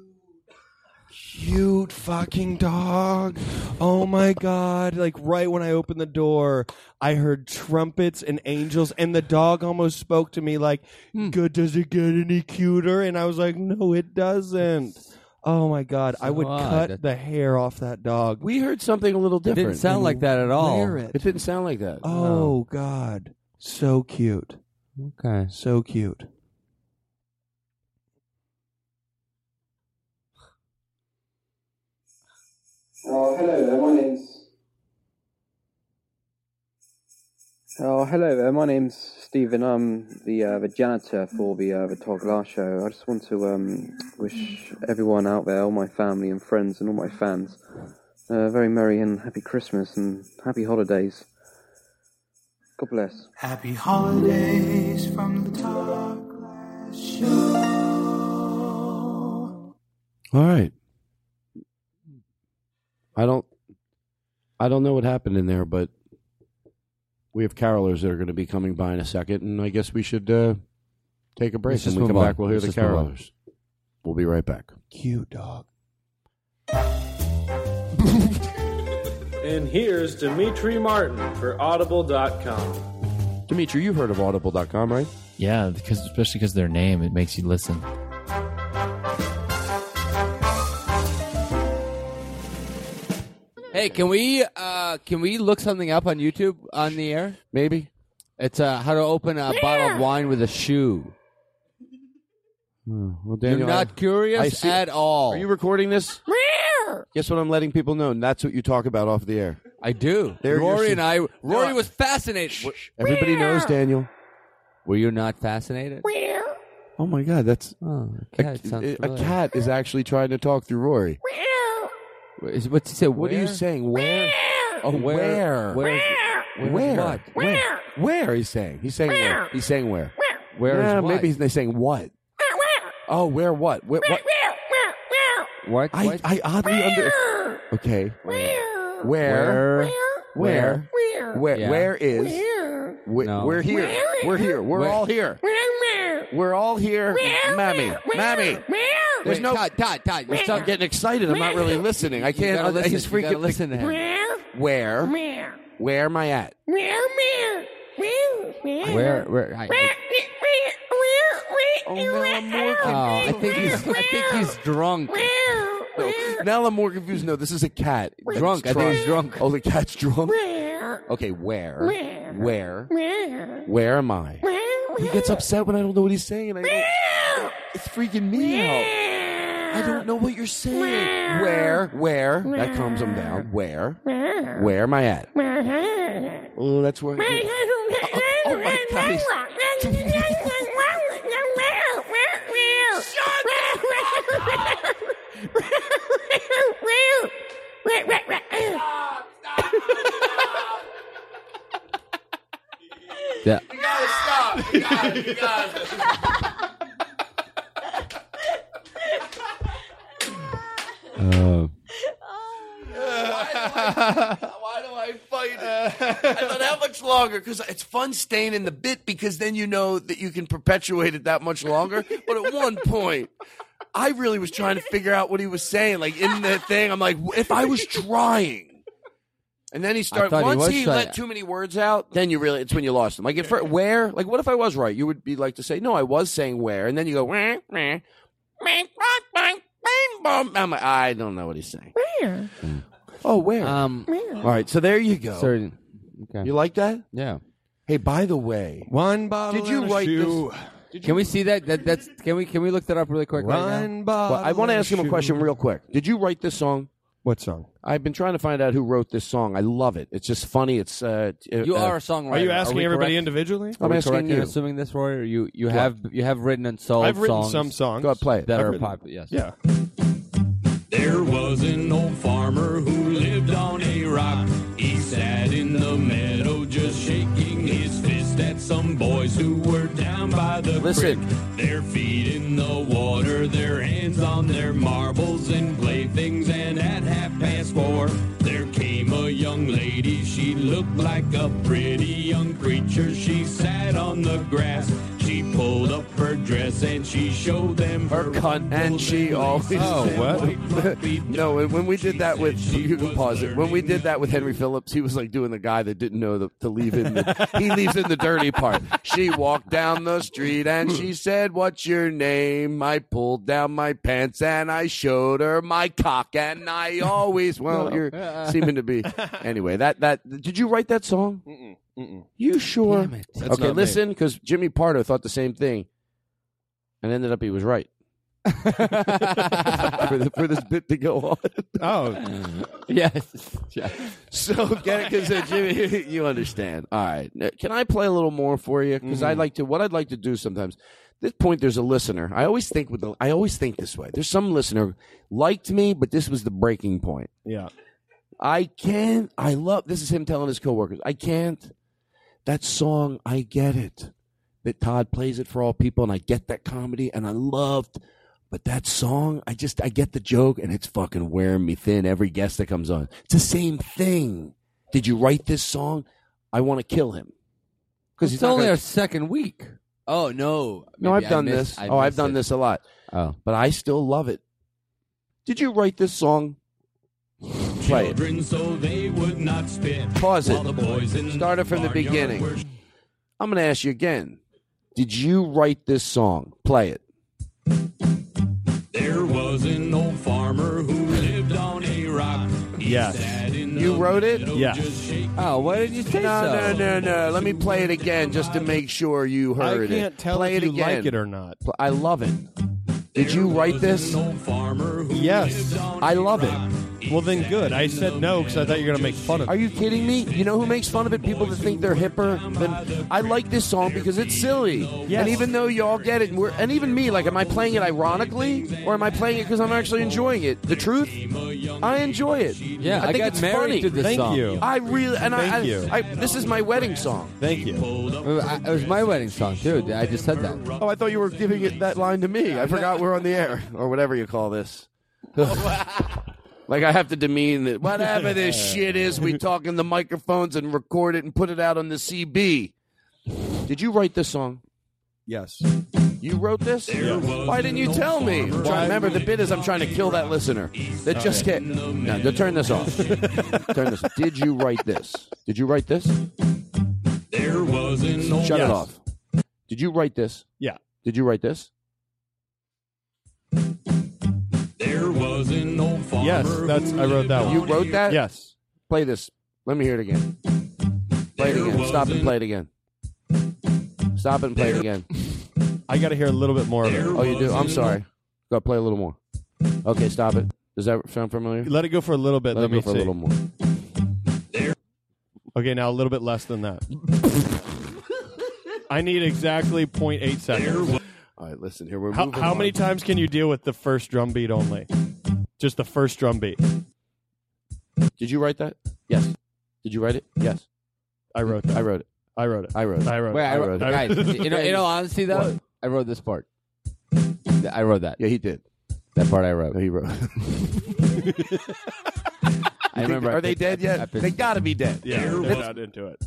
Speaker 11: Cute fucking dog. Oh my god. Like right when I opened the door, I heard trumpets and angels and the dog almost spoke to me like,
Speaker 7: Hmm.
Speaker 11: "Good, does it get any cuter?" And I was like, "No, it doesn't." Oh my god. I would
Speaker 7: odd.
Speaker 11: cut the hair off that dog.
Speaker 7: We heard something a little
Speaker 11: didn't
Speaker 7: different.
Speaker 11: sound like that at all.
Speaker 7: Wear It. It didn't sound like that.
Speaker 11: Oh god. So cute.
Speaker 7: Okay.
Speaker 11: So cute.
Speaker 16: Oh, hello there. My name's. Oh, hello there. My name's Stephen. I'm the uh, the janitor for the uh, the Todd Glass show. I just want to um, wish everyone out there, all my family and friends and all my fans, a very merry and happy Christmas and happy holidays. God bless.
Speaker 18: Happy holidays from the Talk Glass Show.
Speaker 7: All right. I don't I don't know what happened in there, but we have carolers that are going to be coming by in a second, and I guess we should uh, take a break.
Speaker 17: Let's just
Speaker 7: when we
Speaker 17: move
Speaker 7: come
Speaker 17: on.
Speaker 7: back, we'll hear
Speaker 17: Let's
Speaker 7: the
Speaker 17: just move on.
Speaker 7: carolers. We'll be right back.
Speaker 11: Cute dog.
Speaker 3: And here's Dimitri Martin for Audible.com.
Speaker 7: Dimitri, you've heard of audible.com, right?
Speaker 19: Yeah, because especially because their name, it makes you listen.
Speaker 10: Hey, can we uh, can we look something up on YouTube on the air?
Speaker 7: Maybe
Speaker 10: it's uh, how to open a bottle of wine with a shoe.
Speaker 7: Well,
Speaker 17: You're
Speaker 7: Daniel, I-
Speaker 17: not
Speaker 7: I
Speaker 17: curious
Speaker 7: see-
Speaker 17: at all.
Speaker 7: Are you recording this? Guess what I'm letting people know? And that's what you talk about off the air.
Speaker 17: I do.
Speaker 7: There you're
Speaker 17: Rory
Speaker 7: see-
Speaker 17: and I. Rory
Speaker 7: No,
Speaker 17: was fascinated.
Speaker 7: Everybody knows Daniel.
Speaker 17: Were you not fascinated?
Speaker 7: Oh my God, that's a,
Speaker 17: cat sounds
Speaker 7: a- a
Speaker 17: familiar.
Speaker 7: cat is actually trying to talk through Rory.
Speaker 17: Is what's he say?
Speaker 7: What are you
Speaker 17: where?
Speaker 7: saying? Where? Oh,
Speaker 17: Where?
Speaker 7: where?
Speaker 17: Where is-
Speaker 7: Where?
Speaker 17: where
Speaker 7: Where?
Speaker 17: is what?
Speaker 7: Where? Where? He's saying. He's saying where? He's saying where?
Speaker 17: Where is
Speaker 7: Yeah,
Speaker 17: what?
Speaker 7: Maybe he's they're saying what? Oh, where? What? Where? What?
Speaker 17: What?
Speaker 7: I,
Speaker 17: What?
Speaker 7: I oddly under. Okay. Where? Where? Where? Where? Where,
Speaker 17: Yeah.
Speaker 7: where is? Where?
Speaker 17: No.
Speaker 7: We're here. We're here. We're
Speaker 17: Where?
Speaker 7: all here. We're all here. Mammy. Mammy. There's no.
Speaker 17: Todd, Todd, Todd.
Speaker 7: I stop getting excited. I'm not really listening. I can't.
Speaker 17: gotta listen.
Speaker 7: He's
Speaker 17: You
Speaker 7: freaking.
Speaker 17: gotta listen to him.
Speaker 7: Where? Where am I at?
Speaker 17: Where? Where? I, I,
Speaker 7: Oh, now I'm more confused.
Speaker 17: oh, I think he's. I think he's drunk.
Speaker 7: No, now I'm more confused. No, this is a cat. That's
Speaker 17: Drunk. I think he's drunk.
Speaker 7: Oh, the cat's drunk. Okay, where?
Speaker 17: Where?
Speaker 7: Where? Where am I? He gets upset when I don't know what he's saying. And I don't, it's freaking me out. I don't know what you're saying. Where? Where? That calms him down. Where? Where am I at? Oh, that's where.
Speaker 13: Oh my God, he's-
Speaker 17: Yeah.
Speaker 13: You gotta stop. You gotta, you gotta.
Speaker 17: Uh,
Speaker 7: Why do I fight it? I thought how much longer because it's fun staying in the bit because then you know that you can perpetuate it that much longer. But at one point, I really was trying to figure out what he was saying. Like in the thing, I'm like, if I was trying. And then he started.
Speaker 5: thought he
Speaker 7: Once
Speaker 5: was
Speaker 7: he,
Speaker 5: trying.
Speaker 7: let too many words out, then you really it's when you lost them. Like if where, like what if I was right? You would be like to say, no, I was saying where, and then you go, where, where, I'm like, I don't know what he's saying. Oh, where?
Speaker 17: Um.
Speaker 7: All right, so there you go.
Speaker 17: Certain. Okay.
Speaker 7: You like that?
Speaker 17: Yeah.
Speaker 7: Hey, by the way,
Speaker 17: One
Speaker 7: bottle Did you and a write shoe. this-
Speaker 17: Can we see that? that? That's. Can we? Can we look that up really quick right now?
Speaker 7: Well, I want to ask him a question real quick. Did you write this song?
Speaker 10: What song?
Speaker 7: I've been trying to find out who wrote this song. I love it. It's just funny. It's uh, t- uh,
Speaker 17: You are a songwriter.
Speaker 10: Are you asking
Speaker 17: we
Speaker 10: everybody
Speaker 17: correct?
Speaker 10: individually?
Speaker 17: Are
Speaker 7: I'm
Speaker 17: we
Speaker 7: asking
Speaker 17: correct in
Speaker 7: you.
Speaker 17: assuming this, Roy? Or you you have you have written and sold.
Speaker 10: I've written
Speaker 17: songs
Speaker 10: some songs.
Speaker 17: Go
Speaker 7: ahead, play it.
Speaker 17: that
Speaker 10: I've
Speaker 17: are
Speaker 10: written-
Speaker 17: popular. Yes.
Speaker 10: Yeah.
Speaker 3: There was an old farmer who lived on a rock. He sat in the meadow just shaking his fist at some boys who were down by the
Speaker 7: Listen.
Speaker 3: creek. Their feet in the water, their hands on their marbles and playthings, and at half past four, there came a young lady. She looked like a pretty young creature. She sat on the grass. She pulled up her dress and she showed them her, cunt.
Speaker 7: And she always.
Speaker 3: Oh,
Speaker 7: what? no, when- when we did that with you can pause it. When we did that with Henry Phillips, he was like doing the guy that didn't know the, to leave in. The, he leaves in the dirty part. She walked down the street and she said, "What's your name?" I pulled down my pants and I showed her my cock, and I always. Well,
Speaker 5: No.
Speaker 7: you're seeming to be. Anyway, that that did you write that song? You sure?
Speaker 5: That's not
Speaker 7: Okay,
Speaker 5: me.
Speaker 7: listen, because Jimmy Pardo thought the same thing, and ended up he was right. for, the, for this bit to go on.
Speaker 10: Oh,
Speaker 17: yes. yes.
Speaker 7: So get it, because Jimmy, you understand. All right, Now, can I play a little more for you? Because
Speaker 5: Mm-hmm.
Speaker 7: I like to. What I'd like to do sometimes. This point, there's a listener. I always think with the. I always think this way. There's some listener liked me, but this was the breaking point.
Speaker 10: Yeah.
Speaker 7: I can't. I love. This is him telling his coworkers. I can't. That song. I get it. That Todd plays it for all people, and I get that comedy, and I loved. But that song, I just I get the joke, and it's fucking wearing me thin. Every guest that comes on, it's the same thing. Did you write this song? I want to kill him because
Speaker 17: It's only our second week. Oh no.
Speaker 7: no,
Speaker 17: Maybe
Speaker 7: I've
Speaker 17: I
Speaker 7: done
Speaker 17: missed-
Speaker 7: this.
Speaker 17: I
Speaker 7: oh, I've
Speaker 17: missed
Speaker 7: done
Speaker 17: it.
Speaker 7: this a lot.
Speaker 17: Oh.
Speaker 7: But I still love it. Did you write this song? Play it.
Speaker 3: Children, so they would not spit.
Speaker 7: Pause
Speaker 3: While the boys in
Speaker 7: it. Start it from the
Speaker 3: barnyard
Speaker 7: beginning.
Speaker 3: were
Speaker 7: I'm going to ask you again. Did you write this song? Play it.
Speaker 3: There was an old farmer who lived on a rock.
Speaker 7: Yes. You wrote it? Yes.
Speaker 17: Oh, why did you say
Speaker 7: No,
Speaker 17: so?
Speaker 7: no, no, no. Let me play it again just to make sure you
Speaker 10: I
Speaker 7: heard it.
Speaker 10: can't tell
Speaker 7: play
Speaker 10: if
Speaker 7: it
Speaker 10: you
Speaker 7: again.
Speaker 10: like it or not.
Speaker 7: Pl- I love it. Did you write this?
Speaker 11: Yes.
Speaker 7: I love it.
Speaker 11: Well, then good. I said no because I thought you were going to make fun of
Speaker 7: Are you kidding me? You know who makes fun of it? People that think they're hipper than. I like this song because it's silly. And even though y'all get it, and we're, and even me, like, am I playing it ironically or am I playing it because I'm actually enjoying it? The truth, I enjoy it.
Speaker 10: Yeah,
Speaker 7: I
Speaker 10: I
Speaker 7: think
Speaker 10: got
Speaker 7: it's
Speaker 10: married
Speaker 7: funny.
Speaker 10: to this Thank song. you.
Speaker 7: I really and I,
Speaker 10: Thank you.
Speaker 7: I, I. This is my wedding song.
Speaker 11: Thank you.
Speaker 10: It was my wedding song too. I just said that.
Speaker 7: Oh, I thought you were giving it that line to me. I forgot we're on the air or whatever you call this. like I have to demean that. Whatever this shit is, we talk in the microphones and record it and put it out on the CB. Did you write this song?
Speaker 11: Yes.
Speaker 7: You wrote this? Why didn't you tell me? I'm trying to remember, the bit is I'm trying to kill that listener that just
Speaker 11: Okay.
Speaker 7: get. No, no, turn this off. turn this. Did you write this? Did you write this?
Speaker 20: There was an old
Speaker 7: Shut
Speaker 20: Yes.
Speaker 7: it off. Did you write this?
Speaker 11: Yeah.
Speaker 7: Did you write this?
Speaker 20: There was an old farmer. who lived on
Speaker 7: You
Speaker 20: a
Speaker 7: wrote that?
Speaker 11: Yes.
Speaker 7: Play this. Let me hear it again. Play it again. Stop and play it again. Stop and play it again.
Speaker 11: I got to hear a little bit more of it.
Speaker 7: Oh, you do? I'm sorry. Go play a little more. Okay, stop it. Does that sound familiar?
Speaker 11: Let it go for a little bit.
Speaker 7: Let
Speaker 11: Let,
Speaker 7: it go for a
Speaker 11: me see.
Speaker 7: little more.
Speaker 11: Okay, now a little bit less than that. I need exactly 0.8 seconds.
Speaker 7: All right, listen here. We're
Speaker 11: How,
Speaker 7: moving
Speaker 11: how
Speaker 7: on.
Speaker 11: many times can you deal with the first drum beat only? Just the first drum beat.
Speaker 7: Did you write that? Yes. Did you write it? Yes.
Speaker 11: I wrote that.
Speaker 7: I wrote it.
Speaker 11: I wrote it.
Speaker 7: I wrote it.
Speaker 11: I wrote
Speaker 10: Wait,
Speaker 11: it.
Speaker 10: I wrote,
Speaker 11: I
Speaker 10: guys.
Speaker 11: wrote it.
Speaker 10: in, in all honesty, though, I wrote this part. I wrote that.
Speaker 7: Yeah, he did.
Speaker 10: That part I wrote.
Speaker 7: he wrote.
Speaker 10: I remember. I
Speaker 7: Are they
Speaker 10: picked-
Speaker 7: dead
Speaker 10: I
Speaker 7: yet?
Speaker 10: picked-
Speaker 7: They gotta be dead.
Speaker 11: Yeah, they're
Speaker 7: That's-
Speaker 11: not into it.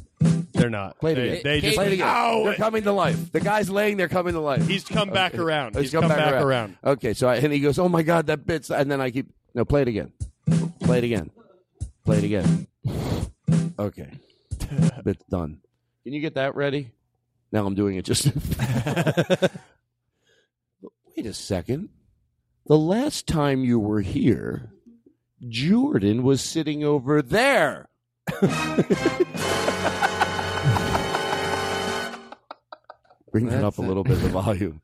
Speaker 11: They're not.
Speaker 7: Play it
Speaker 11: They-
Speaker 7: again.
Speaker 11: They, just
Speaker 7: play it again.
Speaker 11: Ow!
Speaker 7: They're coming to life. The guy's laying there coming to life.
Speaker 11: He's come back around.
Speaker 7: He's
Speaker 11: He's come back around.
Speaker 7: Okay, so I, and he goes, "Oh my god, that bit's," and then I keep no, play it again, play it again, play it again. Okay, bit's done. Can you get that ready? Now I'm doing it just. Wait a second. The last time you were here, Jordan was sitting over there. Bring that up a little bit, the volume.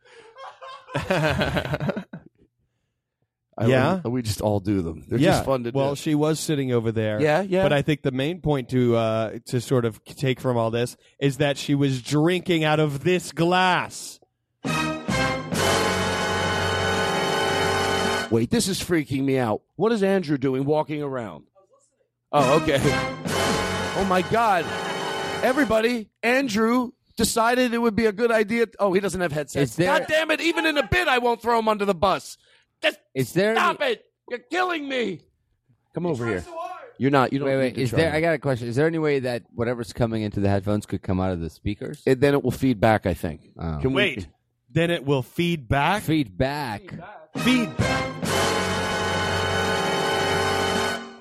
Speaker 7: I
Speaker 11: Yeah?
Speaker 7: love- we just all do them. They're
Speaker 11: yeah.
Speaker 7: just fun to
Speaker 11: well,
Speaker 7: do.
Speaker 11: she was sitting over there.
Speaker 7: Yeah, yeah.
Speaker 11: But I think the main point to uh, to sort of take from all this is that she was drinking out of this glass.
Speaker 7: Wait, this is freaking me out. What is Andrew doing walking around? Oh, okay. Oh my God! Everybody, Andrew decided it would be a good idea. Oh, he doesn't have headsets.
Speaker 10: Is there-
Speaker 7: God damn it! Even in a bit, I won't throw him under the bus. Just
Speaker 10: Is there?
Speaker 7: stop it! You're killing me. Come over here. You're not. You don't.
Speaker 10: wait,
Speaker 7: need
Speaker 10: wait.
Speaker 7: to
Speaker 10: Is
Speaker 7: try
Speaker 10: there?
Speaker 7: it.
Speaker 10: I got a question. Is there any way that whatever's coming into the headphones could come out of the speakers? Oh.
Speaker 7: It, then it will feed back. I think. Can we-
Speaker 11: Wait. Then it will feed back.
Speaker 10: Feed back.
Speaker 11: Feed back.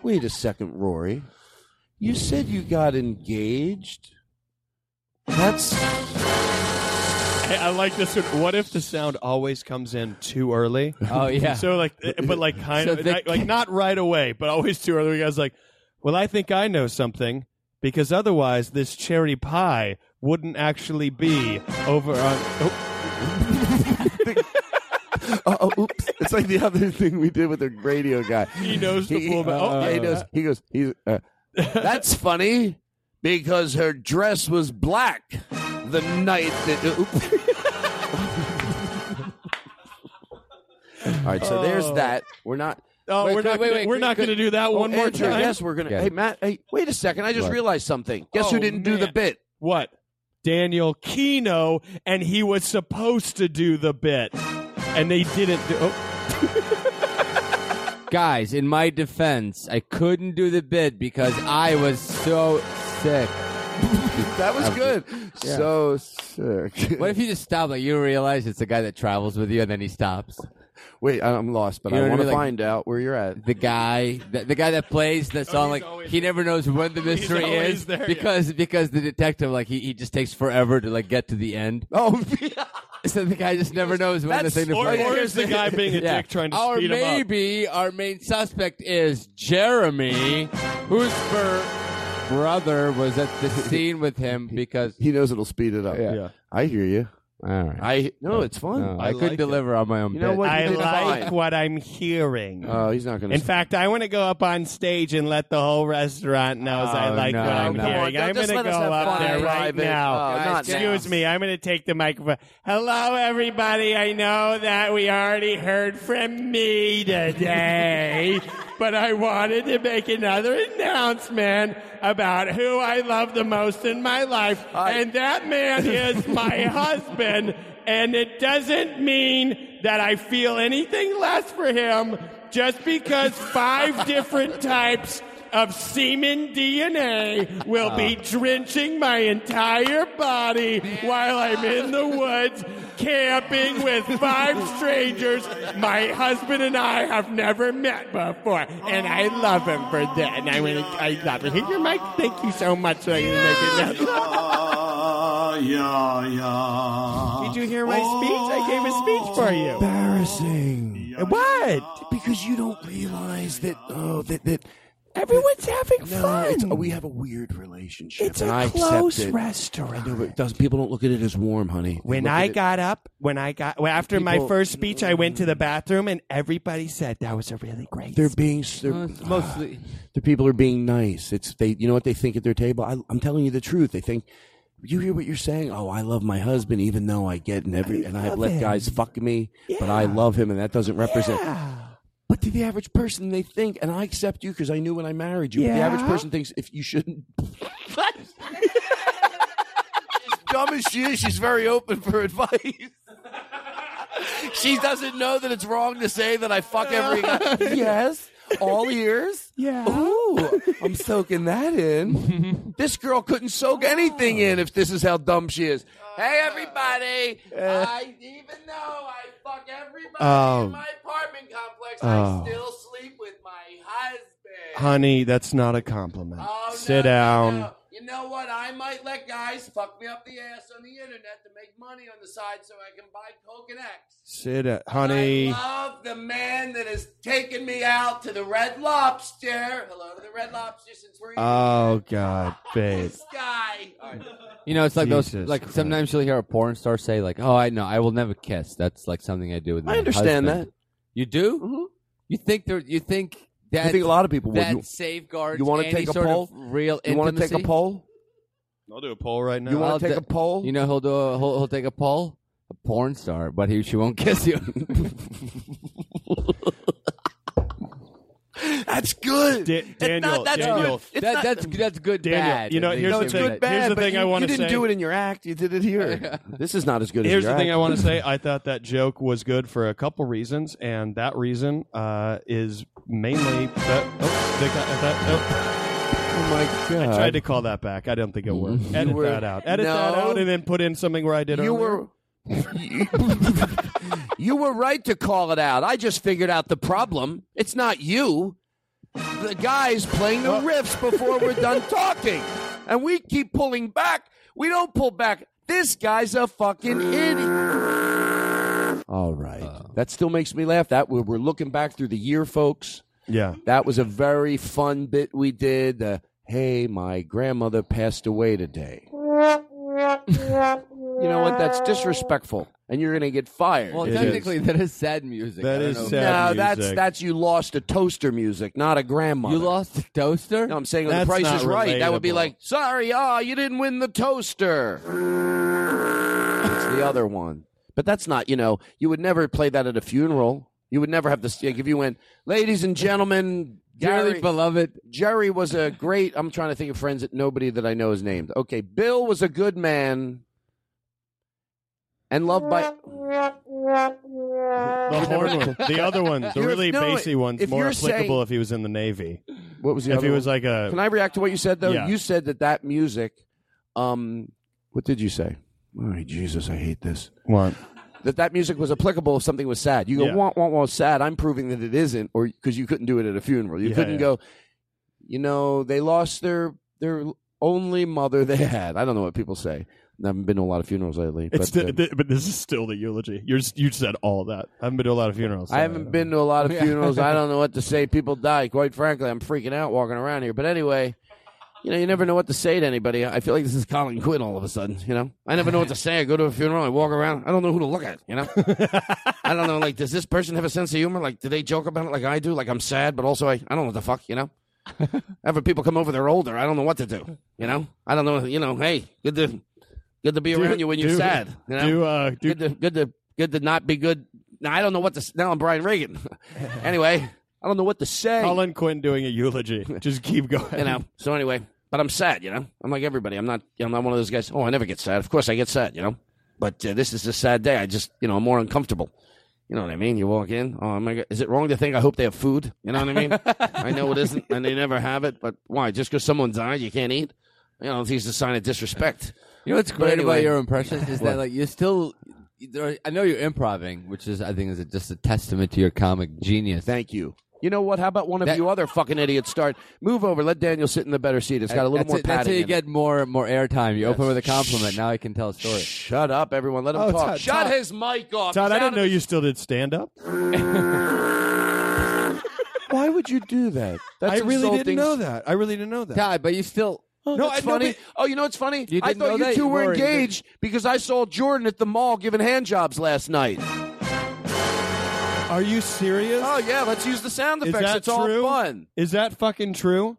Speaker 7: Wait a second, Rory. You said you got engaged. That's
Speaker 11: I, I like this one. What if the sound always comes in too early?
Speaker 10: Oh, yeah.
Speaker 11: So like, uh, but like kind
Speaker 10: So
Speaker 11: of
Speaker 10: they-
Speaker 11: like, like not right away, but always too early. The guy's like, "Well, I think I know something because otherwise this cherry pie wouldn't actually be over on." Oh,
Speaker 7: oh, oops. It's like the other thing we did with the radio guy.
Speaker 11: He knows the full ba- oh,
Speaker 7: yeah, he
Speaker 11: yeah.
Speaker 7: knows. He goes. He's. Uh, That's funny because her dress was black the night that. oop." All right, so there's
Speaker 11: Oh.
Speaker 7: that. We're not.
Speaker 11: Oh, we're not. gonna, we're not going to do that
Speaker 7: one
Speaker 11: one more
Speaker 7: Oh, Andrew,
Speaker 11: time.
Speaker 7: Yes, we're gonna. Hey, Matt. Hey, wait a second. I just
Speaker 10: What?
Speaker 7: realized something. Guess
Speaker 11: Oh,
Speaker 7: who didn't do the
Speaker 11: man.
Speaker 7: bit?
Speaker 11: What? Daniel Kino, and he was supposed to do the bit, and they didn't. Do, oh,
Speaker 10: Guys, in my defense, I couldn't do the bid because I was so sick.
Speaker 7: That was good.
Speaker 10: Yeah.
Speaker 7: So sick.
Speaker 10: What if you just stop? Like you realize it's the guy that travels with you, and then he stops.
Speaker 7: Wait, I- I'm lost, but
Speaker 10: You know
Speaker 7: I
Speaker 10: what I
Speaker 7: want to
Speaker 10: mean? Like-
Speaker 7: find out where you're at.
Speaker 10: The guy, the, the guy that plays the song, like he never knows when the mystery
Speaker 11: always
Speaker 10: is
Speaker 11: there, yeah.
Speaker 10: because because the detective, like he, he just takes forever to like get to the end.
Speaker 7: Oh,
Speaker 10: So the guy just never knows when the
Speaker 7: That's-
Speaker 10: thing to
Speaker 11: or,
Speaker 10: play.
Speaker 11: or is the guy being a
Speaker 10: Yeah.
Speaker 11: dick trying to
Speaker 10: or
Speaker 11: speed him up?
Speaker 10: maybe our main suspect is Jeremy, whose bur- brother was at the scene with him because
Speaker 7: he knows it'll speed it up.
Speaker 10: Yeah.
Speaker 11: Yeah.
Speaker 7: I hear you. All right. I no, it's fun.
Speaker 10: No, I I couldn't like it. deliver on my own
Speaker 7: You know what?
Speaker 11: Um, I
Speaker 7: You did
Speaker 11: like
Speaker 7: fine.
Speaker 11: what I'm hearing.
Speaker 7: Oh, he's not going to.
Speaker 11: In fact, I want to go up on stage and let the whole restaurant knows I
Speaker 7: Oh,
Speaker 11: like
Speaker 7: no,
Speaker 11: what I'm
Speaker 7: no.
Speaker 11: hearing.
Speaker 7: Come on,
Speaker 11: I'm
Speaker 7: just
Speaker 11: going
Speaker 7: let
Speaker 11: to go
Speaker 7: us have
Speaker 11: up
Speaker 7: fun
Speaker 11: there
Speaker 7: in
Speaker 11: right
Speaker 7: private.
Speaker 11: now.
Speaker 7: Oh, Guys, not
Speaker 11: Excuse
Speaker 7: now.
Speaker 11: me. I'm going to take the microphone. Hello, everybody. I know that we already heard from me today, but I wanted to make another announcement about who I love the most in my life, and that man is my husband. And it doesn't mean that I feel anything less for him just because five different types of semen DNA will be drenching my entire body while I'm in the woods camping with five strangers my husband and I have never met before. And I love him for that. And I'm gonna, I love it. Here's your mic. Thank you so much. So I can make it
Speaker 13: Ah, yeah, yeah.
Speaker 11: Did you hear my
Speaker 7: Oh.
Speaker 11: speech? I gave a speech for you.
Speaker 7: Embarrassing.
Speaker 11: What?
Speaker 7: Because you don't realize that. Oh, that that
Speaker 11: Everyone's having
Speaker 7: No, it's- we have a weird relationship.
Speaker 11: It's
Speaker 7: and
Speaker 11: a
Speaker 7: I accept
Speaker 11: close
Speaker 7: it.
Speaker 11: restaurant.
Speaker 7: I know, but it doesn't- people don't look at it as warm, honey. They
Speaker 11: When
Speaker 7: look
Speaker 11: I
Speaker 7: at it-
Speaker 11: got up, when I got well, after my
Speaker 7: People-
Speaker 11: first speech, I went to the bathroom and everybody said that was a really great.
Speaker 7: they're being they're, ah,
Speaker 11: mostly-
Speaker 7: the people are being nice. It's they. You know what they think at their table. I, I'm telling you the truth. They think you hear what you're saying. Oh, I love my husband, even though I get in every and I have
Speaker 11: love
Speaker 7: let
Speaker 11: him.
Speaker 7: guys fuck me, but I love him, and that doesn't represent. But to the average person, they think, and I accept you because I knew when I married you. But the
Speaker 13: Yeah.
Speaker 7: average person thinks if you shouldn't. She's dumb as she is, she's very open for advice. she doesn't know that it's wrong to say that I fuck every guy. yes, all ears.
Speaker 11: Yeah.
Speaker 7: Ooh, I'm soaking that in. this girl couldn't soak anything in if this is how dumb she is. Hey, everybody!
Speaker 10: Uh,
Speaker 7: I even though I fuck everybody
Speaker 11: Oh.
Speaker 7: in my apartment complex,
Speaker 11: Oh.
Speaker 7: I still sleep with my husband.
Speaker 11: Honey, that's not a compliment.
Speaker 10: Oh,
Speaker 11: Sit down.
Speaker 2: You know what? I might let guys fuck me up the ass on the internet to make money on the side so I can buy coke and X.
Speaker 11: Sit down, honey.
Speaker 2: Love the man that has taken me out to the Red Lobster. Hello to the Red Lobster since we're
Speaker 11: Oh God, babe.
Speaker 2: guy.
Speaker 10: You know, it's like those.
Speaker 11: Jesus
Speaker 10: Like sometimes you'll hear a porn star say, "Like, oh, I know, I will never kiss." That's like something I do with.
Speaker 7: I
Speaker 10: my
Speaker 7: understand
Speaker 10: husband.
Speaker 7: that.
Speaker 10: You do?
Speaker 7: Mm-hmm.
Speaker 10: You think there? You think that?
Speaker 7: I think a lot of people will.
Speaker 10: that
Speaker 7: You-
Speaker 10: safeguards.
Speaker 7: you wanna
Speaker 10: any
Speaker 7: take a
Speaker 10: sort
Speaker 7: poll?
Speaker 10: of Real.
Speaker 7: You wanna take a
Speaker 10: intimacy?
Speaker 7: poll?
Speaker 11: I'll do a poll right now.
Speaker 7: You want
Speaker 10: I'll
Speaker 7: to take
Speaker 10: ta-
Speaker 7: a poll?
Speaker 10: You know, he'll do. A, he'll, he'll take a poll. A porn star, but he she won't kiss you.
Speaker 7: that's good.
Speaker 11: Daniel,
Speaker 7: that's
Speaker 11: Daniel.
Speaker 7: good. It's
Speaker 10: That-
Speaker 7: not-
Speaker 10: that's that's good.
Speaker 11: Daniel,
Speaker 10: bad.
Speaker 11: you know,
Speaker 10: At
Speaker 11: here's
Speaker 10: least
Speaker 11: the
Speaker 10: give
Speaker 11: thing-
Speaker 10: it-
Speaker 11: here's
Speaker 7: Bad,
Speaker 11: the
Speaker 7: but
Speaker 11: thing I
Speaker 7: you-
Speaker 11: wanna
Speaker 7: You didn't
Speaker 11: say.
Speaker 7: do it in your act. You did it here. this is not as good
Speaker 11: Here's
Speaker 7: as your
Speaker 11: the thing
Speaker 7: act.
Speaker 11: I want to say. I thought that joke was good for a couple reasons, and that reason uh, is mainly that. Oh, they got- that- oh.
Speaker 7: my God.
Speaker 11: I tried to call that back. I don't think it worked. Edit
Speaker 7: were-
Speaker 11: that out. Edit that
Speaker 7: No.
Speaker 11: out, and then put in something where I did.
Speaker 7: You
Speaker 11: earlier.
Speaker 7: were. you were right to call it out. I just figured out the problem. It's not you. The guy's playing the riffs before we're done talking. And we keep pulling back. We don't pull back. This guy's a fucking idiot. All right.
Speaker 10: Um,
Speaker 7: that still makes me laugh. That we're, we're looking back through the year, folks.
Speaker 11: Yeah.
Speaker 7: That was a very fun bit we did. Uh, hey, my grandmother passed away today. You know what? That's disrespectful, and you're going to get fired.
Speaker 10: Well, technically, that is sad music.
Speaker 11: That
Speaker 10: I don't
Speaker 11: is
Speaker 10: know.
Speaker 11: sad.
Speaker 7: no,
Speaker 11: music.
Speaker 7: that's that's you lost a toaster music, not a grandmother. You
Speaker 10: lost a toaster?
Speaker 7: No, I'm saying
Speaker 11: That's
Speaker 7: the price
Speaker 11: not
Speaker 7: is right. That would be
Speaker 11: relatable.
Speaker 7: like, sorry, ah, you didn't win the toaster. it's the other one. But that's not, you know, you would never play that at a funeral. You would never have this. Like if you went, ladies and gentlemen,
Speaker 10: Dearly
Speaker 7: Gary-
Speaker 10: beloved.
Speaker 7: Jerry was a great. I'm trying to think of friends that nobody that I know is named. Okay, Bill was a good man, and loved by
Speaker 13: The
Speaker 11: The horn one. The other one, the
Speaker 7: You're-
Speaker 11: really
Speaker 7: no,
Speaker 11: bassy one's
Speaker 7: if
Speaker 11: more
Speaker 7: you're
Speaker 11: applicable
Speaker 7: saying-
Speaker 11: if he was in the Navy.
Speaker 7: What was the
Speaker 11: if
Speaker 7: other
Speaker 11: he was
Speaker 7: one?
Speaker 11: like a
Speaker 7: Can I react to what you said though?
Speaker 11: Yeah.
Speaker 7: You said that that music. Um, what did you say? My Jesus, I hate this.
Speaker 11: What?
Speaker 7: That that music was applicable if something was sad. You go
Speaker 11: Yeah.
Speaker 7: want want want sad. I'm proving that it isn't, or because you couldn't do it at a funeral. You
Speaker 11: Yeah,
Speaker 7: couldn't
Speaker 11: yeah.
Speaker 7: go. You know, they lost their their only mother they had. I don't know what people say. I haven't been to a lot of funerals lately.
Speaker 11: It's
Speaker 7: but,
Speaker 11: the,
Speaker 7: uh,
Speaker 11: th- but this is still the eulogy. You're, s- you said all that. I haven't been to a lot of funerals. so
Speaker 7: I haven't been to a lot of funerals. I don't know what to say. People die. Quite frankly, I'm freaking out walking around here. But anyway, You know, you never know what to say to anybody. I feel like this is Colin Quinn all of a sudden. You know, I never know what to say. I go to a funeral, I walk around, I don't know who to look at. You know, I don't know. Like, does this person have a sense of humor? Like, do they joke about it like I do? Like, I'm sad, but also I, I don't know what the fuck. You know, ever people come over, they're older. I don't know what to do. You know, I don't know. You know, hey, good to good to be
Speaker 11: Do-
Speaker 7: around you when you're
Speaker 11: do-
Speaker 7: sad. You know,
Speaker 11: do, uh,
Speaker 7: good to good to good to not be good. Now I don't know what to. s- Now I'm Brian Reagan. anyway, I don't know what to say.
Speaker 11: Colin Quinn doing a eulogy. Just keep going.
Speaker 7: You know. So anyway, but I'm sad. You know, I'm like everybody. I'm not. I'm not one of those guys. Oh, I never get sad. Of course, I get sad. You know, but uh, this is a sad day. I just, you know, I'm more uncomfortable. You know what I mean? You walk in. Oh my God! Is it wrong to think I hope they have food? You know what I mean? I know it isn't, and they never have it. But why? Just because someone died, you can't eat? You know, it's a sign of disrespect.
Speaker 10: You know what's
Speaker 7: But
Speaker 10: great about
Speaker 7: anyway-
Speaker 10: your impressions is
Speaker 7: What?
Speaker 10: that like you're still. there- I know you're improvising, which is I think is a, just a testament to your comic genius.
Speaker 7: Thank you. You know what? How about one of you other fucking idiots start? Move over. Let Daniel sit in the better seat. It's got a little
Speaker 10: that's
Speaker 7: more
Speaker 10: it, That's how
Speaker 7: padding
Speaker 10: you
Speaker 7: in
Speaker 10: get more more airtime. You open
Speaker 7: Yes.
Speaker 10: with a compliment. Now I can tell a story.
Speaker 7: Shut up, everyone. Let
Speaker 10: him
Speaker 7: Oh, talk. Todd, Shut Todd. his mic off. He's
Speaker 11: Todd, I
Speaker 7: out
Speaker 11: didn't
Speaker 7: of
Speaker 11: know you still did stand up.
Speaker 7: Why would you do that?
Speaker 11: I really didn't
Speaker 7: insulting.
Speaker 11: know that. I really didn't know that.
Speaker 10: Todd, but you still.
Speaker 7: Oh,
Speaker 11: no,
Speaker 7: that's
Speaker 11: I know,
Speaker 7: funny.
Speaker 11: but-
Speaker 7: oh, you know what's funny?
Speaker 10: You
Speaker 7: I
Speaker 10: didn't know
Speaker 7: thought you
Speaker 10: that?
Speaker 7: two
Speaker 10: You
Speaker 7: were
Speaker 10: were- you didn't-
Speaker 7: engaged because I saw Jordan at the mall giving hand jobs last night.
Speaker 11: Are you serious?
Speaker 7: Oh yeah, let's use the sound
Speaker 11: Is
Speaker 7: effects.
Speaker 11: that
Speaker 7: it's
Speaker 11: true?
Speaker 7: all fun.
Speaker 11: Is that fucking true?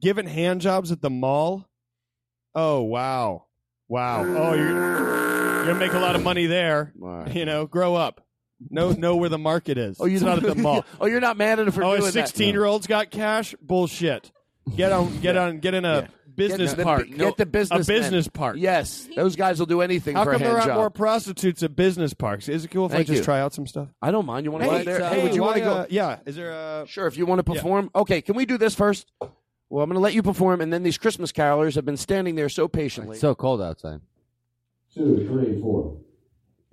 Speaker 11: Giving hand jobs at the mall? Oh wow, wow. Oh, you're you're gonna make a lot of money there. You know, grow up. Know know where the market is. Oh,
Speaker 7: you
Speaker 11: it's not at the mall.
Speaker 7: oh, you're not mad at it for
Speaker 11: oh,
Speaker 7: doing
Speaker 11: a
Speaker 7: that.
Speaker 11: sixteen-year-old's got cash. Bullshit. Get on, get on, get in a business
Speaker 7: Get the-
Speaker 11: park.
Speaker 7: Get
Speaker 11: No,
Speaker 7: the business.
Speaker 11: A business park.
Speaker 7: Yes, those guys will do anything
Speaker 11: How
Speaker 7: for a
Speaker 11: come
Speaker 7: hand
Speaker 11: there aren't
Speaker 7: job.
Speaker 11: more prostitutes at business parks? Is it cool if I
Speaker 7: Thank
Speaker 11: just
Speaker 7: you.
Speaker 11: try out some stuff?
Speaker 7: I don't mind. You want to go
Speaker 11: Hey,
Speaker 7: there?
Speaker 11: uh,
Speaker 7: hey, would you
Speaker 11: why,
Speaker 7: want to go?
Speaker 11: uh, yeah. Is there a
Speaker 7: sure? If you want to perform, okay. Can we do this first? Well, I'm going to let you perform, and then these Christmas carolers have been standing there so patiently.
Speaker 10: so cold outside.
Speaker 7: Two, three, four.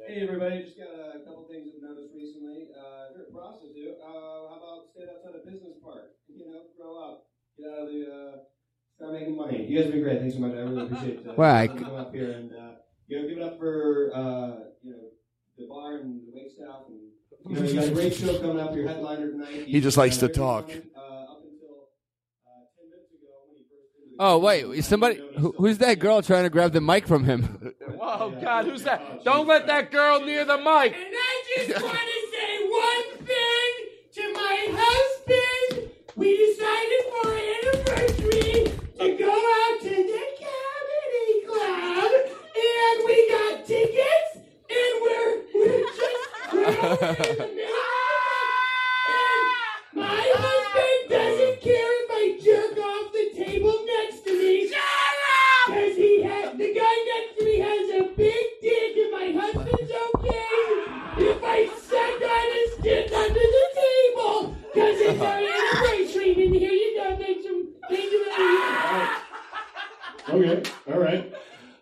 Speaker 21: Hey everybody, just got a couple things I've noticed recently. Uh, if you're a prostitute, uh, how about stand outside a business park? You know, grow up, get out of the, uh, start making money. You guys have been great. Thanks so much. I really appreciate uh,
Speaker 10: Well, I-
Speaker 21: you coming up here and uh, you know, give it up for uh, you know the bar and the wait staff and you know you got a great show coming up. Your headliner tonight.
Speaker 17: He just likes to talk.
Speaker 10: Oh wait, somebody who, who's that girl trying to grab the mic from him?
Speaker 7: Whoa, God, who's that? Don't let that girl near the mic.
Speaker 13: And I just want to say one thing to my husband. We decided for our anniversary to go out to the comedy club, and we got tickets, and we're we're just thrilled in the middle of it. And my husband doesn't care if I jerk off the table next to me. Because he has the guy next to me has a big dick, and my husband's okay if I suck on his dick under the table. Because it's our anniversary, and here you go, make some, make some
Speaker 21: Okay, all right.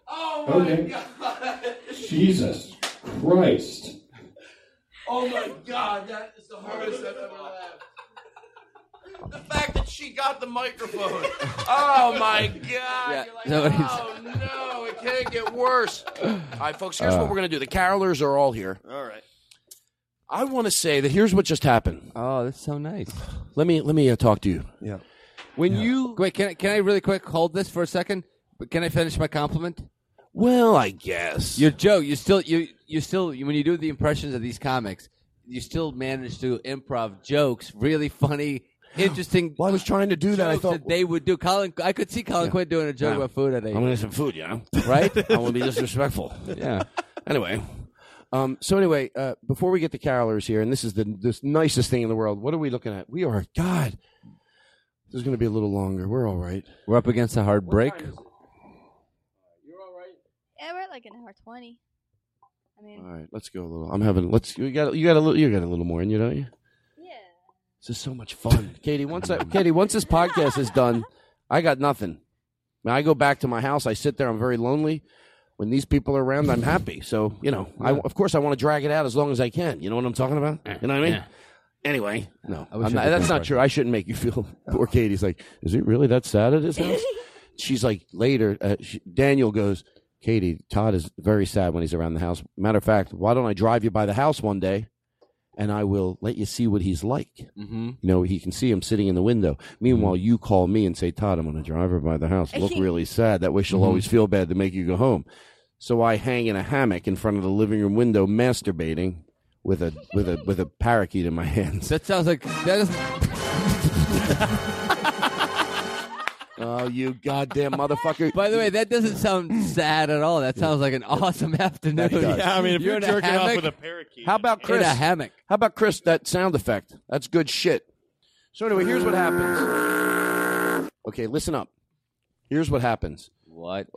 Speaker 13: Oh
Speaker 21: my Okay.
Speaker 13: god.
Speaker 21: Jesus Christ.
Speaker 13: Oh my god, that is the hardest I've ever laughed.
Speaker 7: The fact that she got the microphone. oh my God! You're like,
Speaker 10: nobody's-
Speaker 7: oh no, it can't get worse. All right, folks, here's
Speaker 10: Uh.
Speaker 7: what we're gonna do. The carolers are all here. All right. I want to say that here's what just happened.
Speaker 10: Oh, that's so nice.
Speaker 7: Let me let me uh, talk to you.
Speaker 11: Yeah.
Speaker 10: When you wait, can I, can I really quick hold this for a second? But can I finish my compliment?
Speaker 7: Well, I guess
Speaker 10: your joke. You still you you still when you do the impressions of these comics, you still manage to improv jokes, really funny, interesting.
Speaker 7: Well, I was trying to do that. I thought
Speaker 10: they would do. Colin, I could see Colin Quinn Oh, doing a joke
Speaker 7: Yeah.
Speaker 10: about food. I
Speaker 7: I'm
Speaker 10: think.
Speaker 7: gonna get some food, you know.
Speaker 10: Right?
Speaker 7: I want to be disrespectful.
Speaker 10: Yeah.
Speaker 7: Anyway, um, so anyway, uh, before we get the carolers here, and this is the this nicest thing in the world. What are we looking at? We are God. This is gonna be a little longer. We're all right.
Speaker 10: We're up against a hard break.
Speaker 1: Yeah, we're at like an hour twenty. I mean,
Speaker 7: All right, let's go a little. I'm having. Let's. You got. You got a little. You got a little more in you, don't you? Yeah. This is so much fun, Katie. Once I, Katie, once this podcast is done, I got nothing. When I go back to my house, I sit there. I'm very lonely. When these people are around, I'm happy. So you know, I of course I want to drag it out as long as I can. You know what I'm talking about? You know what I mean?
Speaker 10: Yeah.
Speaker 7: Anyway, no,
Speaker 10: I wish
Speaker 7: I'm
Speaker 10: I
Speaker 7: not-
Speaker 10: could
Speaker 7: that's
Speaker 10: go
Speaker 7: not
Speaker 10: back.
Speaker 7: true. I shouldn't make you feel. Poor Katie's like, is it really that sad at his house? She's like, later, uh, she, Daniel goes, Katie, Todd is very sad when he's around the house. Matter of fact, why don't I drive you by the house one day and I will let you see what he's like.
Speaker 10: Mhm.
Speaker 7: You know, he can see him sitting in the window. Meanwhile, you call me and say, Todd, I'm going to drive her by the house. Look really sad. That way she'll
Speaker 17: Mhm.
Speaker 7: always feel bad to make you go home. So I hang in a hammock in front of the living room window, masturbating with a with a with a parakeet in my hands.
Speaker 10: That sounds like that is.
Speaker 7: Oh, you goddamn motherfucker!
Speaker 10: By the way, that doesn't sound sad at all. That sounds like an awesome afternoon.
Speaker 7: Yeah, I mean, if you're
Speaker 10: in a
Speaker 7: jerking off
Speaker 10: hammock-
Speaker 7: with a
Speaker 11: parakeet,
Speaker 7: How about Chris?
Speaker 10: In a hammock.
Speaker 7: How about Chris? That sound effect. That's good shit. So anyway, here's what happens. Okay, listen up. Here's what happens.
Speaker 10: What?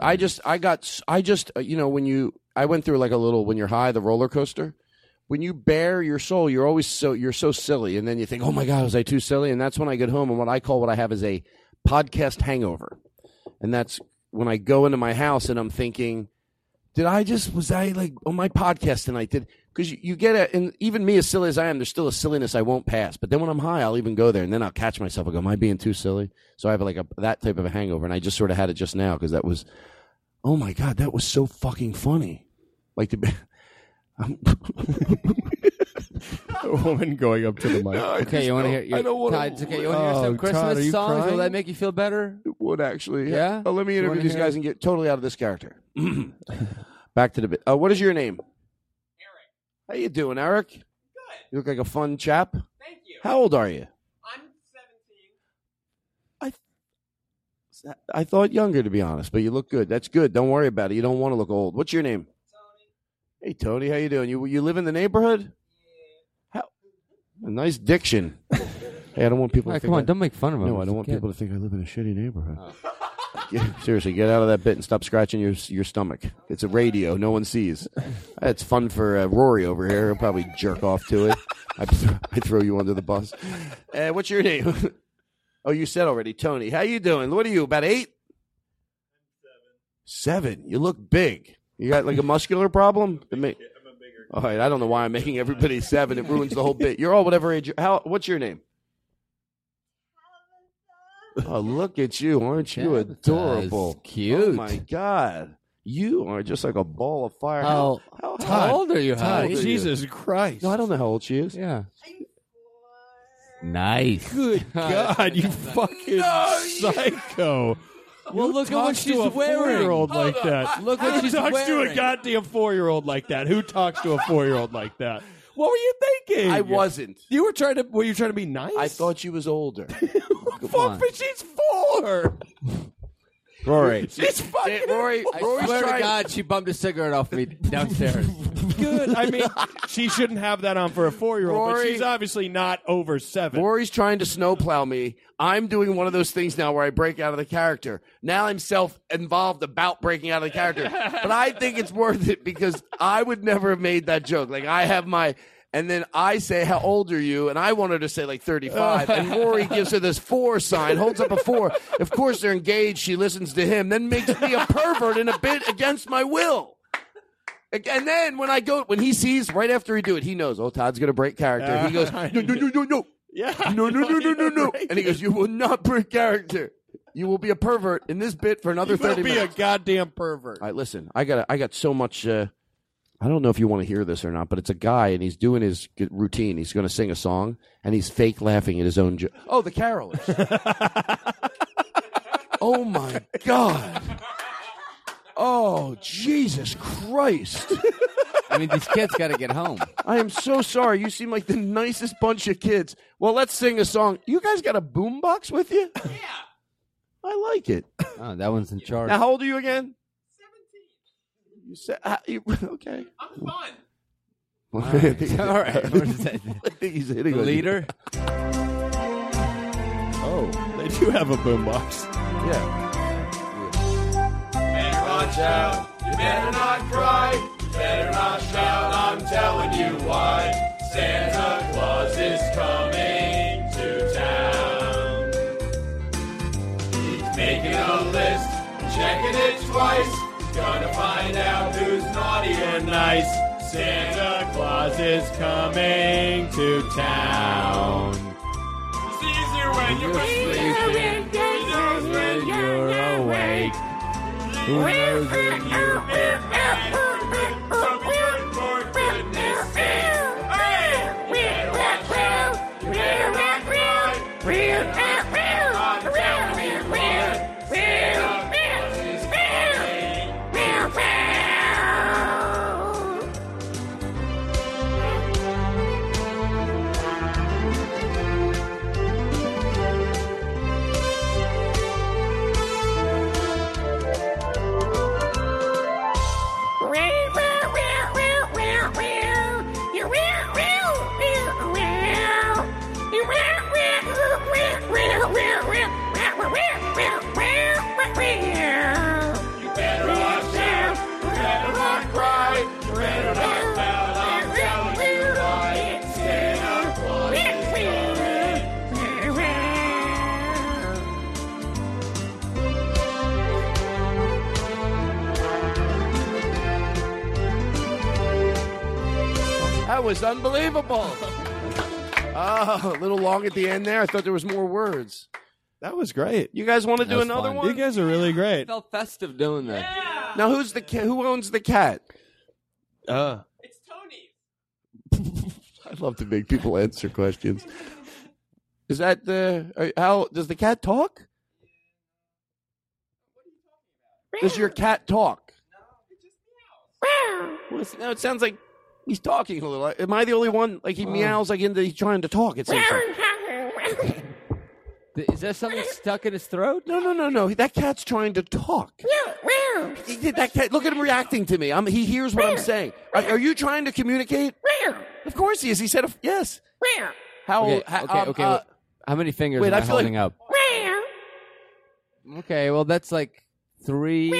Speaker 7: I just, I got, s- I just, uh, you know, when you, I went through like a little when you're high, the roller coaster. When you bare your soul, you're always so you're so silly, and then you think, oh my god, was I too silly? And that's when I get home, and what I call what I have is a podcast hangover, and that's when I go into my house and I'm thinking, did I just was I like on my podcast tonight? Did because you, you get a and even me as silly as I am, there's still a silliness I won't pass. But then when I'm high, I'll even go there and then I'll catch myself. I go, am I being too silly? So I have like a that type of a hangover, and I just sort of had it just now because that was, oh my god, that was so fucking funny. Like the I'm,
Speaker 11: a woman going up to the mic. Oh,
Speaker 10: okay, you want to hear? You,
Speaker 11: I don't want
Speaker 10: Todd, it's okay, you want to hear some Christmas songs? Will that make you feel better?
Speaker 7: It would actually.
Speaker 10: Yeah.
Speaker 7: Yeah. Oh, let me
Speaker 10: You
Speaker 7: interview
Speaker 10: wanna
Speaker 7: these
Speaker 10: hear-
Speaker 7: guys and get totally out of this character. Back to the bit. Uh, what is your name? Eric. How you doing, Eric? Good. You look like a fun chap. Thank you. How old are you? I'm 17. I I thought younger to be honest, but you look good. That's good. Don't worry about it. You don't want to look old. What's your name? Tony. Hey Tony, how you doing? You you live in the neighborhood? Yeah. How? Nice diction. hey, I don't want
Speaker 10: All
Speaker 7: people. to
Speaker 10: right,
Speaker 7: think
Speaker 10: come on,
Speaker 7: I-
Speaker 10: don't make fun of him. Oh.
Speaker 7: No, I
Speaker 10: He's
Speaker 7: don't
Speaker 10: a
Speaker 7: want
Speaker 10: kid.
Speaker 7: people to think I live in a shitty neighborhood. Yeah, seriously, get out of that bit and stop scratching your your stomach. It's a radio; no one sees. It's fun for uh, Rory over here. He'll probably jerk off to it. I, I throw you under the bus. Uh, what's your name? oh, you said already, Tony. How you doing? What are you? About eight? Seven. You look big. You got like a muscular problem. I'm a bigger. All right. I don't know why I'm making everybody seven. It ruins the whole bit. You're all whatever age. you how? What's your name? Oh, look at you! Aren't you
Speaker 10: Yeah, that's
Speaker 7: adorable?
Speaker 10: cute.
Speaker 7: Oh my god, you are just like a ball of fire.
Speaker 10: How- how old are you,
Speaker 7: how
Speaker 10: honey?
Speaker 7: old are
Speaker 10: Jesus
Speaker 7: Christ! No, I don't know how old she is.
Speaker 10: Yeah. Nice.
Speaker 11: Good God, you fucking psycho.
Speaker 10: Well, look at what she's
Speaker 11: to a
Speaker 10: wearing.
Speaker 11: Four-year-old like
Speaker 10: Hold on.
Speaker 11: that.
Speaker 10: Look what
Speaker 11: Who
Speaker 10: she's
Speaker 11: talks to a
Speaker 10: wearing.
Speaker 11: goddamn four-year-old like that. Who talks to a four-year-old like that? What were you thinking?
Speaker 7: I wasn't.
Speaker 11: You were trying to. Were you trying to be nice? I
Speaker 7: thought she was older.
Speaker 11: Fuck, but she's four.
Speaker 7: Rory.
Speaker 11: She's fucking. Rory,
Speaker 10: I swear to God, she bumped a cigarette off me downstairs.
Speaker 11: good. I mean, she shouldn't have that on for a four-year-old, but
Speaker 7: Rory-
Speaker 11: she's obviously not over seven.
Speaker 7: Rory's trying to snowplow me. I'm doing one of those things now where I break out of the character. Now I'm self-involved about breaking out of the character, but I think it's worth it because I would never have made that joke. Like I have my, and then I say, "How old are you?" and I want her to say like 35, and Rory gives her this four sign, holds up a four. Of course, they're engaged. She listens to him, then makes me a pervert in a bit against my will. And then when I go, when he sees right after he do it, he knows. Oh, Todd's gonna break character. he goes, no, no, no, no, no,
Speaker 11: yeah,
Speaker 7: no, no, no, no, no, no. And he goes, you will not break character. You will be a pervert in this bit for another
Speaker 11: You will
Speaker 7: thirty
Speaker 11: be
Speaker 7: minutes.
Speaker 11: a goddamn pervert.
Speaker 7: All right, listen, I got, I got so much. Uh, I don't know if you want to hear this or not, but it's a guy and he's doing his g- routine. He's gonna sing a song and he's fake laughing at his own joke. Oh, the carolers. oh my god. Oh Jesus Christ.
Speaker 10: I mean, these kids got to get home.
Speaker 7: I am so sorry. You seem like the nicest bunch of kids. Well, let's sing a song. You guys got a boombox with you? Yeah. I like it.
Speaker 10: Oh, that one's in charge.
Speaker 7: Now, how old are you again? Seventeen. You said uh, you, okay. I'm fun. All right.
Speaker 10: All right. What is that?
Speaker 7: I think he's hitting
Speaker 10: The
Speaker 7: on you.
Speaker 10: leader?
Speaker 11: Oh, they do have a boombox.
Speaker 7: Yeah.
Speaker 13: Better not shout. You better not cry. You better not shout. I'm telling you why. Santa Claus is coming to town. He's making a list, checking it twice. He's gonna find out who's naughty or nice. Santa Claus is coming to town. It's easier when you're sleeping. He knows when you're awake. Who knows when you've been bad? From your for goodness sake. Hey!
Speaker 7: That was unbelievable. Oh, a little long at the end there. I thought there was more words.
Speaker 11: That was great.
Speaker 7: You guys want to do another one?
Speaker 11: You guys are really great.
Speaker 7: felt festive doing that. Now who's the ca- who owns the cat?
Speaker 11: Uh,
Speaker 7: I love to make people answer questions. Is that the are- how does the cat talk? Does your cat talk? No, it just meows. no, it sounds like he's talking a little. Am I the only one? Like he meows like into he's trying to talk. It seems. Like. Is there something stuck in his throat? No, no, no, no. That cat's trying to talk. He did that cat. Look at him reacting to me. I'm, he hears what I'm saying. Are, are you trying to communicate? Of course he is. He said, a, "Yes." How?
Speaker 10: Okay,
Speaker 7: how-
Speaker 10: okay,
Speaker 7: um,
Speaker 10: okay.
Speaker 7: uh,
Speaker 10: how many fingers
Speaker 7: wait,
Speaker 10: am
Speaker 7: I
Speaker 10: I,
Speaker 7: feel like-
Speaker 10: holding up? Okay, well that's like three.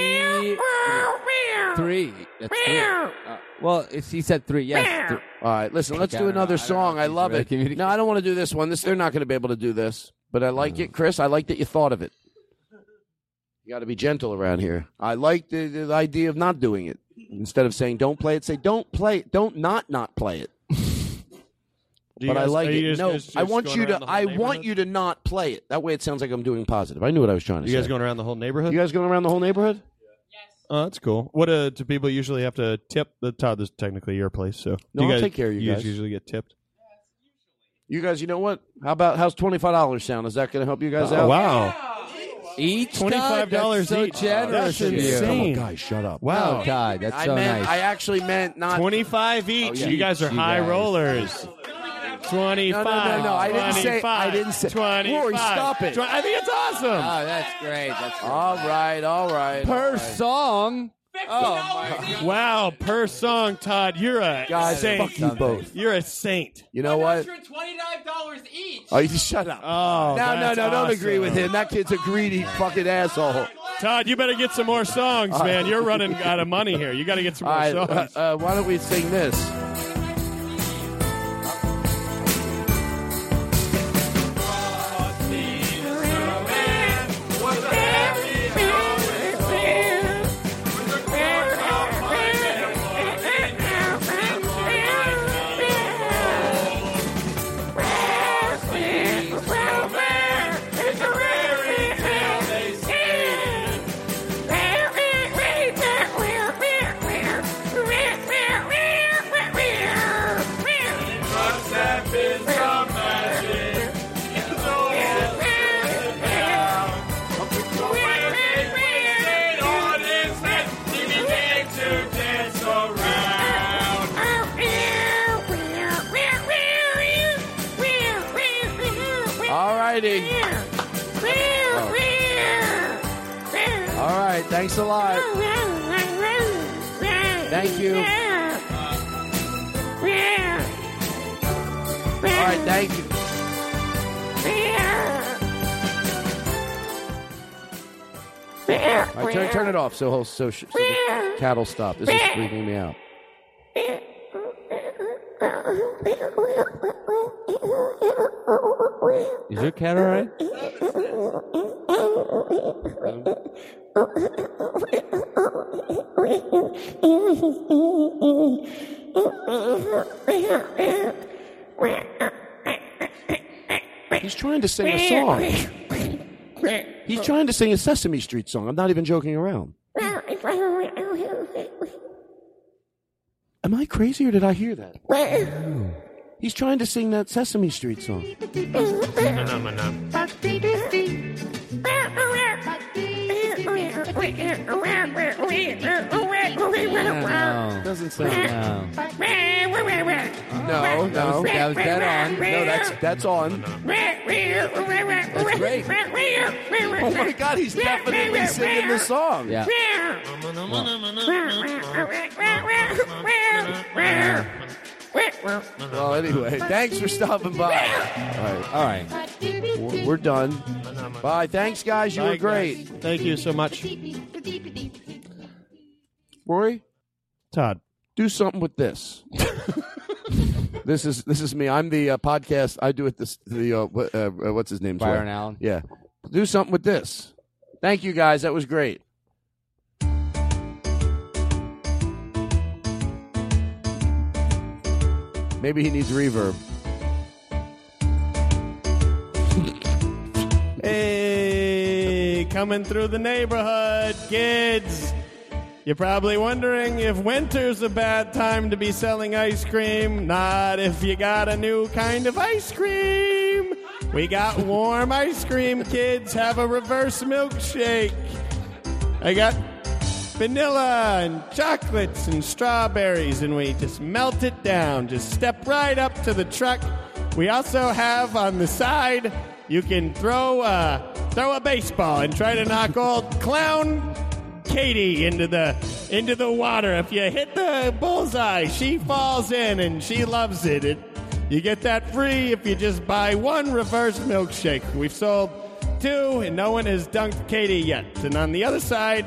Speaker 10: three. That's three. Uh, well, it's, he said three. Yes. Th-
Speaker 7: All right, listen. Let's
Speaker 10: Okay, I
Speaker 7: do
Speaker 10: don't know.
Speaker 7: another
Speaker 10: I don't
Speaker 7: song.
Speaker 10: know if
Speaker 7: I
Speaker 10: these
Speaker 7: love
Speaker 10: really
Speaker 7: it. No, I don't want to do this one. This they're not going to be able to do this. But I
Speaker 11: Uh-huh.
Speaker 7: like it, Chris. I like that you thought of it. You got to be gentle around here. I like the, the idea of not doing it. Instead of saying don't play it, say don't play it. Don't not not play it. but
Speaker 11: Do you
Speaker 7: I
Speaker 11: guys-
Speaker 7: like
Speaker 11: are you
Speaker 7: it.
Speaker 11: just-
Speaker 7: No,
Speaker 11: just-
Speaker 7: I
Speaker 11: just
Speaker 7: want
Speaker 11: going
Speaker 7: you to.
Speaker 11: around the whole
Speaker 7: I want
Speaker 11: neighborhood?
Speaker 7: you to not play it. That way, it sounds like I'm doing positive. I knew what I was trying to
Speaker 11: You
Speaker 7: say.
Speaker 11: guys going around the whole neighborhood?
Speaker 7: You guys going around the whole neighborhood?
Speaker 11: Oh, that's cool. What uh, do people usually have to tip? The Todd this is technically your place, so
Speaker 7: No,
Speaker 11: Do you
Speaker 7: I'll
Speaker 11: guys,
Speaker 7: take care of you guys.
Speaker 11: usually get tipped.
Speaker 7: You guys, you know what? How about how's twenty five dollars sound? Is that going to help you guys
Speaker 11: Oh,
Speaker 7: out?
Speaker 11: wow.
Speaker 10: Each Todd,
Speaker 11: $25
Speaker 10: that's so
Speaker 11: each.
Speaker 10: generous
Speaker 11: That's
Speaker 10: of you.
Speaker 11: insane.
Speaker 7: Come on, Oh, guys, shut up.
Speaker 11: Oh,
Speaker 7: Oh,
Speaker 10: Wow, Todd, that's
Speaker 7: I
Speaker 10: so
Speaker 7: meant,
Speaker 10: nice.
Speaker 7: I actually meant not
Speaker 11: Twenty five each.
Speaker 7: Oh, yeah.
Speaker 11: You guys are
Speaker 7: You
Speaker 11: high
Speaker 7: guys.
Speaker 11: rollers. Twenty
Speaker 7: No,
Speaker 11: five.
Speaker 7: no, no, no, I didn't say. I didn't say.
Speaker 11: Twenty.
Speaker 7: Rory, stop it.
Speaker 11: I think it's awesome.
Speaker 10: Oh, that's great. That's
Speaker 7: all right. All right.
Speaker 10: Per song. Oh, my.
Speaker 11: Wow, per song, Todd, you're a
Speaker 7: Guys,
Speaker 11: saint.
Speaker 7: fuck you both.
Speaker 11: You're a saint.
Speaker 7: You know what? Oh, you shut up.
Speaker 11: Oh,
Speaker 7: no, no,
Speaker 11: that's
Speaker 7: no! Don't agree
Speaker 11: awesome.
Speaker 7: with him. That kid's a greedy fucking asshole.
Speaker 11: Todd, you better get some more songs,
Speaker 7: All right.
Speaker 11: man. You're running out of money here. You got to get some
Speaker 7: All
Speaker 11: more
Speaker 7: right, uh,
Speaker 11: songs.
Speaker 7: uh, why don't we sing this? All righty. All right. Thanks a lot. Thank you. All right. Thank you. All right, turn, turn it off so he'll- so, sh- so the cattle stop. This is freaking me out.
Speaker 10: Is your cat all right?
Speaker 7: He's trying to sing a song. He's trying to sing a Sesame Street song. I'm not even joking around. Am I crazy or did I hear that? He's trying to sing that Sesame Street song.
Speaker 22: phenomenon.
Speaker 17: Doesn't sound.
Speaker 13: No, no.
Speaker 17: that was dead on.
Speaker 13: No, that's-
Speaker 17: that's on.
Speaker 13: That's
Speaker 17: great. Oh my God, he's definitely singing the song.
Speaker 13: Yeah.
Speaker 17: Well, anyway, thanks for stopping by. All right, all right, we're, we're done. Bye. Thanks, guys. You
Speaker 11: Bye,
Speaker 17: were great.
Speaker 11: guys. Thank you so much.
Speaker 17: Rory, Todd, do something with this. this is this is me. I'm the uh, podcast. I do it. This the uh, what, uh, uh, what's his name?
Speaker 10: Byron Allen.
Speaker 17: Yeah, do something with this. Thank you guys. That was great. Maybe he needs reverb.
Speaker 11: Hey, coming through the neighborhood, kids. You're probably wondering if winter's a bad time to be selling ice cream. Not if you got a new kind of ice cream. We got warm ice cream, kids. Have a reverse milkshake. I got vanilla and chocolates and strawberries, and we just melt it down. Just step right up to the truck. We also have on the side, you can throw a, throw a baseball and try to knock old clown Katie into the into the water. If you hit the bullseye, she falls in and she loves it. it you get that free if you just buy one reverse milkshake. We've sold two, and no one has dunked Katie yet. And on the other side,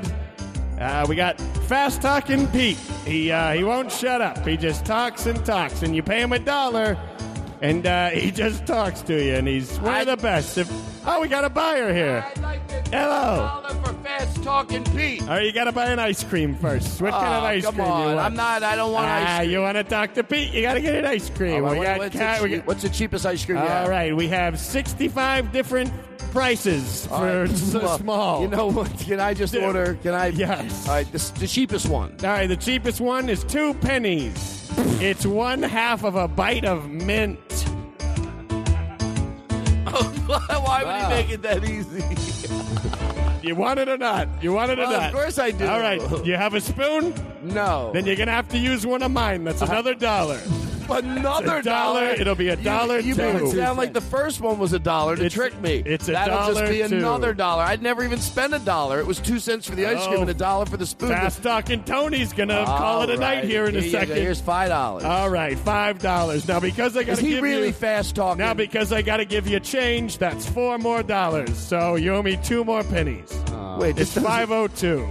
Speaker 11: uh, we got fast talking Pete. He uh, he won't shut up. He just talks and talks, and you pay him a dollar, and uh, he just talks to you, and he's one of the best. If, oh, we got a buyer here. Hello.
Speaker 7: for fast talking Pete.
Speaker 11: All right, you got to buy an ice cream first. What kind of
Speaker 7: Oh,
Speaker 11: ice
Speaker 7: come
Speaker 11: cream
Speaker 7: on.
Speaker 11: you want?
Speaker 7: I'm not- I don't want
Speaker 11: ah,
Speaker 7: ice cream.
Speaker 11: You want to talk to Pete? You got to get an ice cream.
Speaker 7: Oh,
Speaker 11: we
Speaker 7: what-
Speaker 11: got
Speaker 7: what's,
Speaker 11: cat-
Speaker 7: the
Speaker 11: we
Speaker 7: chea-
Speaker 11: got-
Speaker 7: what's the cheapest ice cream? you have?
Speaker 11: All right, we have 65 different prices
Speaker 7: All
Speaker 11: for
Speaker 7: right.
Speaker 11: s-
Speaker 7: Well,
Speaker 11: small.
Speaker 7: You know what? Can I just
Speaker 11: Dude.
Speaker 7: order? Can I?
Speaker 11: Yes.
Speaker 7: All right. This, the cheapest one.
Speaker 11: All right, the cheapest one is two pennies. it's one half of a bite of mint.
Speaker 7: Why would
Speaker 11: Wow.
Speaker 7: he make it that easy?
Speaker 11: You want it or not? You want it or
Speaker 7: Well, of
Speaker 11: not?
Speaker 7: course I do.
Speaker 11: All right, you have a spoon?
Speaker 7: No. Uh-huh.
Speaker 11: Then you're gonna have to use one of mine. That's another dollar.
Speaker 7: Another
Speaker 11: It's a dollar. It'll be a
Speaker 7: You-
Speaker 11: dollar
Speaker 7: You, made
Speaker 11: too.
Speaker 7: it sound like the first one was a dollar to
Speaker 11: It's-
Speaker 7: trick me.
Speaker 11: it's a
Speaker 7: That'll
Speaker 11: dollar
Speaker 7: just be
Speaker 11: too.
Speaker 7: another dollar. I'd never even spend a dollar. It was two cents for the ice cream
Speaker 11: Oh.
Speaker 7: and a dollar for the spoon.
Speaker 11: Fast talking Tony's gonna call it a
Speaker 7: All
Speaker 11: night
Speaker 7: right.
Speaker 11: here in a
Speaker 7: Here you go.
Speaker 11: second.
Speaker 7: Here's five dollars.
Speaker 11: All right, five dollars. Now because I gotta
Speaker 7: Is he
Speaker 11: give
Speaker 7: really
Speaker 11: you
Speaker 7: fast talking?
Speaker 11: Now because I gotta give you change, that's four more dollars. So you owe me two more pennies.
Speaker 7: Wait, this
Speaker 11: it's
Speaker 7: doesn't-
Speaker 11: five oh two.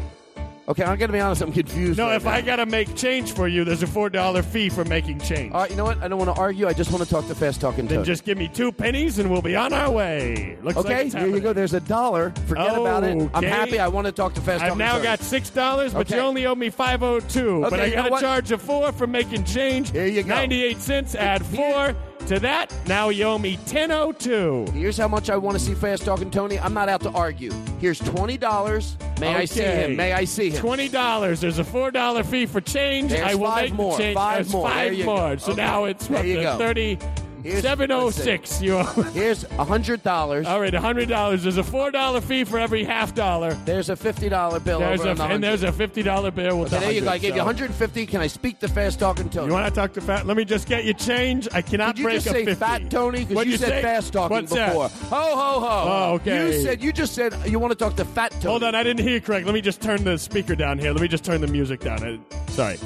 Speaker 7: Okay, I'm gonna be honest. I'm confused.
Speaker 11: No,
Speaker 7: right
Speaker 11: if
Speaker 7: now.
Speaker 11: I gotta make change for you, there's a four dollar fee for making change.
Speaker 7: All right, you know what? I don't want to argue. I just want to talk to fast talking
Speaker 11: Then
Speaker 7: Tony.
Speaker 11: just give me two pennies and we'll be on our way. Looks
Speaker 7: okay,
Speaker 11: like it's
Speaker 7: here you
Speaker 11: happening.
Speaker 7: go. There's a dollar. Forget about it. I'm
Speaker 11: Okay.
Speaker 7: happy. I want to talk to fast.
Speaker 11: I've
Speaker 7: Talking
Speaker 11: now
Speaker 7: Tony.
Speaker 11: got six dollars, but you
Speaker 7: Okay.
Speaker 11: only owe me five oh two. But
Speaker 7: Okay,
Speaker 11: I
Speaker 7: you know
Speaker 11: gotta
Speaker 7: what?
Speaker 11: charge a four for making change. Here you
Speaker 7: go.
Speaker 11: Ninety-eight cents. Add four to that. Now you owe me ten oh two.
Speaker 7: Here's how much I want to see Fast Talking Tony. I'm not out to argue. Here's twenty dollars. May I see him? May I see him?
Speaker 11: Twenty dollars. There's a four dollar fee for change.
Speaker 7: There's
Speaker 11: I will
Speaker 7: five
Speaker 11: make the
Speaker 7: more.
Speaker 11: change.
Speaker 7: Five
Speaker 11: There's
Speaker 7: more. There
Speaker 11: Five
Speaker 7: you go.
Speaker 11: more. So
Speaker 7: Okay.
Speaker 11: now it's
Speaker 7: There
Speaker 11: what
Speaker 7: you
Speaker 11: the
Speaker 7: go.
Speaker 11: thirty.
Speaker 7: Here's-
Speaker 11: Seven oh six. You. Here's
Speaker 7: a hundred dollars.
Speaker 11: All right, a hundred dollars. There's a four dollar fee for every half dollar.
Speaker 7: There's a fifty dollar bill.
Speaker 11: There's
Speaker 7: over
Speaker 11: a,
Speaker 7: on the
Speaker 11: and
Speaker 7: 100.
Speaker 11: there's a fifty dollar bill with
Speaker 7: Okay,
Speaker 11: the
Speaker 7: there you go. I gave you
Speaker 11: so-
Speaker 7: 150. Can I speak to Fast Talking Tony?
Speaker 11: You want to talk to fat? Let me just get you change. I cannot
Speaker 7: Did you
Speaker 11: break
Speaker 7: just
Speaker 11: a
Speaker 7: say
Speaker 11: 50.
Speaker 7: fat Tony? Because
Speaker 11: What'd
Speaker 7: you,
Speaker 11: you
Speaker 7: said
Speaker 11: say?
Speaker 7: fast talking
Speaker 11: What's that?
Speaker 7: before. Ho ho ho!
Speaker 11: Oh, okay.
Speaker 7: You said you just said you want to talk to fat Tony.
Speaker 11: Hold on, I didn't hear you correct. Let me just turn the speaker down here. Let me just turn the music down. I, sorry.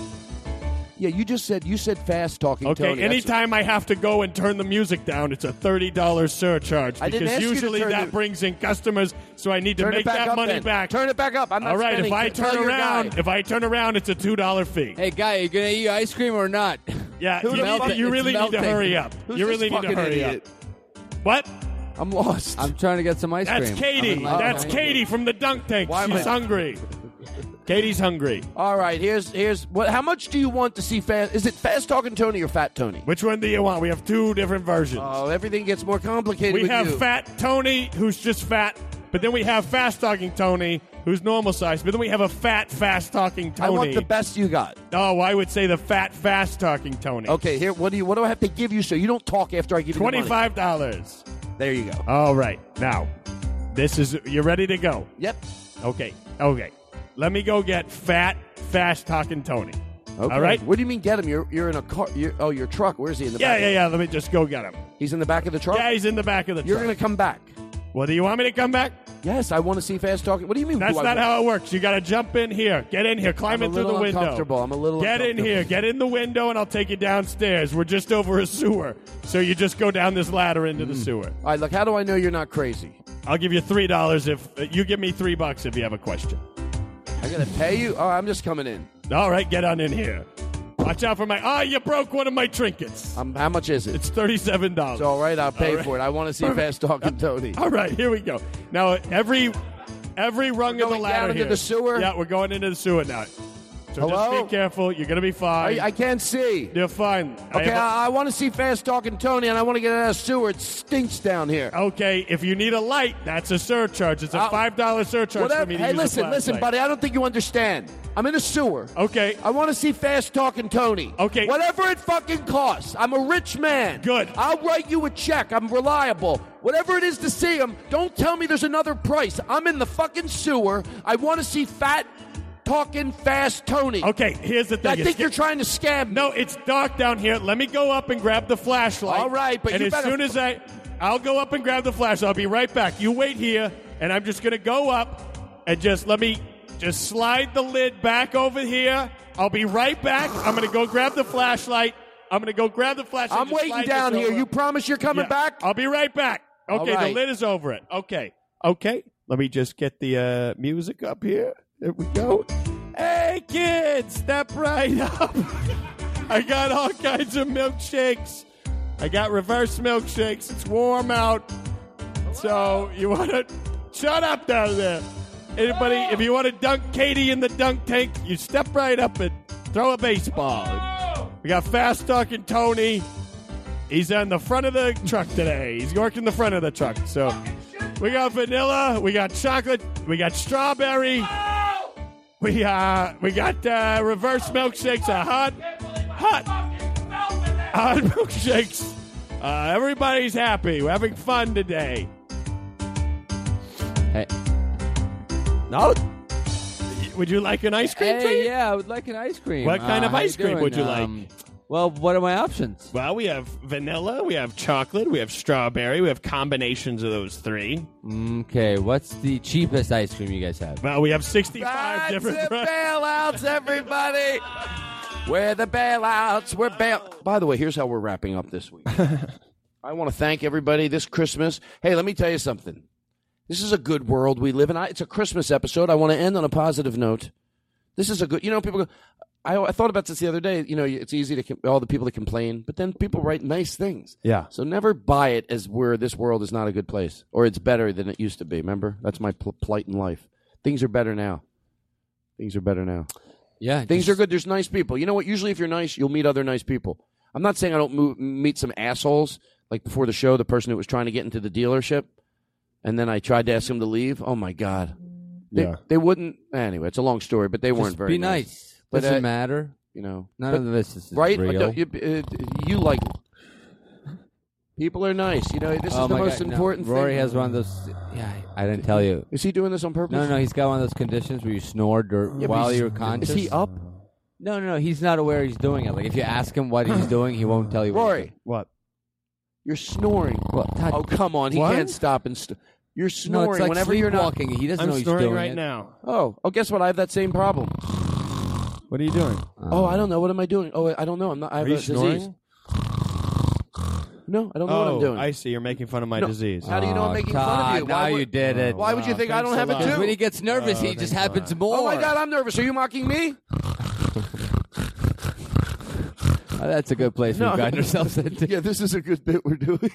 Speaker 7: Yeah, you just said you said fast talking
Speaker 11: Okay,
Speaker 7: Tony. That's-
Speaker 11: anytime I have to go and turn the music down, it's a $30 surcharge. Because
Speaker 7: I didn't ask you to
Speaker 11: usually
Speaker 7: turn
Speaker 11: that
Speaker 7: the-
Speaker 11: brings in customers, so I need to
Speaker 7: Turn it
Speaker 11: make
Speaker 7: back
Speaker 11: that
Speaker 7: up
Speaker 11: money
Speaker 7: then.
Speaker 11: back.
Speaker 7: Turn it back up. I'm not
Speaker 11: All right, if
Speaker 7: spending.
Speaker 11: I
Speaker 7: Tell
Speaker 11: turn
Speaker 7: your
Speaker 11: around,
Speaker 7: guy.
Speaker 11: if I turn around, it's a $2 fee.
Speaker 10: Hey, guy, you gonna eat ice cream or not?
Speaker 11: Yeah, you, need to- you really need to hurry up. you really need to hurry up. What?
Speaker 7: I'm lost.
Speaker 10: I'm trying to get some ice
Speaker 11: That's
Speaker 10: cream.
Speaker 11: Katie. That's Katie from the dunk tank. She's hungry. Katie's hungry.
Speaker 7: All right, here's here's what. How much do you want to see fast? Is it fast talking Tony or fat Tony?
Speaker 11: Which one do you want? We have two different versions.
Speaker 7: Oh, everything gets more complicated.
Speaker 11: we
Speaker 7: with
Speaker 11: have
Speaker 7: you.
Speaker 11: fat Tony, who's just fat, but then we have fast talking Tony, who's normal size, but then we have a fat, fast talking Tony.
Speaker 7: I want the best you got.
Speaker 11: Oh, I would say the fat, fast talking Tony.
Speaker 7: Okay, here. What do you? What do I have to give you so you don't talk after I give you the money?
Speaker 11: Twenty-five dollars.
Speaker 7: There you go.
Speaker 11: All right. Now, this is you ready to go?
Speaker 7: Yep.
Speaker 11: Okay. Okay. Let me go get fat, fast talking Tony.
Speaker 7: Okay.
Speaker 11: All right.
Speaker 7: What do you mean get him? You're you're in a car. You're, oh, your truck. Where's he in the
Speaker 11: yeah,
Speaker 7: back?
Speaker 11: yeah, yeah. Let me just go get him.
Speaker 7: He's in the back of the truck.
Speaker 11: Yeah, he's in the back of the
Speaker 7: You're
Speaker 11: truck.
Speaker 7: gonna come back.
Speaker 11: Well, do you want me to come back?
Speaker 7: Yes, I want to see fast talking. What do you mean?
Speaker 11: That's
Speaker 7: do I
Speaker 11: not
Speaker 7: want-
Speaker 11: how it works. You got to jump in here. Get in here.
Speaker 7: I'm
Speaker 11: Climb in
Speaker 7: a
Speaker 11: through the
Speaker 7: little
Speaker 11: window.
Speaker 7: uncomfortable. I'm a little
Speaker 11: Get in
Speaker 7: uncomfortable.
Speaker 11: here. Get in the window, and I'll take you downstairs. We're just over a sewer, so you just go down this ladder into the sewer.
Speaker 7: Hmm. All right. Look, how do I know you're not crazy?
Speaker 11: I'll give you three dollars if uh, you give me three bucks if you have a question.
Speaker 7: I gotta pay you. Oh, I'm just coming in.
Speaker 11: All right, get on in here. Watch out for my. Ah, you broke one of my trinkets.
Speaker 7: Um, how much is it?
Speaker 11: It's thirty-seven dollars.
Speaker 7: All right, I'll pay for it. I want to see fast talking Tony.
Speaker 11: All right, here we go. Now every every rung of the
Speaker 7: going
Speaker 11: ladder
Speaker 7: down into
Speaker 11: here-
Speaker 7: the sewer?
Speaker 11: Yeah, we're going into the sewer now. So
Speaker 7: Hello?
Speaker 11: just be careful. You're gonna be fine.
Speaker 7: I, I can't see.
Speaker 11: You're fine. I
Speaker 7: Okay,
Speaker 11: have a-
Speaker 7: I, I want to see fast talking Tony, and I want to get out of the sewer. It stinks down here.
Speaker 11: Okay, if you need a light, that's a surcharge. It's a
Speaker 7: I'll-
Speaker 11: five dollar surcharge
Speaker 7: Whatever.
Speaker 11: for me to
Speaker 7: Hey,
Speaker 11: use a
Speaker 7: listen, listen,
Speaker 11: flashlight.
Speaker 7: buddy. I don't think you understand. I'm in a sewer.
Speaker 11: Okay.
Speaker 7: I want to see fast talking Tony.
Speaker 11: Okay.
Speaker 7: Whatever it fucking costs. I'm a rich man.
Speaker 11: Good.
Speaker 7: I'll write you a check. I'm reliable. Whatever it is to see him, don't tell me there's another price. I'm in the fucking sewer. I want to see fat talking fast Tony.
Speaker 11: Okay, here's the thing.
Speaker 7: I think you're trying to scam me.
Speaker 11: No, it's dark down here. Let me go up and grab the flashlight.
Speaker 7: All right, but
Speaker 11: and
Speaker 7: you
Speaker 11: as
Speaker 7: better-
Speaker 11: soon as I, I'll go up and grab the flashlight. I'll be right back. You wait here, and I'm just gonna go up and just let me just slide the lid back over here. I'll be right back. I'm gonna go grab the flashlight. I'm gonna go grab the flashlight.
Speaker 7: I'm
Speaker 11: just slide
Speaker 7: waiting
Speaker 11: this
Speaker 7: down here.
Speaker 11: over.
Speaker 7: You promise you're coming
Speaker 11: Yeah.
Speaker 7: back?
Speaker 11: I'll be right back.
Speaker 7: All
Speaker 11: Okay, the
Speaker 7: right.
Speaker 11: lid is over it. Okay, okay. Let me just get the uh, music up here. There we go. Hey, kids, step right up. I got all kinds of milkshakes. I got reverse milkshakes. It's warm out. So you want to shut up down there. Anybody, if you want to dunk Katie in the dunk tank, you step right up and throw a baseball. We got fast talking Tony. He's on the front of the truck today. He's working the front of the truck. So we got vanilla, we got chocolate, we got strawberry. We uh we got uh, reverse milkshakes, a hot hot hot uh, milkshakes. Uh, everybody's happy. We're having fun today.
Speaker 10: Hey.
Speaker 11: No. Would you like an ice cream?
Speaker 10: Hey,
Speaker 11: treat?
Speaker 10: yeah, I would like an ice cream.
Speaker 11: What
Speaker 10: Uh,
Speaker 11: kind of
Speaker 10: how
Speaker 11: ice cream
Speaker 10: doing?
Speaker 11: would you
Speaker 10: Um, well, what are my options?
Speaker 11: Well, we have vanilla, we have chocolate, we have strawberry, we have combinations of those three.
Speaker 10: Okay, what's the cheapest ice cream you guys have?
Speaker 11: Well, we have sixty.
Speaker 7: That's
Speaker 11: different
Speaker 7: it,
Speaker 11: brands.
Speaker 7: bailouts, everybody. We're the bailouts. We're bail. By the way, here's how we're wrapping up this week. I want to thank everybody this Christmas. Hey, let me tell you something. This is a good world we live in. I, it's a Christmas episode. I want to end on a positive note. This is a good. You know, people go. I, I thought about this the other day. You know, it's easy to com- all the people that complain, but then people write nice things.
Speaker 23: Yeah.
Speaker 7: So never buy it as where this world is not a good place or it's better than it used to be. Remember, that's my pl- plight in life. Things are better now. Things are better now.
Speaker 10: Yeah,
Speaker 7: Things are good. There's nice people. You know what? Usually, if you're nice, you'll meet other nice people. I'm not saying I don't move, meet some assholes. Like before the show, the person who was trying to get into the dealership, and then I tried to ask him to leave. Oh my god! They,
Speaker 10: Yeah.
Speaker 7: they wouldn't. Anyway, it's a long story, but they weren't
Speaker 10: Just
Speaker 7: very
Speaker 10: be nice.
Speaker 7: But
Speaker 10: Doesn't
Speaker 7: uh,
Speaker 10: matter.
Speaker 7: You know,
Speaker 10: None
Speaker 7: but-
Speaker 10: of this is
Speaker 7: right.
Speaker 10: real.
Speaker 7: I don't- You, uh, you like people are nice. You know, this
Speaker 10: Oh
Speaker 7: is the
Speaker 10: my
Speaker 7: most
Speaker 10: God, no.
Speaker 7: important.
Speaker 10: Rory
Speaker 7: thing.
Speaker 10: has one of those. Yeah, I didn't tell you.
Speaker 7: Is he doing this on purpose?
Speaker 10: No, no, he's got one of those conditions where you snore dur-
Speaker 7: Yeah, but
Speaker 10: while
Speaker 7: he's-
Speaker 10: you're conscious.
Speaker 7: Is he up?
Speaker 10: No, no, no. He's not aware he's doing it. Like if you ask him what he's doing, he won't tell you.
Speaker 7: Rory,
Speaker 11: what?
Speaker 7: You're snoring. Oh come on, he
Speaker 10: What?
Speaker 7: can't stop and. St- you're
Speaker 10: No,
Speaker 7: snoring
Speaker 10: it's like
Speaker 7: whenever you're not.
Speaker 10: sleepwalking. He doesn't
Speaker 11: I'm
Speaker 10: know he's
Speaker 11: snoring
Speaker 10: doing
Speaker 11: right
Speaker 10: it.
Speaker 11: now.
Speaker 7: Oh, oh, guess what? I have that same problem.
Speaker 11: What are you doing?
Speaker 7: oh, I don't know. What am I doing? Oh, I don't know. I'm not. I have
Speaker 11: Are you
Speaker 7: a disease.
Speaker 11: snoring?
Speaker 7: No, I don't know what I'm
Speaker 11: Oh,
Speaker 7: doing.
Speaker 11: I see. You're making fun of my
Speaker 7: No.
Speaker 11: disease.
Speaker 7: How do you know I'm making fun of you?
Speaker 10: now
Speaker 7: Why would-
Speaker 10: you did it.
Speaker 7: Why would you
Speaker 10: Wow,
Speaker 7: think I
Speaker 10: thanks
Speaker 7: don't
Speaker 10: a
Speaker 7: have it
Speaker 10: lot.
Speaker 7: too?
Speaker 10: 'Cause when he gets nervous, Oh, he just thanks a happens lot. more.
Speaker 7: Oh my god, I'm nervous. Are you mocking me?
Speaker 10: Oh, that's a good place we've gotten ourselves into.
Speaker 7: Yeah, this is a good bit we're doing.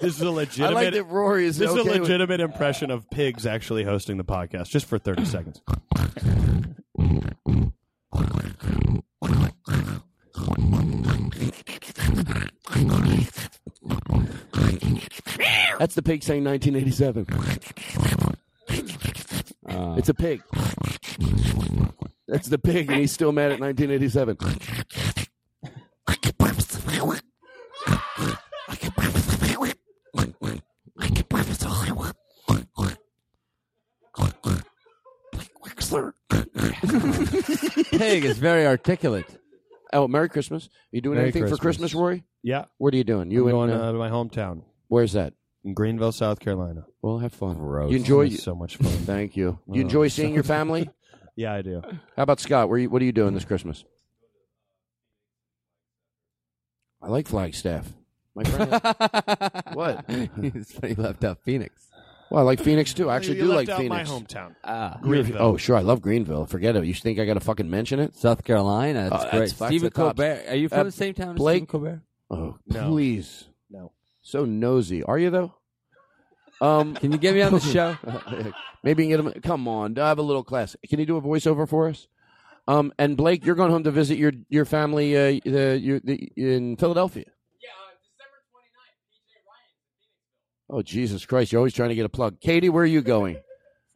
Speaker 11: This is a legitimate.
Speaker 7: I like that Rory is
Speaker 11: This
Speaker 7: okay
Speaker 11: is a
Speaker 7: with-
Speaker 11: legitimate impression of pigs actually hosting the podcast, just for thirty seconds.
Speaker 7: That's the pig saying 1987.
Speaker 10: Uh.
Speaker 7: it's a pig. That's the pig, and he's still mad at 1987. Chrysler.
Speaker 10: Pig is very articulate.
Speaker 7: Oh, Merry Christmas. You doing
Speaker 11: Merry
Speaker 7: anything for Christmas, Rory?
Speaker 11: Yeah.
Speaker 7: What are you doing? You
Speaker 11: I'm
Speaker 7: in,
Speaker 11: going
Speaker 7: uh,
Speaker 11: uh, to my hometown.
Speaker 7: Where's that?
Speaker 11: In Greenville, South Carolina.
Speaker 7: Well, have fun.
Speaker 11: Gross.
Speaker 7: You enjoy-
Speaker 11: It's so much fun.
Speaker 7: Thank you. You enjoy seeing your family?
Speaker 11: yeah, I do.
Speaker 7: How about Scott? Where you, what are you doing this Christmas? I like Flagstaff. My friend. what?
Speaker 10: he left out Phoenix.
Speaker 7: Well, I like Phoenix too. I actually
Speaker 11: You
Speaker 7: do like
Speaker 11: left out my
Speaker 7: Phoenix.
Speaker 11: hometown.
Speaker 10: Ah.
Speaker 7: Greenville. Oh, sure. I love Greenville. Forget it. You think I got to fucking mention it?
Speaker 10: South Carolina.
Speaker 7: Oh,
Speaker 10: That's
Speaker 7: that's
Speaker 10: great.
Speaker 7: fucked
Speaker 10: Stephen
Speaker 7: the cops.
Speaker 10: Colbert. Are you from
Speaker 7: Uh,
Speaker 10: the same town as
Speaker 7: Blake-
Speaker 10: Stephen Colbert?
Speaker 7: Oh,
Speaker 10: No.
Speaker 7: please.
Speaker 11: No.
Speaker 7: So nosy. Are you though? Um,
Speaker 10: can you get me on the show?
Speaker 7: Maybe you can get him. Come on, I have a little class. Can you do a voiceover for us? Um, and Blake, you're going home to visit your your family uh, the, your, the, in Philadelphia. Oh Jesus Christ! You're always trying to get a plug. Katie, where are you going?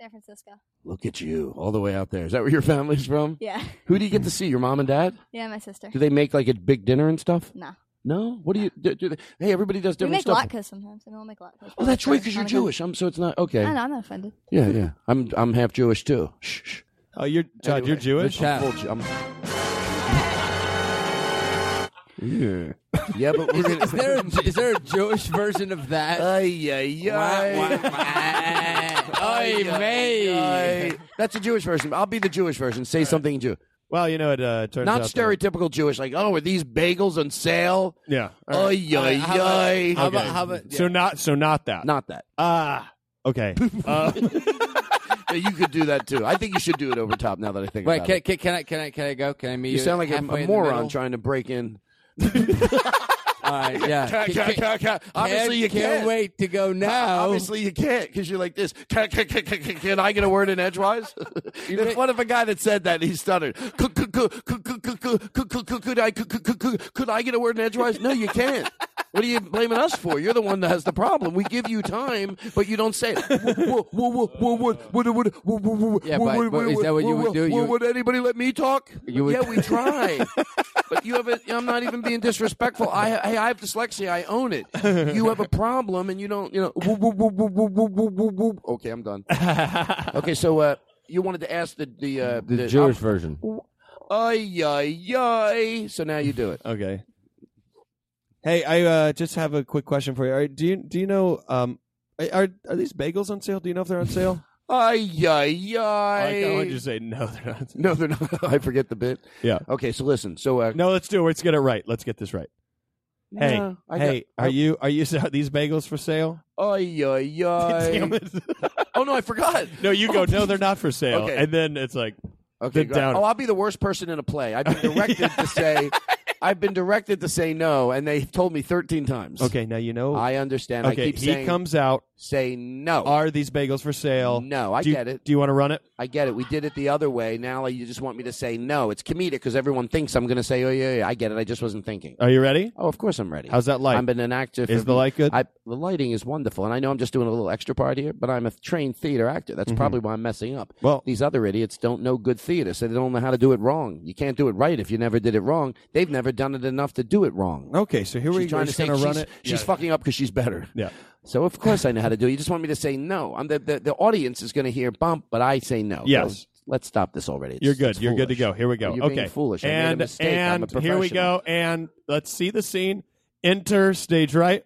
Speaker 20: San Francisco.
Speaker 7: Look at you, all the way out there. Is that where your family's from?
Speaker 20: Yeah.
Speaker 7: Who do you get to see? Your mom and dad?
Speaker 20: Yeah, my sister.
Speaker 7: Do they make like a big dinner and stuff?
Speaker 20: Nah.
Speaker 7: No. What do you do? do they, hey, everybody does
Speaker 20: We
Speaker 7: different
Speaker 20: make
Speaker 7: stuff.
Speaker 20: latkes sometimes. I don't make latkes.
Speaker 7: Oh, that's right, because
Speaker 20: Not
Speaker 7: you're
Speaker 20: a-
Speaker 7: Jewish. I'm so it's not okay.
Speaker 20: I know, I'm not offended.
Speaker 7: Yeah, yeah. I'm I'm half Jewish too. Shh. shh.
Speaker 11: Oh, you're Todd. you're Jewish.
Speaker 7: I'm full Ju- I'm- yeah. yeah, but we're gonna,
Speaker 10: Is there, a, is there a Jewish version of that?
Speaker 7: Ay, ay,
Speaker 10: ay. Oy, mate.
Speaker 7: I- that's a Jewish version. I'll be the Jewish version. Say something in Jew.
Speaker 11: Well, you know it uh, turns
Speaker 7: Not
Speaker 11: out. that-
Speaker 7: stereotypical Jewish, like oh, are these bagels on sale?
Speaker 11: Yeah.
Speaker 7: Ay, ay, ay.
Speaker 11: Okay. So not so not that.
Speaker 7: Not that.
Speaker 11: Ah. okay. Uh,
Speaker 7: Yeah, you could do that too. I think you should do it over top. Now that I think
Speaker 10: Wait,
Speaker 7: about
Speaker 10: can,
Speaker 7: it,
Speaker 10: can, can I can I can I go? Can I meet
Speaker 7: you,
Speaker 10: you?
Speaker 7: sound like a,
Speaker 10: halfway
Speaker 7: a
Speaker 10: in the middle?
Speaker 7: moron trying to break in.
Speaker 10: All right, yeah.
Speaker 7: Ca- ca- ca- ca- Obviously, you
Speaker 10: can't
Speaker 7: can't
Speaker 10: wait to go now.
Speaker 7: Obviously, you can't because you're like this. Ca- ca- ca- ca- ca- Can I get a word in edgewise? If- What if a guy that said that he stuttered? Coo- coo- coo- coo- coo- coo- coo- coo- coo- coo- Could I coo- coo- coo- coo- could I get a word in edgewise? No, you can't. What are you blaming us for? You're the one that has the problem. We give you time, but you don't say. it. Wha- wha- wha- wha- wha- wha- wha- wha- wha- wha- wha-
Speaker 10: Yeah,
Speaker 7: wha-
Speaker 10: but-
Speaker 7: wha-
Speaker 10: but is
Speaker 7: wha-
Speaker 10: that what you
Speaker 7: wha-
Speaker 10: would do?
Speaker 7: wha-
Speaker 10: You would-
Speaker 7: Would anybody let me talk?
Speaker 10: You would-
Speaker 7: Yeah, we try. But you have a, I'm not even being disrespectful. I hey, I have dyslexia. I own it. You have a problem, and you don't. You know. whoop, whoop, whoop, whoop, whoop, whoop, whoop, whoop, whoop. Okay, I'm done. Okay, so uh, you wanted to ask the the uh,
Speaker 10: The Jewish version.
Speaker 7: Ay ay ay. So now you do it.
Speaker 11: Okay. Hey, I uh, just have a quick question for you. Are, do you do you know um are are these bagels on sale? Do you know if they're on sale?
Speaker 7: Ay ay
Speaker 11: I
Speaker 7: ay.
Speaker 11: kinda wanted you to say no, they're not.
Speaker 7: No, they're not. I forget the bit.
Speaker 11: Yeah.
Speaker 7: Okay, so listen. So uh,
Speaker 11: No, let's do it. Let's get it right. Let's get this right. Hey,
Speaker 7: No, I
Speaker 11: hey,
Speaker 7: got-
Speaker 11: are you are you are these bagels for sale?
Speaker 7: ay ay ay.
Speaker 11: Damn it.
Speaker 7: Oh no, I forgot.
Speaker 11: No, you go. No, they're not for sale.
Speaker 7: Okay.
Speaker 11: And then it's like,
Speaker 7: Okay,
Speaker 11: then
Speaker 7: great.
Speaker 11: down.
Speaker 7: Oh, I'll be the worst person in a play. I've been directed to say, I've been directed to say no, and they've told me thirteen times.
Speaker 11: okay, now you know.
Speaker 7: I understand.
Speaker 11: okay,
Speaker 7: I keep
Speaker 11: he
Speaker 7: saying,
Speaker 11: comes out.
Speaker 7: say no.
Speaker 11: Are these bagels for sale?
Speaker 7: No, I
Speaker 11: Do you-
Speaker 7: get it.
Speaker 11: Do you want to run it?
Speaker 7: I get it. We did it the other way. Now like, you just want me to say no. It's comedic because everyone thinks I'm going to say, oh yeah, yeah. I get it. I just wasn't thinking.
Speaker 11: Are you ready?
Speaker 7: Oh, of course I'm ready.
Speaker 11: How's that light?
Speaker 7: I've been an actor.
Speaker 11: Is
Speaker 7: for-
Speaker 11: the light good?
Speaker 7: I, the lighting is wonderful, and I know I'm just doing a little extra part here, but I'm a trained theater actor. That's probably why I'm messing up.
Speaker 11: Mm-hmm. Well,
Speaker 7: these other idiots don't know good theater, so they don't know how to do it wrong. You can't do it right if you never did it wrong. They've never done it enough to do it wrong.
Speaker 11: Okay, so here
Speaker 7: she's
Speaker 11: we go.
Speaker 7: Trying to
Speaker 11: She's
Speaker 7: say
Speaker 11: gonna run
Speaker 7: she's,
Speaker 11: it.
Speaker 7: She's
Speaker 11: Yeah.
Speaker 7: fucking up because she's better.
Speaker 11: Yeah.
Speaker 7: So of course I know how to do it. You just want me to say no. I'm the the, the audience is going to hear bump, but I say no.
Speaker 11: Yes.
Speaker 7: So let's stop this already. It's-
Speaker 11: You're good.
Speaker 7: it's
Speaker 11: You're good to
Speaker 7: foolish. Oh,
Speaker 11: go. Here we go.
Speaker 7: You're
Speaker 11: okay.
Speaker 7: being foolish. I made a
Speaker 11: And
Speaker 7: mistake. I'm
Speaker 11: and
Speaker 7: a
Speaker 11: here we go. And let's see the scene. Enter stage right.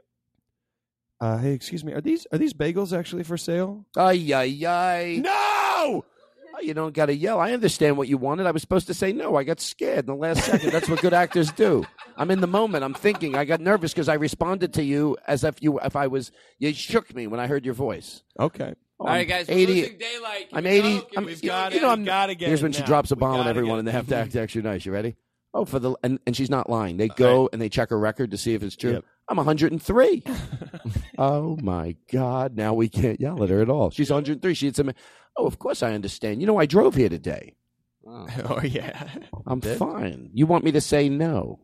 Speaker 11: Uh, hey, excuse me. Are these are these bagels actually for sale?
Speaker 7: Ay, ay, ay. Oh,
Speaker 11: No!
Speaker 7: You don't got to yell. I understand what you wanted. I was supposed to say no. I got scared in the last second. That's what good actors do. I'm in the moment. I'm thinking. I got nervous because I responded to you as if you if I was you shook me when I heard your voice.
Speaker 11: Okay.
Speaker 7: Oh,
Speaker 10: All right,
Speaker 7: I'm
Speaker 10: guys, we're
Speaker 7: 80
Speaker 10: losing daylight. Can
Speaker 7: I'm
Speaker 10: we
Speaker 7: 80.
Speaker 10: go? Can
Speaker 7: I'm,
Speaker 10: we
Speaker 7: you
Speaker 10: go?
Speaker 7: know,
Speaker 10: Can we
Speaker 7: I'm-
Speaker 10: gotta get
Speaker 7: Here's
Speaker 10: it
Speaker 7: when she
Speaker 10: now.
Speaker 7: drops a
Speaker 10: We
Speaker 7: bomb on
Speaker 10: gotta
Speaker 7: everyone, and they have to act extra nice. You ready? Oh, for the and, and she's not lying. They go and they check her record to see if it's true. I'm 103. oh my God! Now we can't yell at her at all. She's 103. She had some. Oh, of course I understand. You know I drove here today.
Speaker 11: Oh yeah.
Speaker 7: I'm fine. You want me to say no?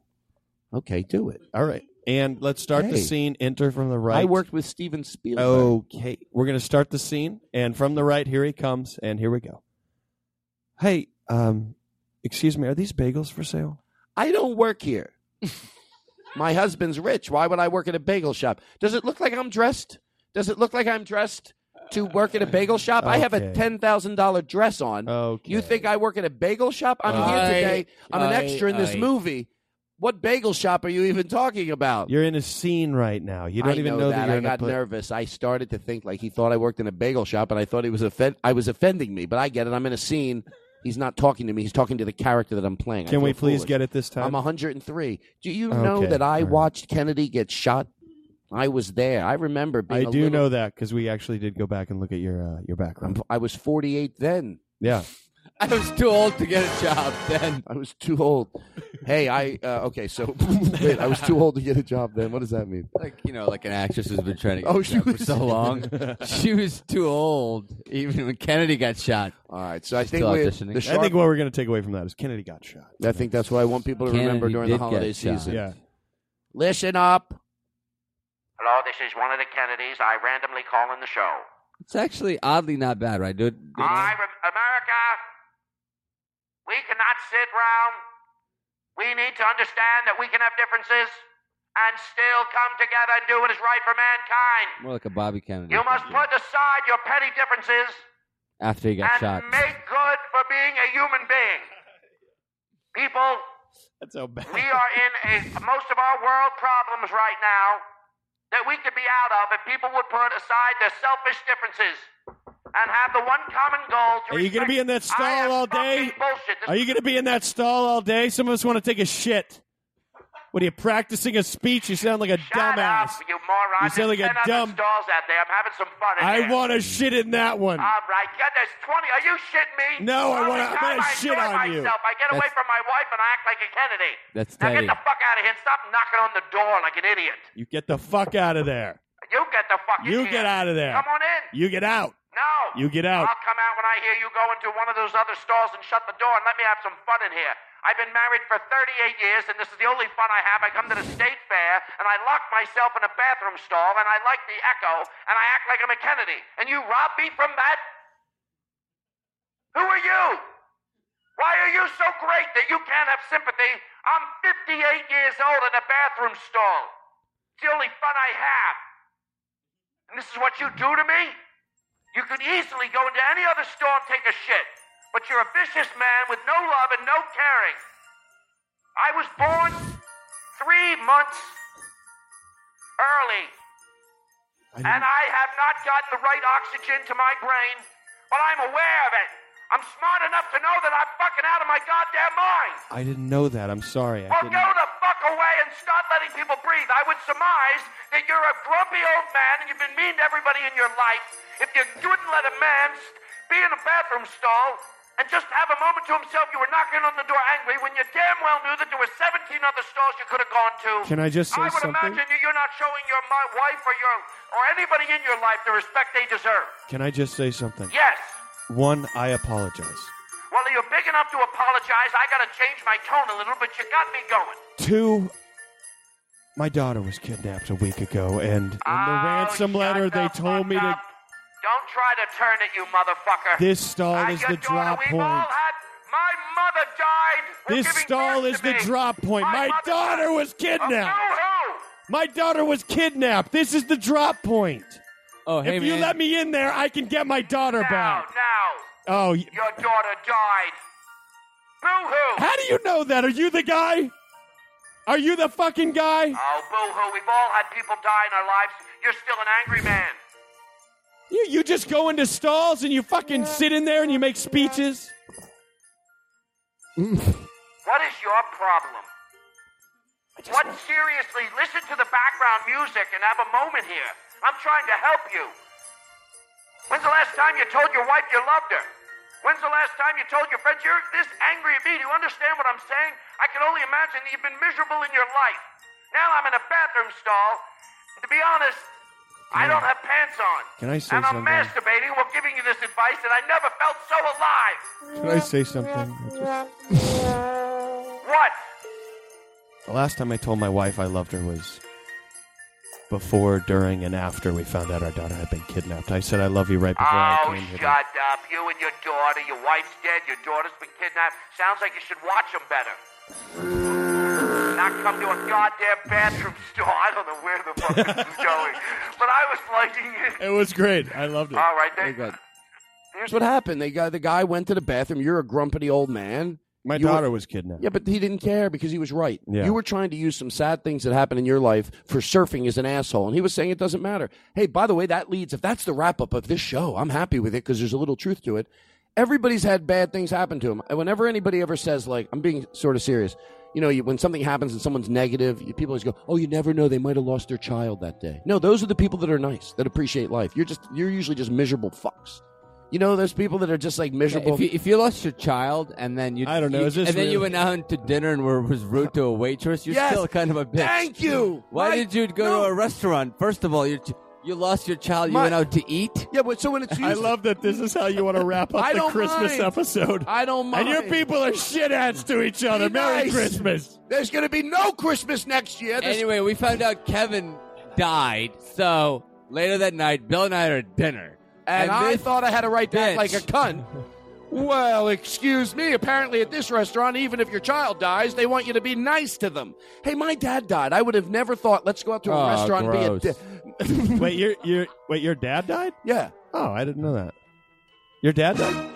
Speaker 7: Okay, do it.
Speaker 11: All right. And let's start the
Speaker 7: Hey.
Speaker 11: scene. Enter from the right.
Speaker 7: I worked with Steven Spielberg.
Speaker 11: Okay. We're gonna start the scene, and from the right, here he comes, and here we go. Hey, um, excuse me. Are these bagels for sale?
Speaker 7: I don't work here. My husband's rich. Why would I work at a bagel shop? Does it look like I'm dressed? Does it look like I'm dressed? to work at a bagel shop? I have a
Speaker 24: Okay.
Speaker 7: ten thousand dollar dress on. You think I work at a bagel shop? I'm
Speaker 24: Aye,
Speaker 7: here today. I'm an
Speaker 24: aye,
Speaker 7: extra in this
Speaker 24: aye.
Speaker 7: movie. What bagel shop are you even talking about?
Speaker 11: You're in a scene right now. You don't
Speaker 7: I
Speaker 11: even
Speaker 7: know
Speaker 11: know, that,
Speaker 7: that.
Speaker 11: you're
Speaker 7: I
Speaker 11: in a
Speaker 7: got
Speaker 11: pla-
Speaker 7: nervous. I started to think like he thought I worked in a bagel shop, and I thought he was offend. I was offending me, but I get it. I'm in a scene. He's not talking to me. He's talking to the character that I'm playing. I
Speaker 11: Can we
Speaker 7: feel
Speaker 11: please
Speaker 7: foolish.
Speaker 11: get it this time?
Speaker 7: I'm 103. Do you know
Speaker 11: Okay,
Speaker 7: that I
Speaker 11: all right.
Speaker 7: watched Kennedy get shot? I was there. I remember.
Speaker 11: I
Speaker 7: Being a
Speaker 11: do
Speaker 7: little-
Speaker 11: know that because we actually did go back and look at your uh, your background.
Speaker 7: I was 48 then.
Speaker 11: Yeah.
Speaker 7: I was too old to get a job then. I was too old. Hey, I uh, okay. So wait, I was too old to get a job then. What does that mean?
Speaker 10: Like you know, like an actress who's been trying to get
Speaker 7: Oh,
Speaker 10: a
Speaker 7: she
Speaker 10: job for
Speaker 7: was-
Speaker 10: so long. she was too old, even when Kennedy got shot.
Speaker 7: All right, so I
Speaker 10: She's
Speaker 7: think
Speaker 10: still
Speaker 7: we-
Speaker 10: auditioning.
Speaker 7: the
Speaker 11: I think what we're going to take away from that is Kennedy got shot.
Speaker 7: I think that's what I want people to remember
Speaker 11: Kennedy
Speaker 7: during the
Speaker 11: did get
Speaker 7: holiday
Speaker 11: shot.
Speaker 7: season.
Speaker 11: Yeah.
Speaker 7: Listen up.
Speaker 5: Hello, this is one of the Kennedys. I randomly call in the show.
Speaker 10: It's actually oddly not bad, right, dude?
Speaker 5: I rem- America, we cannot sit round. We need to understand that we can have differences and still come together and do what is right for mankind.
Speaker 10: More like a Bobby Kennedy.
Speaker 5: You must put aside your petty differences
Speaker 10: after he got
Speaker 5: and
Speaker 10: shot.
Speaker 5: make good for being a human being. People,
Speaker 11: That's how bad.
Speaker 5: we are in a most of our world problems right now that we could be out of if people would put aside their selfish differences and have the one common goal to
Speaker 11: Are you going to be in that stall all day?
Speaker 5: bullshit.
Speaker 11: Are you going to be in that stall all day? Some of us want to take a shit. What are you practicing a speech? You sound like a
Speaker 5: Shut
Speaker 11: dumbass.
Speaker 5: up, you moron.
Speaker 11: You sound like
Speaker 5: There's 10
Speaker 11: a
Speaker 5: other
Speaker 11: dumb-
Speaker 5: stalls out there. I'm having some fun in here.
Speaker 11: I want to shit in that one.
Speaker 5: All right, God, there's 20. Are you shitting me?
Speaker 11: No, I
Speaker 5: All
Speaker 11: wanna-
Speaker 5: the
Speaker 11: I'm gonna
Speaker 5: time I
Speaker 11: shit
Speaker 5: enjoy
Speaker 11: on you.
Speaker 5: myself. I get away
Speaker 11: That's-
Speaker 5: from my wife and I act like a Kennedy.
Speaker 11: That's
Speaker 5: now
Speaker 11: Teddy.
Speaker 5: get the fuck out of here and stop knocking on the door like an idiot.
Speaker 11: You get the fuck out of there.
Speaker 5: You get the fuck in
Speaker 11: You
Speaker 5: here.
Speaker 11: get out of there.
Speaker 5: Come on in.
Speaker 11: You get out.
Speaker 5: No.
Speaker 11: You get out.
Speaker 5: I'll come out when I hear you go into one of those other stalls and shut the door and let me have some fun in here. I've been married for 38 years, and this is the only fun I have. I come to the state fair, and I lock myself in a bathroom stall, and I like the echo, and I act like I'm a Kennedy. And you rob me from that? Who are you? Why are you so great that you can't have sympathy? I'm 58 years old in a bathroom stall. It's the only fun I have. And this is what you do to me? You could easily go into any other store and take a shit, but you're a vicious man with no love and no caring. I was born three months early, and I have not gotten the right oxygen to my brain, but I'm aware of it. I'm smart enough to know that I'm fucking out of my goddamn mind.
Speaker 11: I didn't know that. I'm sorry. I
Speaker 5: Well,
Speaker 11: didn't.
Speaker 5: go the fuck away and stop letting people breathe. I would surmise that you're a grumpy old man and you've been mean to everybody in your life. If you wouldn't let a man st- be in a bathroom stall and just have a moment to himself, you were knocking on the door angry when you damn well knew that there were 17 other stalls you could have gone to.
Speaker 11: Can I just say
Speaker 5: I would
Speaker 11: something?
Speaker 5: imagine you, you're not showing your mi- wife or your or anybody in your life the respect they deserve.
Speaker 11: Can I just say something?
Speaker 5: Yes.
Speaker 11: One, I apologize.
Speaker 5: Well, you're big enough to apologize. I got to change my tone a little, but you got me going.
Speaker 11: Two, my daughter was kidnapped a week ago, and in the ransom letter, they told me to.
Speaker 5: Don't try to turn it, you motherfucker.
Speaker 11: This stall
Speaker 5: I
Speaker 11: is
Speaker 5: just
Speaker 11: the
Speaker 5: don't know.
Speaker 11: drop
Speaker 5: We've
Speaker 11: point.
Speaker 5: all had- my mother died. for
Speaker 11: This
Speaker 5: giving
Speaker 11: stall
Speaker 5: birth
Speaker 11: is
Speaker 5: to
Speaker 11: the
Speaker 5: me.
Speaker 11: drop point. My
Speaker 5: mother
Speaker 11: daughter
Speaker 5: died.
Speaker 11: was kidnapped.
Speaker 5: Of who?
Speaker 11: My daughter was kidnapped. This is the drop point.
Speaker 10: Oh, hey,
Speaker 11: if you
Speaker 10: man.
Speaker 11: let me in there, I can get my daughter back.
Speaker 5: Now,
Speaker 11: Oh, y-
Speaker 5: your daughter died. Boo-hoo.
Speaker 11: how do you know that? Are you the guy? Are you the fucking guy?
Speaker 5: Oh, boo-hoo. We've all had people die in our lives. You're still an angry man.
Speaker 11: You, you just go into stalls and you fucking sit in there and you make speeches?
Speaker 5: What is your problem? What seriously? Listen to the background music and have a moment here. I'm trying to help you. When's the last time you told your wife you loved her? When's the last time you told your friends you're this angry at me? Do you understand what I'm saying? I can only imagine that you've been miserable in your life. Now I'm in a bathroom stall. To be honest, I don't have pants on.
Speaker 11: Can I say
Speaker 5: and I'm
Speaker 11: something?
Speaker 5: masturbating while giving you this advice, and I never felt so alive.
Speaker 11: Can I say something?
Speaker 5: What?
Speaker 11: The last time I told my wife I loved her was before, during, and after we found out our daughter had been kidnapped. I said I love you right before
Speaker 5: Oh,
Speaker 11: I came here.
Speaker 5: shut up. You and your daughter. Your wife's dead. Your daughter's been kidnapped. Sounds like you should watch them better. not come to a goddamn bathroom stall. I don't know where the fuck this is going, but I was liking it.
Speaker 11: It was great. I loved it.
Speaker 5: All right, they,
Speaker 7: Here's what happened. They got the guy went to the bathroom. You're a grumpy old man.
Speaker 11: My
Speaker 7: You were-
Speaker 11: daughter was kidnapped.
Speaker 7: Yeah, but he didn't care because he was right.
Speaker 11: Yeah.
Speaker 7: You were trying to use some sad things that happened in your life for surfing as an asshole, and he was saying it doesn't matter. Hey, by the way, that leads, if that's the wrap up of this show, I'm happy with it because there's a little truth to it. Everybody's had bad things happen to him. And whenever anybody ever says, like, I'm being sort of serious, you know, you, when something happens and someone's negative, you, people always go, oh, you never know, they might have lost their child that day. No, those are the people that are nice, that appreciate life. You're just, you're usually just miserable fucks. You know, those people that are just like miserable.
Speaker 10: If you, if you lost your child and then you,
Speaker 7: I don't know,
Speaker 10: you-
Speaker 7: is this
Speaker 10: and then
Speaker 7: real?
Speaker 10: you went out to dinner and were was rude to a waitress, you're
Speaker 7: Yes.
Speaker 10: still kind of a bitch.
Speaker 7: Thank you.
Speaker 10: Why
Speaker 7: My-
Speaker 10: did you go to a restaurant? First of all, you you lost your child. You
Speaker 7: My-
Speaker 10: went out to eat.
Speaker 7: Yeah, but so when it's
Speaker 10: I love
Speaker 11: that this is how you want to wrap
Speaker 10: I
Speaker 11: up the
Speaker 10: don't
Speaker 11: Christmas
Speaker 10: mind.
Speaker 11: episode.
Speaker 7: I don't mind.
Speaker 11: And your people are shitheads to each other.
Speaker 7: Be
Speaker 11: Merry
Speaker 7: nice.
Speaker 11: Christmas.
Speaker 7: There's going to be no Christmas next year. There's-
Speaker 10: Anyway, we found out Kevin died. So later that night, Bill and I are at dinner,
Speaker 7: and, I
Speaker 10: this
Speaker 7: thought I had a right to act
Speaker 10: bitch-
Speaker 7: like a cunt. Well, excuse me. Apparently, at this restaurant, even if your child dies, they want you to be nice to them. Hey, my dad died. I would have never thought. Let's go out to a
Speaker 11: Oh,
Speaker 7: restaurant and be a.
Speaker 11: gross. wait, your your wait, your dad died?
Speaker 7: Yeah.
Speaker 11: Oh, I didn't know that. Your dad died?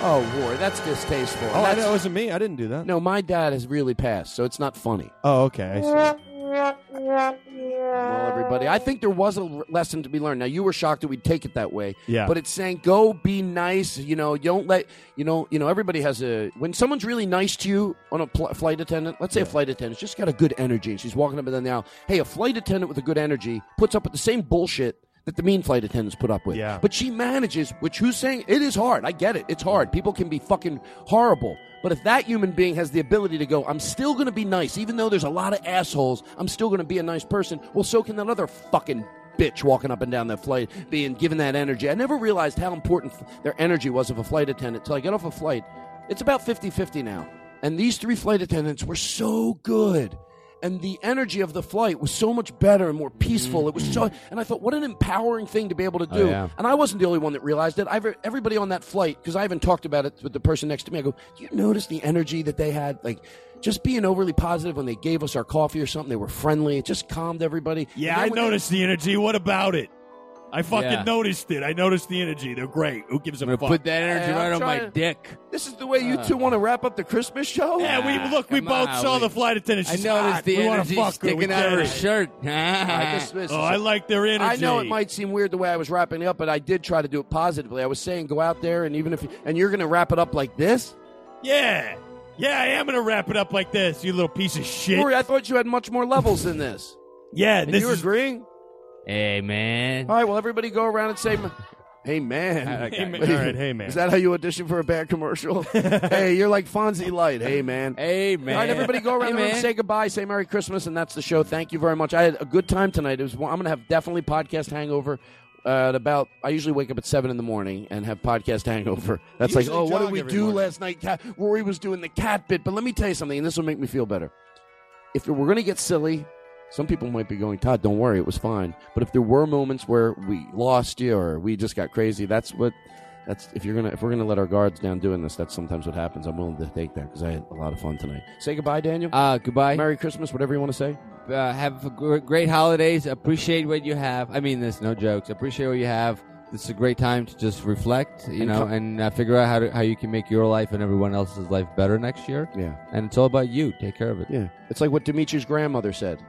Speaker 7: Oh, war. That's distasteful.
Speaker 11: Oh, I
Speaker 7: That's-
Speaker 11: know it wasn't me. I didn't do that.
Speaker 7: No, my dad has really passed, so it's not funny.
Speaker 11: Oh, okay. I see.
Speaker 7: Well, everybody, I think there was a l- lesson to be learned. Now, you were shocked that we'd take it that way.
Speaker 11: Yeah.
Speaker 7: But it's saying, go be nice. You know, you don't let, you know, you know, everybody has a, when someone's really nice to you on a pl- flight attendant, let's say a flight attendant's just got a good energy and she's walking up and down the aisle. Hey, a flight attendant with a good energy puts up with the same bullshit that the mean flight attendants put up with. Yeah. But she manages, which who's saying it is hard. I get it. It's hard. People can be fucking horrible. But if that human being has the ability to go, I'm still going to be nice, even though there's a lot of assholes, I'm still going to be a nice person, well, so can that other fucking bitch walking up and down that flight being given that energy. I never realized how important f- their energy was of a flight attendant till I got off a flight. It's about 50 50 now. And these three flight attendants were so good and the energy of the flight was so much better and more peaceful. It was so, and I thought, what an empowering thing to be able to do.
Speaker 10: Mm-hmm. Oh, yeah.
Speaker 7: And I wasn't the only one that realized it. I've, everybody on that flight, because I haven't talked about it with the person next to me. I go, do you notice the energy that they had? Like, just being overly positive when they gave us our coffee or something. They were friendly. It just calmed everybody.
Speaker 11: Yeah,
Speaker 7: And then
Speaker 11: I
Speaker 7: when they-
Speaker 11: noticed the energy. What about it? I fucking
Speaker 7: Yeah.
Speaker 11: noticed it. I noticed the energy. They're great. Who gives a
Speaker 10: I'm gonna
Speaker 11: fuck?
Speaker 10: put that energy right on my dick.
Speaker 7: This is the way you two want to wrap up the Christmas show?
Speaker 11: Yeah, we look. We
Speaker 10: come
Speaker 11: both
Speaker 10: on,
Speaker 11: saw
Speaker 10: we-
Speaker 11: the flight attendant.
Speaker 10: I
Speaker 11: She's
Speaker 10: noticed
Speaker 11: hot.
Speaker 10: the
Speaker 11: we wanna
Speaker 10: energy
Speaker 11: fuck her. We
Speaker 10: sticking out of
Speaker 11: get
Speaker 10: her
Speaker 11: it.
Speaker 10: shirt.
Speaker 7: I dismissed
Speaker 11: Oh,
Speaker 7: it.
Speaker 11: I like their energy.
Speaker 7: I know it might seem weird the way I was wrapping it up, but I did try to do it positively. I was saying go out there and even if you, and you're going to wrap it up like this?
Speaker 11: Yeah, yeah. I am gonna wrap it up like this. You little piece of shit.
Speaker 7: Rory, I thought you had much more levels than this.
Speaker 11: yeah,
Speaker 7: and
Speaker 11: this
Speaker 7: you
Speaker 11: is
Speaker 7: agreeing?
Speaker 10: Hey man.
Speaker 7: All right, well everybody go around and say Hey man.
Speaker 10: Hey, man.
Speaker 7: Wait,
Speaker 10: All right, hey, man.
Speaker 7: Is that how you audition for a bad commercial? hey, you're like Fonzie Light. Hey man.
Speaker 10: Hey man.
Speaker 7: All right, everybody go around
Speaker 10: Hey,
Speaker 7: the room,
Speaker 10: man.
Speaker 7: say goodbye, say Merry Christmas, and that's the show. Thank you very much. I had a good time tonight. It was, I'm going to have definitely podcast hangover. Uh, at about, I usually wake up at seven in the morning and have podcast hangover. That's like,
Speaker 11: Usually
Speaker 7: oh, what
Speaker 11: jog
Speaker 7: did we
Speaker 11: every
Speaker 7: do
Speaker 11: morning.
Speaker 7: last night? Cat- Rory was doing the cat bit, but let me tell you something, and this will make me feel better. If we're going to get silly, some people might be going, Todd, don't worry, it was fine. But if there were moments where we lost you or we just got crazy, that's what. That's if you're gonna if we're gonna let our guards down doing this. That's sometimes what happens. I'm willing to take that because I had a lot of fun tonight. Say goodbye, Daniel.
Speaker 10: Uh, goodbye.
Speaker 7: Merry Christmas, whatever you want to say.
Speaker 10: uh, have a gr- great holidays. Appreciate what you have. I mean, this no jokes. Appreciate what you have. This is a great time to just reflect, you
Speaker 7: And
Speaker 10: know,
Speaker 7: co-
Speaker 10: and uh, figure out how to, how you can make your life and everyone else's life better next year.
Speaker 7: Yeah,
Speaker 10: and it's all about you. Take care of it.
Speaker 7: Yeah, it's like what Dimitri's grandmother said.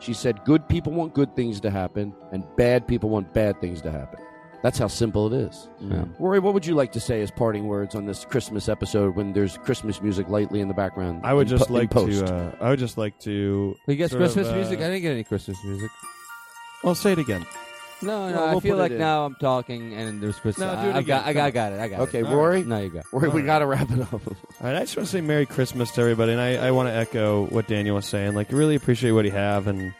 Speaker 7: She said, "Good people want good things to happen, and bad people want bad things to happen." That's how simple it is.
Speaker 11: Mm-hmm.
Speaker 10: Yeah.
Speaker 7: Rory, what would you like to say as parting words on this Christmas episode when there's Christmas music lightly in the background?
Speaker 11: I would
Speaker 7: in
Speaker 11: just
Speaker 7: po- in
Speaker 11: like
Speaker 7: post?
Speaker 11: to. Uh, I would just like to.
Speaker 10: You guys,
Speaker 11: sort of,
Speaker 10: Christmas
Speaker 11: uh,
Speaker 10: music. I didn't get any Christmas music.
Speaker 11: I'll say it again.
Speaker 10: No, no.
Speaker 11: Well, we'll
Speaker 10: I feel
Speaker 11: put it
Speaker 10: like
Speaker 11: in.
Speaker 10: now I'm talking, and there's Christmas.
Speaker 11: No,
Speaker 10: I-
Speaker 11: do it
Speaker 10: I, got,
Speaker 11: again.
Speaker 10: I got, I
Speaker 11: Come
Speaker 10: got
Speaker 11: on.
Speaker 10: it. I got
Speaker 11: Okay,
Speaker 10: it.
Speaker 11: All Rory? right.
Speaker 10: No, you go.
Speaker 7: Rory, we
Speaker 11: All right.
Speaker 7: got to wrap it up.
Speaker 11: All right, I just want to say Merry Christmas to everybody, and I, I want to echo what Daniel was saying. Like, really appreciate what you have, and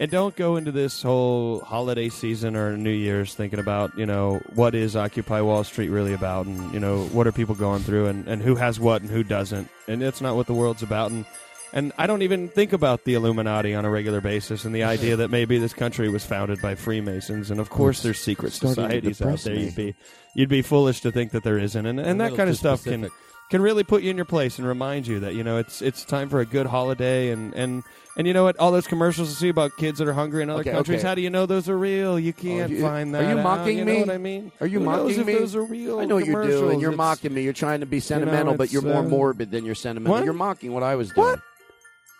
Speaker 11: and don't go into this whole holiday season or New Year's thinking about you know what is Occupy Wall Street really about, and you know what are people going through, and and who has what and who doesn't, and that's not what the world's about, and. And I don't even think about the Illuminati on a regular basis and the idea that maybe this country was founded by Freemasons. And of course, there's secret
Speaker 6: starting to
Speaker 11: societies out
Speaker 6: depress
Speaker 11: there.
Speaker 6: me.
Speaker 11: You'd be, you'd be foolish to think that there isn't. And, and
Speaker 6: A
Speaker 11: that
Speaker 6: little
Speaker 11: kind of
Speaker 6: too
Speaker 11: stuff
Speaker 6: specific.
Speaker 11: can can really put you in your place and remind you that you know it's it's time for a good holiday and and and you know what all those commercials you see about kids that are hungry in other
Speaker 7: Okay,
Speaker 11: countries
Speaker 7: okay. Oh,
Speaker 11: how do you know those are real you can't
Speaker 7: you-
Speaker 11: find that
Speaker 7: Are you
Speaker 11: out,
Speaker 7: mocking
Speaker 11: you
Speaker 7: me?
Speaker 11: Know what I mean
Speaker 7: Are you
Speaker 11: Who knows
Speaker 7: mocking
Speaker 11: if
Speaker 7: me?
Speaker 11: those are real
Speaker 7: I know you do, and
Speaker 11: commercials?
Speaker 7: you're
Speaker 11: It's-
Speaker 7: mocking me. You're trying to be
Speaker 11: know,
Speaker 7: sentimental, but
Speaker 11: it's,
Speaker 7: you're more
Speaker 11: uh,
Speaker 7: morbid than you're sentimental.
Speaker 11: what?
Speaker 7: You're mocking what I was doing.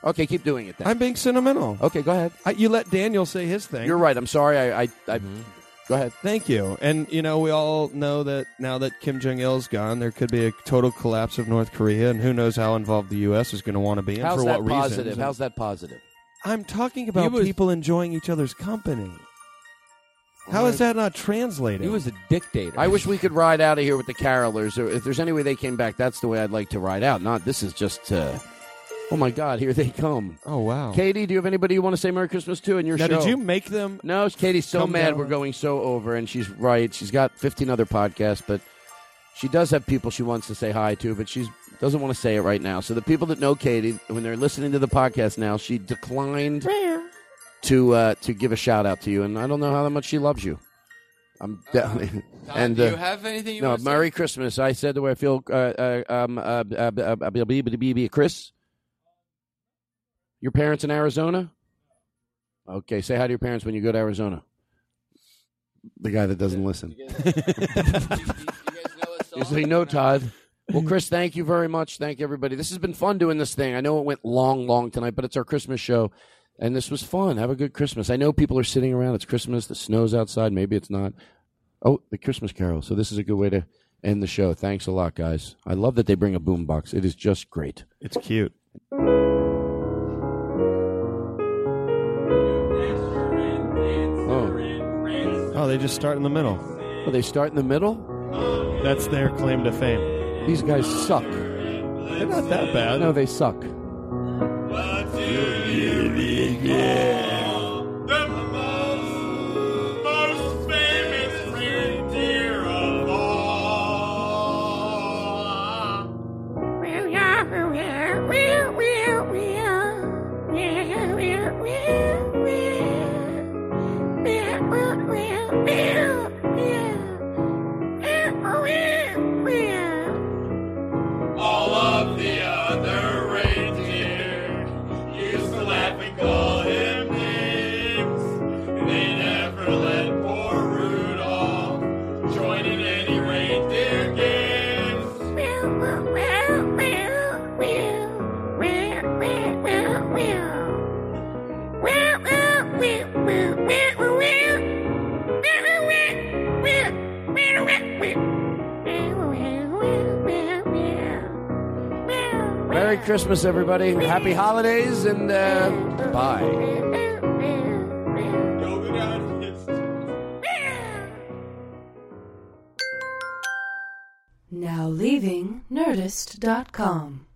Speaker 7: Okay, keep doing it then.
Speaker 11: I'm being sentimental.
Speaker 7: Okay, go ahead.
Speaker 11: you let Daniel say his thing.
Speaker 7: You're right. I'm sorry. I, I, I
Speaker 11: Mm-hmm.
Speaker 7: go ahead.
Speaker 11: Thank you. And you know, we all know that now that Kim Jong Il's gone, there could be a total collapse of North Korea, and who knows how involved the U.S. is going to want to be and
Speaker 7: How's
Speaker 11: for
Speaker 7: that
Speaker 11: what
Speaker 7: positive?
Speaker 11: reasons.
Speaker 7: How's that positive?
Speaker 11: I'm talking about people enjoying each other's company. How is that not translated?
Speaker 7: He was
Speaker 11: a dictator.
Speaker 7: I wish we could ride out of here with the carolers. Or if there's any way they came back, that's the way I'd like to ride out. Not this is just. Uh, oh my God! Here they come.
Speaker 11: Oh wow.
Speaker 7: Katie, do you have anybody you want to say Merry Christmas to in your
Speaker 11: Now,
Speaker 7: show?
Speaker 11: did you make them?
Speaker 7: No, Katie's so
Speaker 11: Come
Speaker 7: mad
Speaker 11: down.
Speaker 7: we're going so over, and she's right. She's got 15 other podcasts, but she does have people she wants to say hi to, but she doesn't want to say it right now. So the people that know Katie, when they're listening to the podcast now, she declined to uh, to give a shout out to you, and I don't know how much she loves you. I'm
Speaker 11: Uh,
Speaker 7: down. and uh,
Speaker 10: do you have anything you
Speaker 7: no,
Speaker 10: wanna say?
Speaker 7: Merry Christmas. I said the way I feel. Uh, uh, um, uh, uh, uh, uh, uh, uh, uh, Chris, your parents in Arizona. Okay, say hi to your parents when you go to Arizona. The guy that doesn't listen. You say no, Todd. Well, Chris, thank you very much. Thank everybody. This has been fun doing this thing. I know it went long, long tonight, but it's our Christmas show, and this was fun. Have a good Christmas. I know people are sitting around. It's Christmas. The snow's outside. Maybe it's not. Oh, the Christmas Carol. So this is a good way to end the show. Thanks a lot, guys. I love that they bring a boombox. It is just great.
Speaker 11: It's cute.
Speaker 7: Oh.
Speaker 11: Oh, they just start in the middle.
Speaker 7: Oh, they start in the middle?
Speaker 11: That's their claim to fame.
Speaker 7: These guys suck.
Speaker 11: They're not that bad.
Speaker 7: No, they suck.
Speaker 17: All of the other reindeer used to laugh and call him names. They never let poor Rudolph join in any reindeer games.
Speaker 7: Merry Christmas, everybody. Happy holidays, and uh, bye.
Speaker 25: Now leaving Nerdist.com.